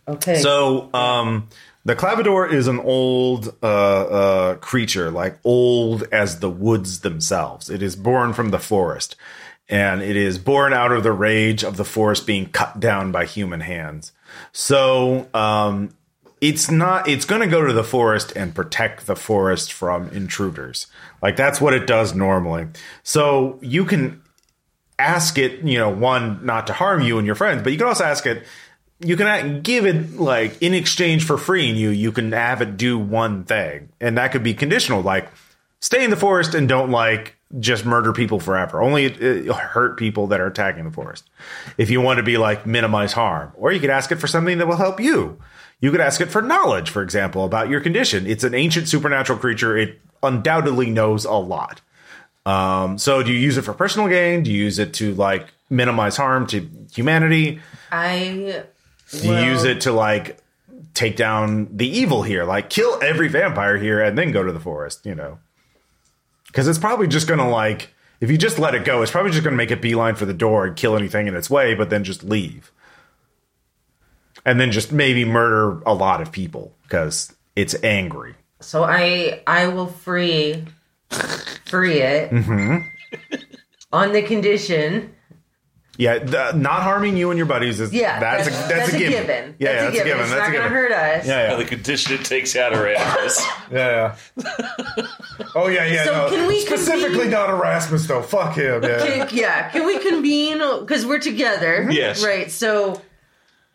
Speaker 4: Okay.
Speaker 1: So, um, the clavador is an old uh, uh, creature, like old as the woods themselves. It is born from the forest, and it is born out of the rage of the forest being cut down by human hands. So, um, it's not. It's going to go to the forest and protect the forest from intruders. Like that's what it does normally. So you can ask it, you know, one not to harm you and your friends, but you can also ask it. You can a- give it like in exchange for freeing you, you can have it do one thing, and that could be conditional, like stay in the forest and don't like just murder people forever. Only uh, hurt people that are attacking the forest. If you want to be like minimize harm, or you could ask it for something that will help you. You could ask it for knowledge, for example, about your condition. It's an ancient supernatural creature. It undoubtedly knows a lot. Um, so do you use it for personal gain? Do you use it to like minimize harm to humanity?
Speaker 4: I
Speaker 1: Do you use it to like take down the evil here, like kill every vampire here and then go to the forest, you know? Cause it's probably just gonna like, if you just let it go, it's probably just gonna make a beeline for the door and kill anything in its way, but then just leave. And then just maybe murder a lot of people because it's angry.
Speaker 4: so I I will free free it
Speaker 1: Mm-hmm.
Speaker 4: on the condition.
Speaker 1: Yeah, the, not harming you and your buddies is
Speaker 4: Yeah,
Speaker 1: that's, a, that's, a, given. Yeah,
Speaker 4: that's, a given.
Speaker 1: That's
Speaker 4: It's
Speaker 1: a
Speaker 4: not going
Speaker 1: given.
Speaker 4: to hurt us.
Speaker 1: Yeah, yeah.
Speaker 2: The condition it takes out Erasmus.
Speaker 1: Yeah. oh yeah, yeah.
Speaker 4: So
Speaker 1: no.
Speaker 4: can we
Speaker 1: specifically
Speaker 4: convene-
Speaker 1: not Erasmus though? Fuck him. Yeah.
Speaker 4: Can- yeah. Can we convene? Because we're together.
Speaker 2: Yes.
Speaker 4: Right. So,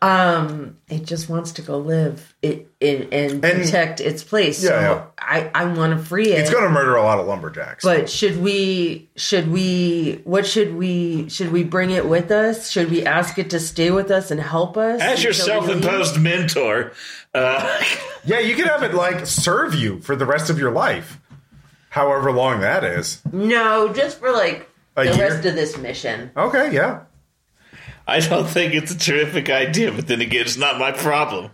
Speaker 4: um, it just wants to go live it, it and protect its place. so
Speaker 1: yeah.
Speaker 4: I I want to free it.
Speaker 1: It's gonna murder a lot of lumberjacks.
Speaker 4: but should we? Should we? What should we? Should we bring it with us? Should we ask it to stay with us and help us?
Speaker 2: As your
Speaker 4: until we leave?
Speaker 2: self-imposed mentor, uh,
Speaker 1: yeah, you could have it like serve you for the rest of your life, however long that is.
Speaker 4: No, just for like
Speaker 1: A
Speaker 4: the
Speaker 1: year?
Speaker 4: rest of this mission.
Speaker 1: Okay, yeah.
Speaker 2: I don't think it's a terrific idea. But then again, it's not my problem.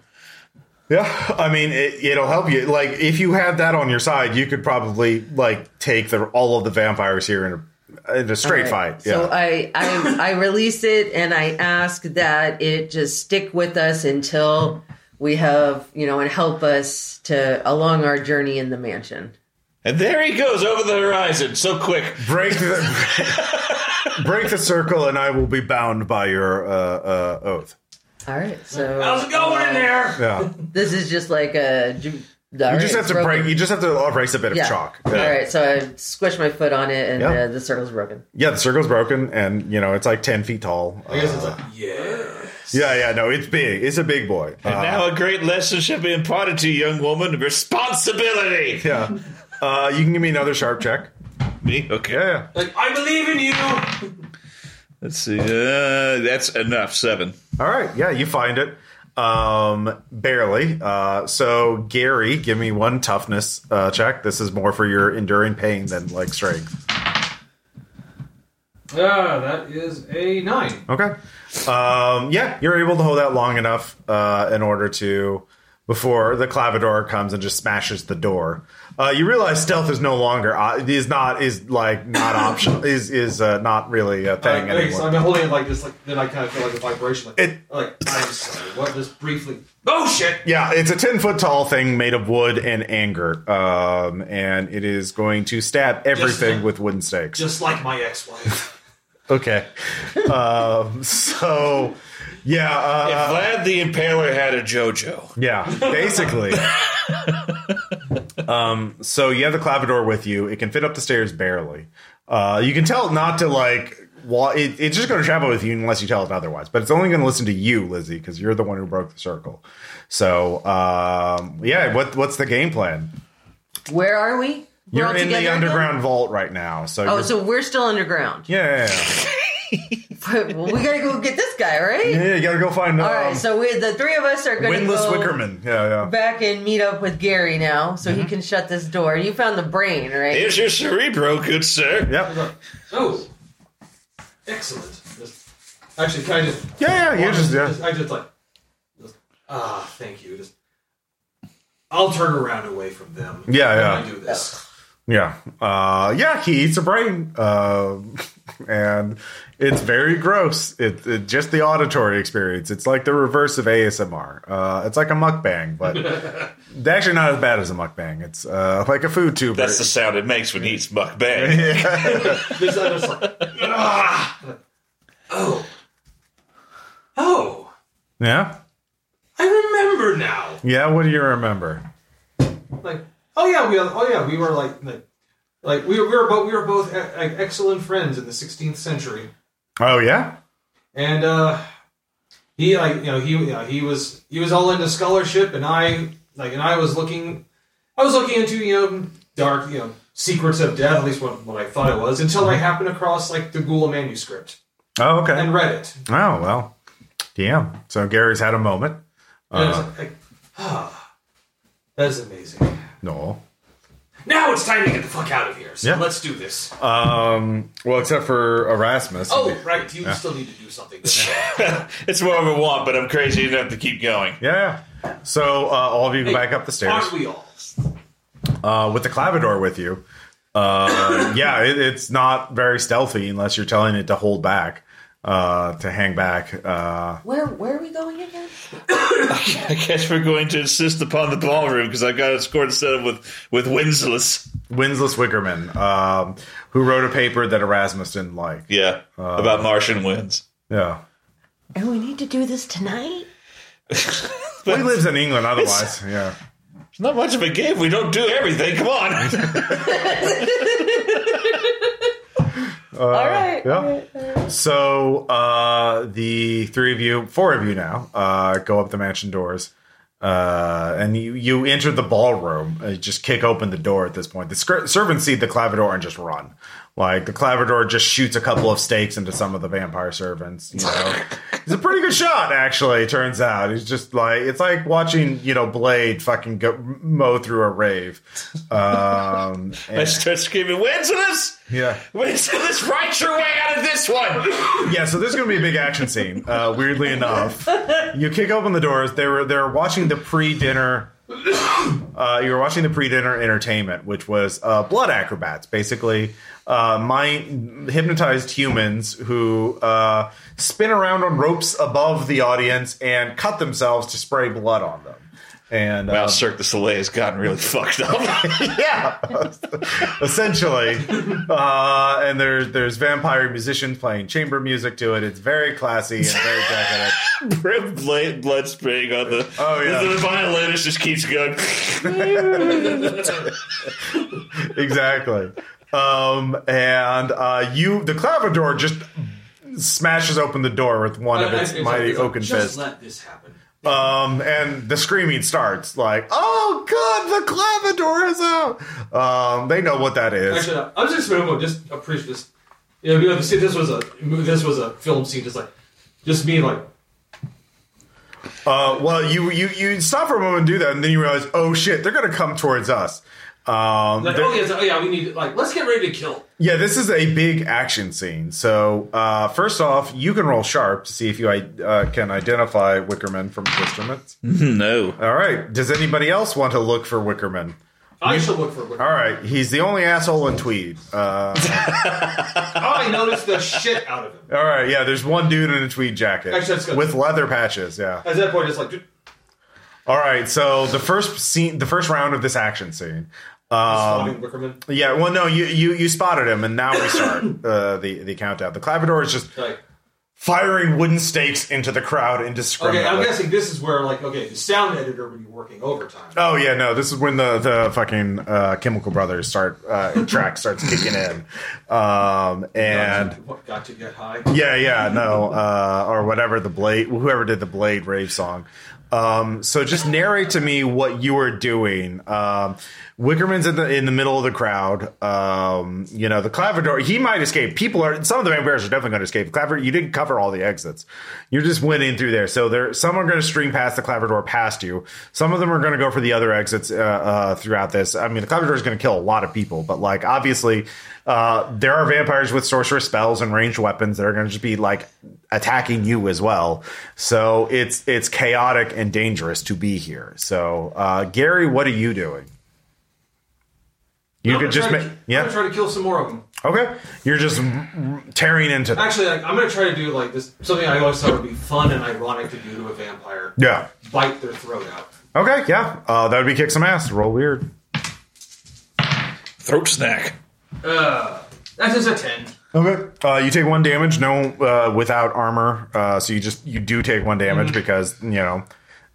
Speaker 1: Yeah, I mean it, it'll help you. Like if you have that on your side, you could probably like take the all of the vampires here and in a straight
Speaker 4: Right.
Speaker 1: fight. Yeah.
Speaker 4: So I, I I release it and I ask that it just stick with us until we have you know and help us to along our journey in the mansion.
Speaker 2: And there he goes over the horizon, so quick.
Speaker 1: break the break the circle, and I will be bound by your uh, uh, oath.
Speaker 4: All right, so
Speaker 2: How's it going in
Speaker 3: uh,
Speaker 2: there?
Speaker 1: Yeah.
Speaker 4: this is just like a. ju-
Speaker 1: You just have to break. You just have to erase a bit of chalk. Yeah.
Speaker 4: All right, so I squish my foot on it and
Speaker 1: Yeah.
Speaker 4: uh, the circle's broken.
Speaker 1: Yeah, the circle's broken, and you know it's like ten feet tall.
Speaker 3: I guess it's like
Speaker 1: yeah, yeah, no, it's big. It's a big boy. Uh,
Speaker 2: And now a great lesson should be imparted to you, young woman. Responsibility.
Speaker 1: yeah, uh, you can give me another sharp check.
Speaker 2: Me? Okay.
Speaker 1: Yeah, yeah.
Speaker 3: like I believe in you.
Speaker 2: Let's see. Uh, that's enough. Seven.
Speaker 1: All right, yeah, you find it. Um, barely. Uh, so Gary, give me one toughness uh, check. This is more for your enduring pain than like strength.
Speaker 3: Ah, that is a nine.
Speaker 1: Okay. Um, yeah, you're able to hold out long enough uh, in order to before the clavador comes and just smashes the door. Uh, you realize stealth is no longer uh, is not is like not optional is is uh, not really a thing
Speaker 3: Like, okay,
Speaker 1: anymore.
Speaker 3: so I'm holding it like this, like then I kind of feel like a vibration. Like,
Speaker 1: It-
Speaker 3: like I'm sorry. What? Just briefly. Oh shit!
Speaker 1: Yeah, it's a 10 foot tall thing made of wood and anger. Um, and it is going to stab everything
Speaker 3: Just-
Speaker 1: with wooden stakes.
Speaker 3: Just like my ex-wife.
Speaker 1: okay. um, so, yeah.
Speaker 2: If
Speaker 1: Uh,
Speaker 2: Vlad the Impaler had a JoJo.
Speaker 1: yeah, basically. um, so you have the clavador with you. It can fit up the stairs barely. Uh, you can tell it not to like. Wa- it, it's just going to travel with you unless you tell it otherwise. But it's only going to listen to you, Lizzie, because you're the one who broke the circle. So um, yeah, what, what's the game plan?
Speaker 4: Where are we? We're all
Speaker 1: You're in
Speaker 4: together
Speaker 1: the
Speaker 4: again?
Speaker 1: underground vault right now, so
Speaker 4: Oh,
Speaker 1: you're-
Speaker 4: so we're still underground.
Speaker 1: yeah, yeah,
Speaker 4: But we gotta go get this guy, right?
Speaker 1: yeah, yeah, you gotta go find um,
Speaker 4: All right, so we, the three of us are gonna
Speaker 1: windless
Speaker 4: go
Speaker 1: Wickerman. Yeah, yeah.
Speaker 4: back and meet up with Gary now, so
Speaker 1: Mm-hmm.
Speaker 4: he can shut this door. You found the brain, right?
Speaker 2: Here's your cerebro, good sir.
Speaker 1: Yep.
Speaker 3: oh, excellent. Just, actually, can I just?
Speaker 1: Yeah, yeah, you just, yeah.
Speaker 3: I just like. just, ah, thank you. Just. I'll turn around away from them.
Speaker 1: Yeah,
Speaker 3: when
Speaker 1: yeah.
Speaker 3: I do this.
Speaker 1: Yeah. Uh, yeah, he eats a brain. Uh, and it's very gross. It, it just the auditory experience. It's like the reverse of ASMR. Uh, it's like a mukbang, but it's actually not as bad as a mukbang. It's uh, like a food tube.
Speaker 2: That's the sound it makes when he eats mukbang.
Speaker 3: This I just like. ah, oh. Oh,
Speaker 1: yeah?
Speaker 3: I remember now.
Speaker 1: Yeah, what do you remember?
Speaker 3: Like, oh yeah, we. Oh yeah, we were like, like, like we, were- we were both we were both e- like excellent friends in the 16th century.
Speaker 1: Oh, yeah?
Speaker 3: and uh, he like you know he you know, he was he was all into scholarship, and I like and I was looking, I was looking into you know dark you know secrets of death, at least what, what I thought it was, until I happened across like the Gula manuscript
Speaker 1: Oh, okay.
Speaker 3: and read it.
Speaker 1: Oh well, damn. So Gary's had a moment.
Speaker 3: And I was like, ah, that is amazing.
Speaker 1: No.
Speaker 3: Now it's time to get the fuck out of here. So
Speaker 1: Yeah.
Speaker 3: let's do this.
Speaker 1: Um. Well, except for Erasmus.
Speaker 3: oh right, you still need to do something.
Speaker 2: it's more of a want, but I'm crazy enough to keep going.
Speaker 1: Yeah. So uh, all of you go
Speaker 3: Hey,
Speaker 1: back up the stairs
Speaker 3: Aren't we all?
Speaker 1: uh, with the clavador with you. Uh, yeah, it, it's not very stealthy unless you're telling it to hold back, uh, to hang back. Uh,
Speaker 4: Where where are we going again?
Speaker 2: I guess we're going to insist upon the ballroom because I've got a score to set up with, with Winsless.
Speaker 1: Winsless Wickerman, um, who wrote a paper that Erasmus didn't like.
Speaker 2: Yeah,
Speaker 1: Uh.
Speaker 2: about Martian winds.
Speaker 1: Yeah.
Speaker 4: And we need to do this tonight.
Speaker 1: Well, he lives in England otherwise. Yeah.
Speaker 2: It's not much of a game. We don't do everything. Come on.
Speaker 4: all right.
Speaker 1: Uh, yeah.
Speaker 4: all right, all right.
Speaker 1: So uh, the three of you, four of you now, uh, go up the mansion doors, uh, and you you enter the ballroom. Uh, just kick open the door at this point. The scr- servants see the clavador and just run. Like the clavador just shoots a couple of stakes into some of the vampire servants. You know, it's a pretty good shot, actually. it Turns out he's just like it's like watching you know Blade fucking go mow through a rave. Um,
Speaker 2: I
Speaker 1: and-
Speaker 2: start screaming, Winsless!
Speaker 1: yeah.
Speaker 2: Winsless, right your way out of this one!
Speaker 1: Yeah, so there's going to be a big action scene. Uh, weirdly enough, you kick open the doors. They're they're watching the pre-dinner uh, you were watching the pre-dinner entertainment, which was uh, blood acrobats, basically uh, mind hypnotized humans who uh, spin around on ropes above the audience and cut themselves to spray blood on them. And
Speaker 2: Wow,
Speaker 1: uh,
Speaker 2: Cirque du Soleil has gotten really fucked up.
Speaker 1: yeah, essentially. Uh, and there's there's vampire musicians playing chamber music to it. It's very classy and very decadent.
Speaker 2: blood, blood spraying on the.
Speaker 1: Oh, yeah.
Speaker 2: The, violinist just keeps going.
Speaker 1: exactly. Um, and uh, you, the clavador, just smashes open the door with one of its
Speaker 3: It's like-
Speaker 1: mighty
Speaker 3: it's like,
Speaker 1: oaken
Speaker 3: just
Speaker 1: fists.
Speaker 3: let this happen.
Speaker 1: Um, and the screaming starts like, "Oh God, the clavador is out!" Um, they know what that is.
Speaker 3: Actually, I was just going to just appreciate this. You know, you know, see, this was a this was a film scene. Just like, just me like,
Speaker 1: Uh, well, you you you stop for a moment and do that, and then you realize, "Oh shit, they're gonna come towards us." Um,
Speaker 3: like
Speaker 1: they're-
Speaker 3: oh yeah, it's like, oh yeah, we need like let's get ready to kill.
Speaker 1: Yeah, this is a big action scene. So, uh, first off, you can roll sharp to see if you uh, can identify Wickerman from the instruments.
Speaker 2: no.
Speaker 1: All right. Does anybody else want to look for Wickerman?
Speaker 3: I should look for. a weapon.
Speaker 1: All right. He's the only asshole in Tweed. Uh,
Speaker 3: Oh, I noticed the shit out of him.
Speaker 1: all right. Yeah, there's one dude in a Tweed jacket
Speaker 3: Actually, that's good.
Speaker 1: with leather patches. Yeah.
Speaker 3: At that point, it's like, dude,
Speaker 1: Um, All right. So the first scene, the first round of this action scene. Um,
Speaker 3: spotting Wickerman.
Speaker 1: yeah. Well, no, you you you spotted him, and now we start uh, the the countdown. The clavador is just
Speaker 3: Like,
Speaker 1: firing wooden stakes into the crowd
Speaker 3: okay,
Speaker 1: indiscriminately.
Speaker 3: I'm guessing this is where like okay, the sound editor would be working overtime.
Speaker 1: Oh yeah, no. This is when the the fucking uh, Chemical Brothers start uh, track starts kicking in, um, and
Speaker 3: What got to get high?
Speaker 1: yeah, yeah, no, uh, or whatever the blade, whoever did the blade rave song. Um, so just narrate to me what you were doing. Um, Wickerman's in the in the middle of the crowd. Um, you know the clavador. He might escape. People are some of the vampires are definitely going to escape. Clavador, you didn't cover all the exits. You just went in through there. So there, some are going to stream past the clavador past you. Some of them are going to go for the other exits uh, uh, throughout this. I mean, the clavador is going to kill a lot of people, but like obviously, uh, there are vampires with sorcerer spells and ranged weapons that are going to just be like attacking you as well. So it's it's chaotic and dangerous to be here. So uh, Gary, what are you doing? You
Speaker 3: I'm
Speaker 1: could
Speaker 3: gonna
Speaker 1: just
Speaker 3: try
Speaker 1: make
Speaker 3: to, I'm
Speaker 1: yeah
Speaker 3: gonna try to kill some more of them.
Speaker 1: okay. You're just tearing into them.
Speaker 3: Actually, like, I'm gonna try to do like this something I always thought would be fun and ironic to do to a vampire.
Speaker 1: yeah.
Speaker 3: Bite their throat out.
Speaker 1: Okay, yeah, uh, that would be kick some ass. Roll weird.
Speaker 2: Throat snack.
Speaker 3: Uh, that's just a ten.
Speaker 1: Okay. Uh, you take one damage, no, uh, without armor. Uh, so you just you do take one damage
Speaker 3: Mm-hmm.
Speaker 1: because you know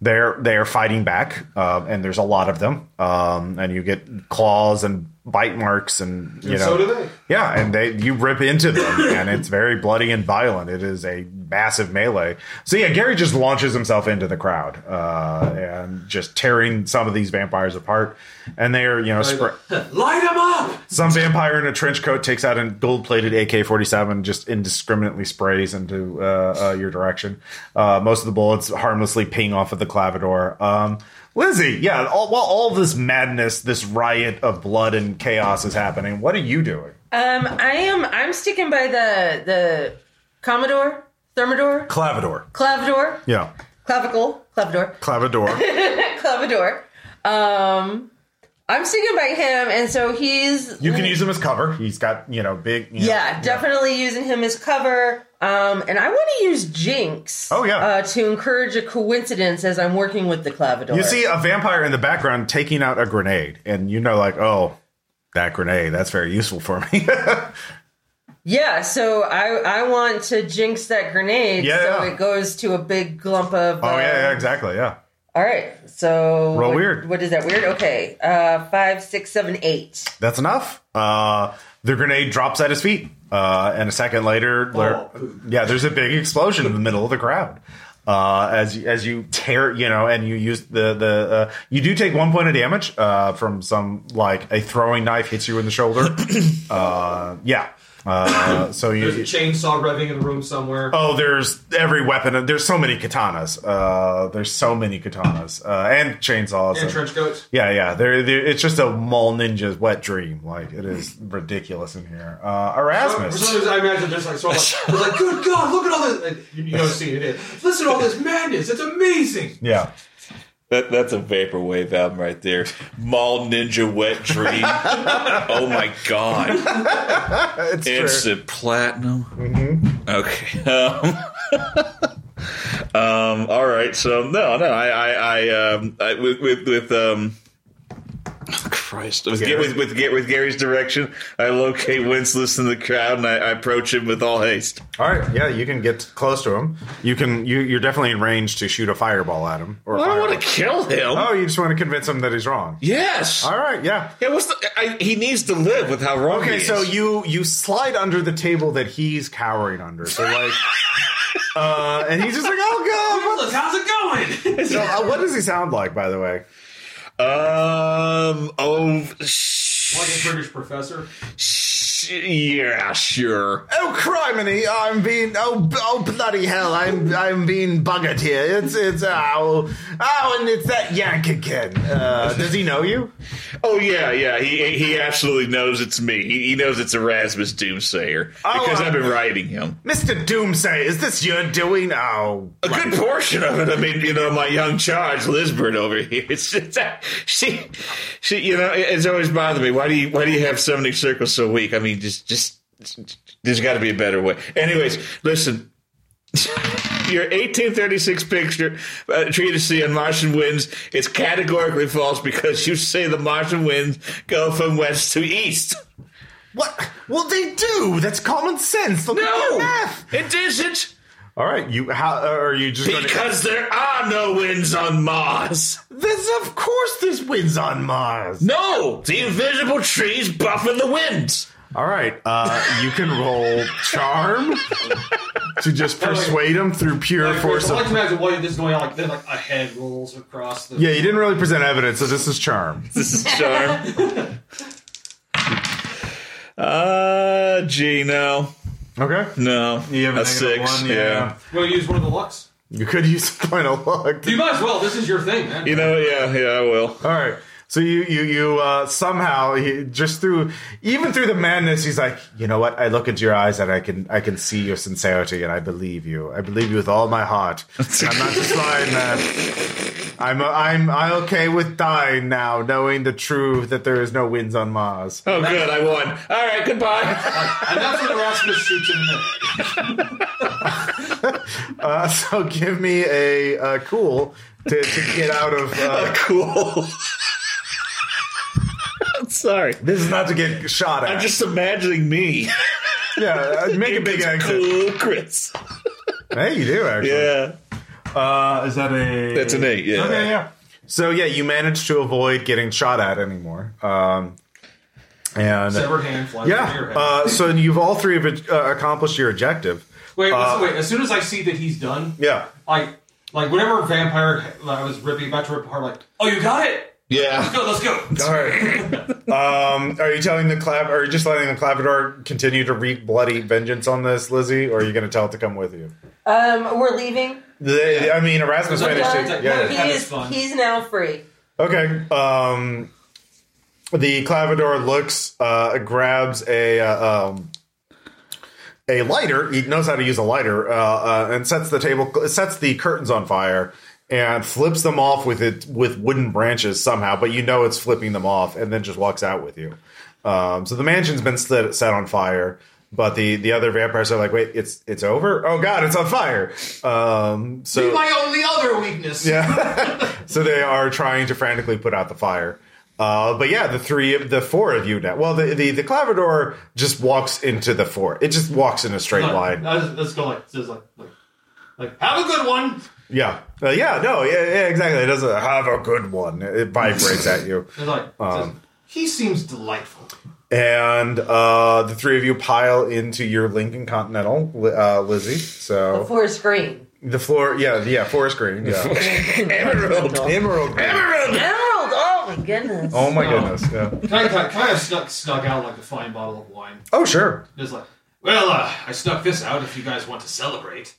Speaker 1: they're they're fighting back, uh, and there's a lot of them, um, and you get claws and bite marks, and you
Speaker 3: And
Speaker 1: know.
Speaker 3: so do they.
Speaker 1: Yeah, and they you rip into them, and it's very bloody and violent. It is a massive melee. So yeah, Gary just launches himself into the crowd uh, and just tearing some of these vampires apart, and they're you know. Spread-
Speaker 3: Light them up.
Speaker 1: some vampire in a trench coat takes out a gold-plated AK-47, just indiscriminately sprays into uh, uh, your direction. Uh, most of the bullets harmlessly ping off of the clavador. Um, Lizzie, yeah, all, while all this madness, this riot of blood and chaos is happening, what are you doing?
Speaker 4: Um, I am. I'm sticking by the the Commodore, Thermidor,
Speaker 1: Clavador.
Speaker 4: Clavador,
Speaker 1: Yeah,
Speaker 4: clavicle, Clavador,
Speaker 1: clavador.
Speaker 4: Clavador. Um, I'm sticking by him, and so he's
Speaker 1: you can use him as cover. He's got you know big. you know-
Speaker 4: yeah, definitely using him as cover. Um, and I want to use Jinx.
Speaker 1: Oh, yeah.
Speaker 4: uh, to encourage a coincidence as I'm working with the Clavador.
Speaker 1: You see a vampire in the background taking out a grenade, and you know, like, oh, that grenade, that's very useful for me. Oh,
Speaker 4: yeah. So I I want to Jinx that grenade,
Speaker 1: Yeah,
Speaker 4: so
Speaker 1: yeah.
Speaker 4: it goes to a big glump of.
Speaker 1: oh
Speaker 4: uh,
Speaker 1: yeah, yeah, exactly, yeah.
Speaker 4: All right, so
Speaker 1: Roll
Speaker 4: what-
Speaker 1: weird.
Speaker 4: What is that weird? Okay, uh, five, six, seven, eight.
Speaker 1: That's enough. Uh, the grenade drops at his feet, uh, and a second
Speaker 3: Oh.
Speaker 1: later, there-
Speaker 3: poop.
Speaker 1: yeah, there's a big explosion in the middle of the crowd. Uh, as as you tear, you know, and you use the the uh, you do take one point of damage uh, from some like a throwing knife hits you in the shoulder. uh, yeah, uh, so
Speaker 3: There's a
Speaker 1: you.
Speaker 3: chainsaw revving in the room somewhere.
Speaker 1: Oh, there's every weapon. There's so many katanas. Uh, there's so many katanas uh, and chainsaws
Speaker 3: and trench coats.
Speaker 1: yeah, yeah. They're, they're, it's just a mall ninja's wet dream. Like it is ridiculous in here. Uh,
Speaker 3: For some
Speaker 1: Erasmus.
Speaker 3: reason, I imagine there's like sort of like, there's like, good God, look at all this. And you know, see it is. Listen to all this madness. It's amazing.
Speaker 1: Yeah.
Speaker 2: That, that's a vaporwave album right there. Mall Ninja Wet Dream. oh my god!
Speaker 1: Uh, It's true. Mm-hmm.
Speaker 2: Instant platinum. Okay. Um, um, all right. So no, no. I, I, I, um, I with, with, with, um, oh, Christ, with, Ga- with, with, Ga- with Gary's direction, I locate Winslet in the crowd and I, I approach him with all haste.
Speaker 1: All right, yeah, you can get close to him. You can. You, you're definitely in range to shoot a fireball at him. Or a
Speaker 2: I don't want
Speaker 1: fireball.
Speaker 2: to kill him.
Speaker 1: Oh, you just want to convince him that he's wrong.
Speaker 2: Yes.
Speaker 1: All right, yeah.
Speaker 2: Yeah, what's the, I, he needs to live with how wrong.
Speaker 1: Okay,
Speaker 2: he
Speaker 1: so
Speaker 2: is.
Speaker 1: you you slide under the table that he's cowering under. So like, uh, and he's just like, oh
Speaker 3: Look, how's it going?
Speaker 1: god. So, uh, what does he sound like, by the way?
Speaker 2: um oh sh-
Speaker 3: like a British professor.
Speaker 2: sh- yeah sure
Speaker 1: Oh criminy! I'm being oh b- oh bloody hell! I'm I'm being buggered here. It's it's oh oh, and it's that yank again. Uh, does he know you?
Speaker 2: oh yeah yeah he he absolutely knows it's me he, he knows it's Erasmus Doomsayer
Speaker 1: Oh,
Speaker 2: because I've
Speaker 1: I'm-
Speaker 2: been writing him
Speaker 1: Mr. Doomsay, is this your doing? Oh,
Speaker 2: a good portion of it. I mean, you know, my young charge, Lisbeth over here. It's, it's she, she, you know, it- it's always bothered me. Why do you, why do you have summoning circles so weak? I mean, just, just, there's got to be a better way. Anyways, listen. Your 1836 picture, uh, treatise on Martian winds, is categorically false because you say the Martian winds go from west to east.
Speaker 1: what? Well, they do. That's common sense. Look at your
Speaker 2: No,
Speaker 1: math.
Speaker 2: it isn't
Speaker 1: All right, you how uh, are you just going to?
Speaker 2: because there are no winds on Mars.
Speaker 1: This, of course, this wins on Mars.
Speaker 2: No, the invisible trees buffing the winds.
Speaker 1: All right, uh, you can roll charm to just persuade him through pure
Speaker 3: Like,
Speaker 1: force
Speaker 3: I like to
Speaker 1: of.
Speaker 3: imagine why this is going on. Like then, like a head rolls across the.
Speaker 1: Yeah, you didn't really present evidence, so this is charm.
Speaker 2: This is charm. uh, gee, no,
Speaker 1: Okay,
Speaker 2: no,
Speaker 1: You have a
Speaker 2: a,
Speaker 1: negative
Speaker 2: six,
Speaker 1: one,
Speaker 2: yeah.
Speaker 1: yeah.
Speaker 3: Will you use one of the lux?
Speaker 1: you could use the point of luck.
Speaker 3: You might as well. This is your thing, man.
Speaker 2: You know, yeah, yeah, I will.
Speaker 1: All right. So you you you uh, somehow he, just through even through the madness, he's like, you know what? I look into your eyes and I can I can see your sincerity and I believe you. I believe you with all my heart. I'm not just lying, man. I'm uh, I'm I'm okay with dying now, knowing the truth that there is no winds on Mars.
Speaker 2: Oh, good, I won. All right, goodbye.
Speaker 3: and that's when Erasmus shoots in the middle.
Speaker 1: Uh, so give me a, uh cool to, to get out of. Uh,
Speaker 2: cool. I'm sorry.
Speaker 1: this is not to get shot at.
Speaker 2: I'm just imagining me.
Speaker 1: yeah, uh, make a big
Speaker 2: It's
Speaker 1: exit.
Speaker 2: cool, Chris.
Speaker 1: Hey, you do actually.
Speaker 2: Yeah,
Speaker 1: Uh, is that a?
Speaker 2: that's an eight. Yeah.
Speaker 1: Okay, yeah. So yeah, you managed to avoid getting shot at anymore. Um, and
Speaker 3: Severed hand flies over your
Speaker 1: yeah,
Speaker 3: head.
Speaker 1: uh, so you've all three have uh, accomplished your objective.
Speaker 3: wait,
Speaker 1: uh,
Speaker 3: listen, wait. As soon as I see that he's done,
Speaker 1: Yeah.
Speaker 3: like, like whenever vampire like, I was ripping about to rip apart, like, oh, you got it.
Speaker 2: yeah.
Speaker 3: Go, let's go.
Speaker 1: All right. um, are you telling the clap? Are you just letting the Clavador continue to wreak bloody vengeance on this, Lizzie, or are you going to tell it to come with you?
Speaker 4: Um, we're leaving.
Speaker 1: The- I mean, Erasmus
Speaker 3: Okay.
Speaker 1: managed to. Yeah.
Speaker 4: He
Speaker 3: That is
Speaker 4: is,
Speaker 3: fun.
Speaker 4: he's now free.
Speaker 1: Okay. Um, the clavador looks, uh, grabs a uh, um, a lighter. He knows how to use a lighter, uh, uh, and sets the table, sets the curtains on fire, and flips them off with it with wooden branches somehow. But you know it's flipping them off, and then just walks out with you. Um, so the mansion's been set, set on fire. But the, the other vampires are like, wait, it's it's over. Oh God, it's on fire. Um, so
Speaker 3: My only other weakness.
Speaker 1: so they are trying to frantically put out the fire. Uh, but yeah, the three, of the four of you now. Well, the the, the clavador just walks into the fort. It just walks in a straight
Speaker 3: Like,
Speaker 1: line.
Speaker 3: I was, let's go. Like, just like, like, like, have a good one.
Speaker 1: Yeah, Uh, yeah, no, yeah, yeah, exactly. It doesn't have a good one. It vibrates at you,
Speaker 3: It's like, it's like,
Speaker 1: Um,
Speaker 3: he seems delightful.
Speaker 1: and uh, the three of you pile into your Lincoln Continental, Li- uh, Lizzie. So
Speaker 4: For his green.
Speaker 1: the floor, yeah, yeah, forest green, yeah,
Speaker 2: Emerald.
Speaker 1: emerald green.
Speaker 2: Emerald.
Speaker 4: Emerald! Oh my goodness.
Speaker 1: Oh my goodness, yeah.
Speaker 3: Kind of, kind of snuck, snuck out like a fine bottle of wine.
Speaker 1: Oh sure,
Speaker 3: Just like, well, uh, I snuck this out. If you guys want to celebrate,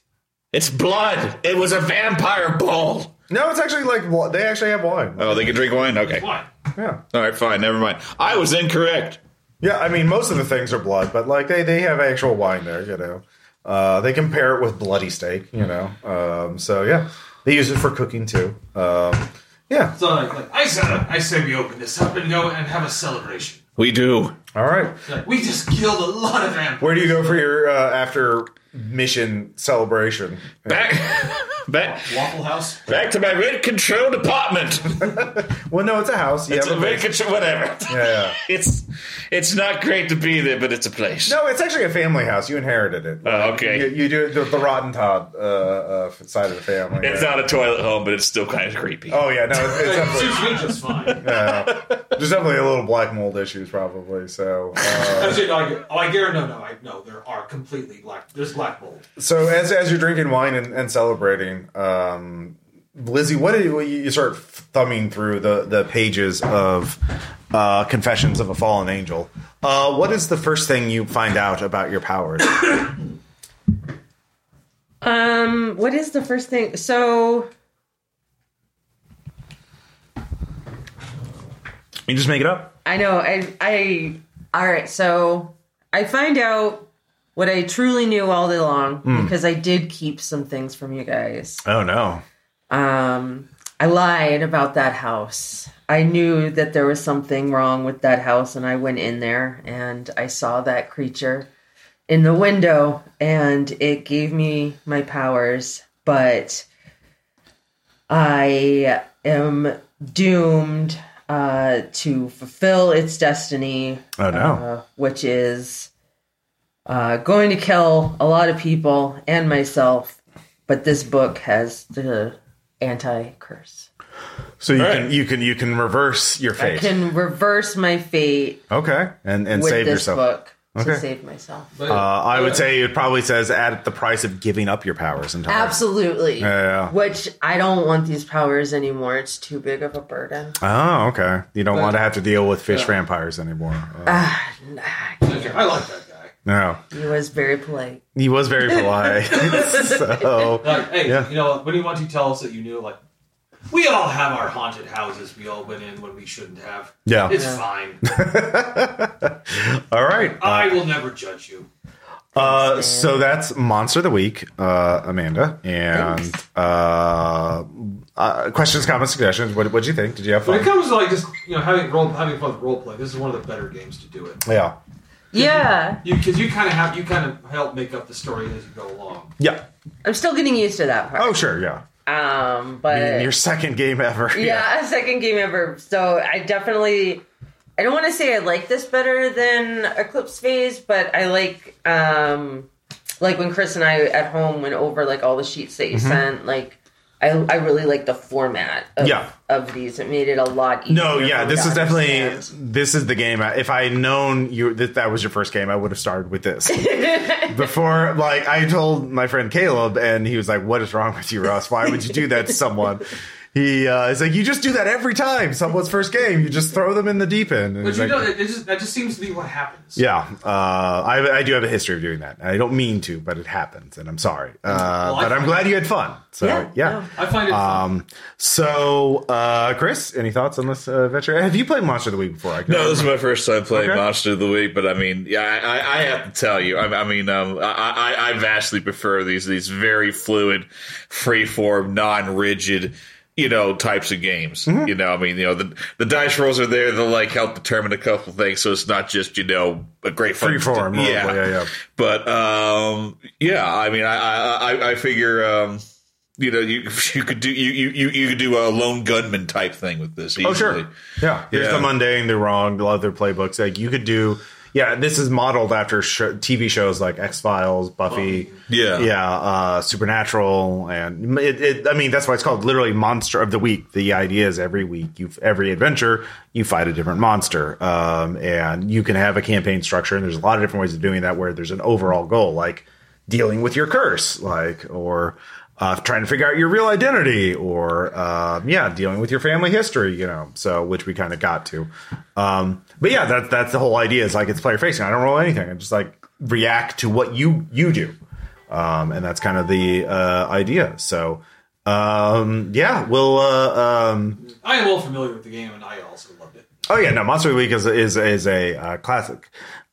Speaker 2: It's blood. It was a vampire ball.
Speaker 1: no, it's actually like wa- they actually have wine.
Speaker 2: Oh, they can drink wine. Okay.
Speaker 3: why?
Speaker 1: Yeah.
Speaker 2: All right, fine, never mind. I was incorrect.
Speaker 1: Yeah, I mean, most of the things are blood, but like they, they have actual wine there, you know. Uh, they compare it with bloody steak, you know. Um, so yeah, they use it for cooking too. Um, Yeah.
Speaker 3: So like, like, I said, I say we open this up and go and have a celebration.
Speaker 2: We do.
Speaker 1: All right.
Speaker 3: Like, we just killed a lot of vampires.
Speaker 1: Where do you go for your uh, after mission celebration?
Speaker 2: Back, back,
Speaker 3: Waffle House.
Speaker 2: back to my rent controlled apartment.
Speaker 1: Well, no, it's a house. You
Speaker 2: It's
Speaker 1: have
Speaker 2: a
Speaker 1: a
Speaker 2: rent control, whatever.
Speaker 1: yeah.
Speaker 2: It's it's not great to be there, but it's a place.
Speaker 1: No, it's actually a family house. You inherited it.
Speaker 2: Oh, okay.
Speaker 1: You, you do the, the rotten Todd uh, uh, side of the family.
Speaker 2: It's
Speaker 1: Yeah.
Speaker 2: not a toilet home, but it's still kind of creepy.
Speaker 1: Oh yeah, no, it's, it's
Speaker 3: Like,
Speaker 1: definitely.
Speaker 3: suits me just fine.
Speaker 1: yeah. There's definitely a little black mold issues, probably. So, uh,
Speaker 3: Actually, no, I, oh, I guarantee no, no, I, no. There are completely black. There's black mold.
Speaker 1: so as as you're drinking wine and, and celebrating, um, Lizzie, what do you, you start thumbing through the the pages of uh, Confessions of a Fallen Angel? Uh, what is the first thing you find out about your powers?
Speaker 4: Um, what is the first thing? So
Speaker 1: you just make it up.
Speaker 4: I know I I all right. So I find out what I truly knew all day long
Speaker 1: Hmm.
Speaker 4: because I did keep some things from you guys.
Speaker 1: Oh no.
Speaker 4: Um, I lied about that house. I knew that there was something wrong with that house, and I went in there and I saw that creature in the window, and it gave me my powers. But I am doomed uh, to fulfill its destiny,
Speaker 1: Oh no.
Speaker 4: uh, which is uh, going to kill a lot of people and myself. But this book has the anti curse.
Speaker 1: so you
Speaker 2: All
Speaker 1: can
Speaker 2: right.
Speaker 1: you can you can reverse your
Speaker 4: I
Speaker 1: fate.
Speaker 4: can reverse my fate
Speaker 1: okay, and and
Speaker 4: with
Speaker 1: save
Speaker 4: this
Speaker 1: yourself.
Speaker 4: book
Speaker 1: Okay.
Speaker 4: to save myself.
Speaker 3: But
Speaker 1: Uh, I would say it probably says at the price of giving up your powers entirely.
Speaker 4: Absolutely.
Speaker 1: Yeah.
Speaker 4: Which I don't want these powers anymore. It's too big of a burden.
Speaker 1: Oh, okay. You don't want to have to deal with fish
Speaker 3: Yeah.
Speaker 1: vampires anymore. Uh,
Speaker 3: I like that guy.
Speaker 1: no,
Speaker 4: He was very polite.
Speaker 1: he was very polite. so
Speaker 3: Like, hey,
Speaker 1: Yeah.
Speaker 3: you know, when you want to tell us that you knew, like, we all have our haunted houses we all went in when we shouldn't have.
Speaker 1: Yeah.
Speaker 3: It's
Speaker 4: Yeah.
Speaker 3: fine.
Speaker 1: all right.
Speaker 3: I will never judge you.
Speaker 1: Uh, so that's monster of the week, uh, Amanda, and uh, uh, questions, comments, suggestions. What did you think? Did you have
Speaker 3: When it
Speaker 1: fun?
Speaker 3: comes to like just you know having role having fun with role play, this is one of the better games to do it.
Speaker 1: Yeah,
Speaker 4: Yeah.
Speaker 3: You because you kind of have you kind of help make up the story as you go along.
Speaker 1: yeah.
Speaker 4: I'm still getting used to that part.
Speaker 1: Oh, sure. Yeah.
Speaker 4: Um, but
Speaker 1: Your second game ever.
Speaker 4: yeah, a second game ever. So I definitely, I don't want to say I like this better than Eclipse Phase, but I like, um, like when Chris and I at home went over like all the sheets that you
Speaker 1: Mm-hmm.
Speaker 4: sent, like. I, I really like the format of,
Speaker 1: Yeah.
Speaker 4: of these. It made it a lot easier.
Speaker 1: No,
Speaker 4: for
Speaker 1: yeah,
Speaker 4: me
Speaker 1: this
Speaker 4: to
Speaker 1: is definitely
Speaker 4: understand.
Speaker 1: this is the game. I- If I had known you that that was your first game, I would have started with this before. Like I told my friend Caleb, and he was like, "What is wrong with you, Ross? Why would you do that to someone?" He uh, is like, "You just do that every time someone's first game. You just throw them in the deep end." And
Speaker 3: But
Speaker 1: he's
Speaker 3: you
Speaker 1: like-
Speaker 3: know it, it just, that just seems to be what happens.
Speaker 1: yeah, uh, I, I do have a history of doing that. I don't mean to, but it happens, and I'm sorry. Uh,
Speaker 3: Well, I-
Speaker 1: but I'm glad you had fun. So
Speaker 4: Yeah,
Speaker 1: yeah.
Speaker 4: no.
Speaker 3: I find it. fun.
Speaker 1: Um, so, uh, Chris, any thoughts on this uh, adventure? Have you played Monster of the Week before? I can
Speaker 2: No, this is my first time playing
Speaker 1: Okay.
Speaker 2: Monster of the Week, but I mean, yeah, I, I, I have to tell you, I, I mean, um, I, I, I vastly prefer these these very fluid, freeform, non-rigid, you know, types of games.
Speaker 1: Mm-hmm.
Speaker 2: You know, I mean, you know, the the dice rolls are there to like help determine a couple things, so it's not just you know a great fun-
Speaker 1: Freeform, yeah, yeah, yeah.
Speaker 2: But um, yeah, I mean, I I, I, I figure. Um, you know, you you could do you, you, you you could do a lone gunman type thing with this. Easily.
Speaker 1: Oh, sure. Yeah, there's
Speaker 2: Yeah.
Speaker 1: the mundane, the wrong, the other playbooks. Like you could do. Yeah, this is modeled after sh- TV shows like X Files, Buffy,
Speaker 2: Yeah.
Speaker 1: yeah, uh, Supernatural, and it, it, I mean that's why it's called literally Monster of the Week. The idea is every week, you every adventure, you fight a different monster, um, and you can have a campaign structure. And there's a lot of different ways of doing that, where there's an overall goal, like dealing with your curse, like or uh, trying to figure out your real identity, or uh, yeah, dealing with your family history, you know. So which we kind of got to, um, but yeah, that, that's the whole idea. Is like it's player facing. I don't roll anything. I just like react to what you you do, um, and that's kind of the uh, idea. So um, yeah, we'll. Uh, um,
Speaker 3: I am well familiar with the game, and I also loved it.
Speaker 1: Oh yeah, no, Monster of the Week is is is a uh, classic.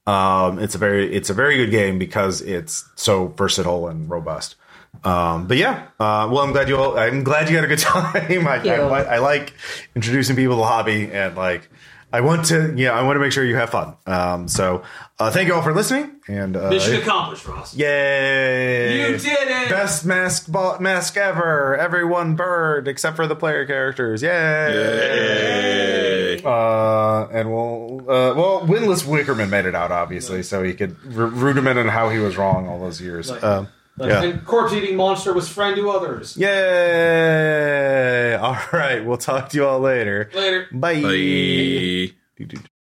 Speaker 1: Um, it's a very it's a very good game because it's so versatile and robust. Um, but yeah, uh, well, I'm glad you all. I'm glad you had a good time. I,
Speaker 4: you.
Speaker 1: I, li- I like introducing people to the hobby, and like I want to, yeah, I want to make sure you have fun. Um, so uh, thank you all for listening, and uh,
Speaker 3: Mission accomplished, Ross.
Speaker 1: yay!
Speaker 3: You did it.
Speaker 1: Best mask bo- mask ever. Everyone bird except for the player characters.
Speaker 2: Hey.
Speaker 1: Uh, and we'll uh, well, Winless Wickerman made it out obviously, so he could r- rudiment on how he was wrong all those years.
Speaker 3: Right.
Speaker 1: Um, yeah.
Speaker 3: The corpse eating monster was friend to others.
Speaker 1: Yay! All right, we'll talk to you all later.
Speaker 3: Later.
Speaker 1: Bye.
Speaker 2: Bye.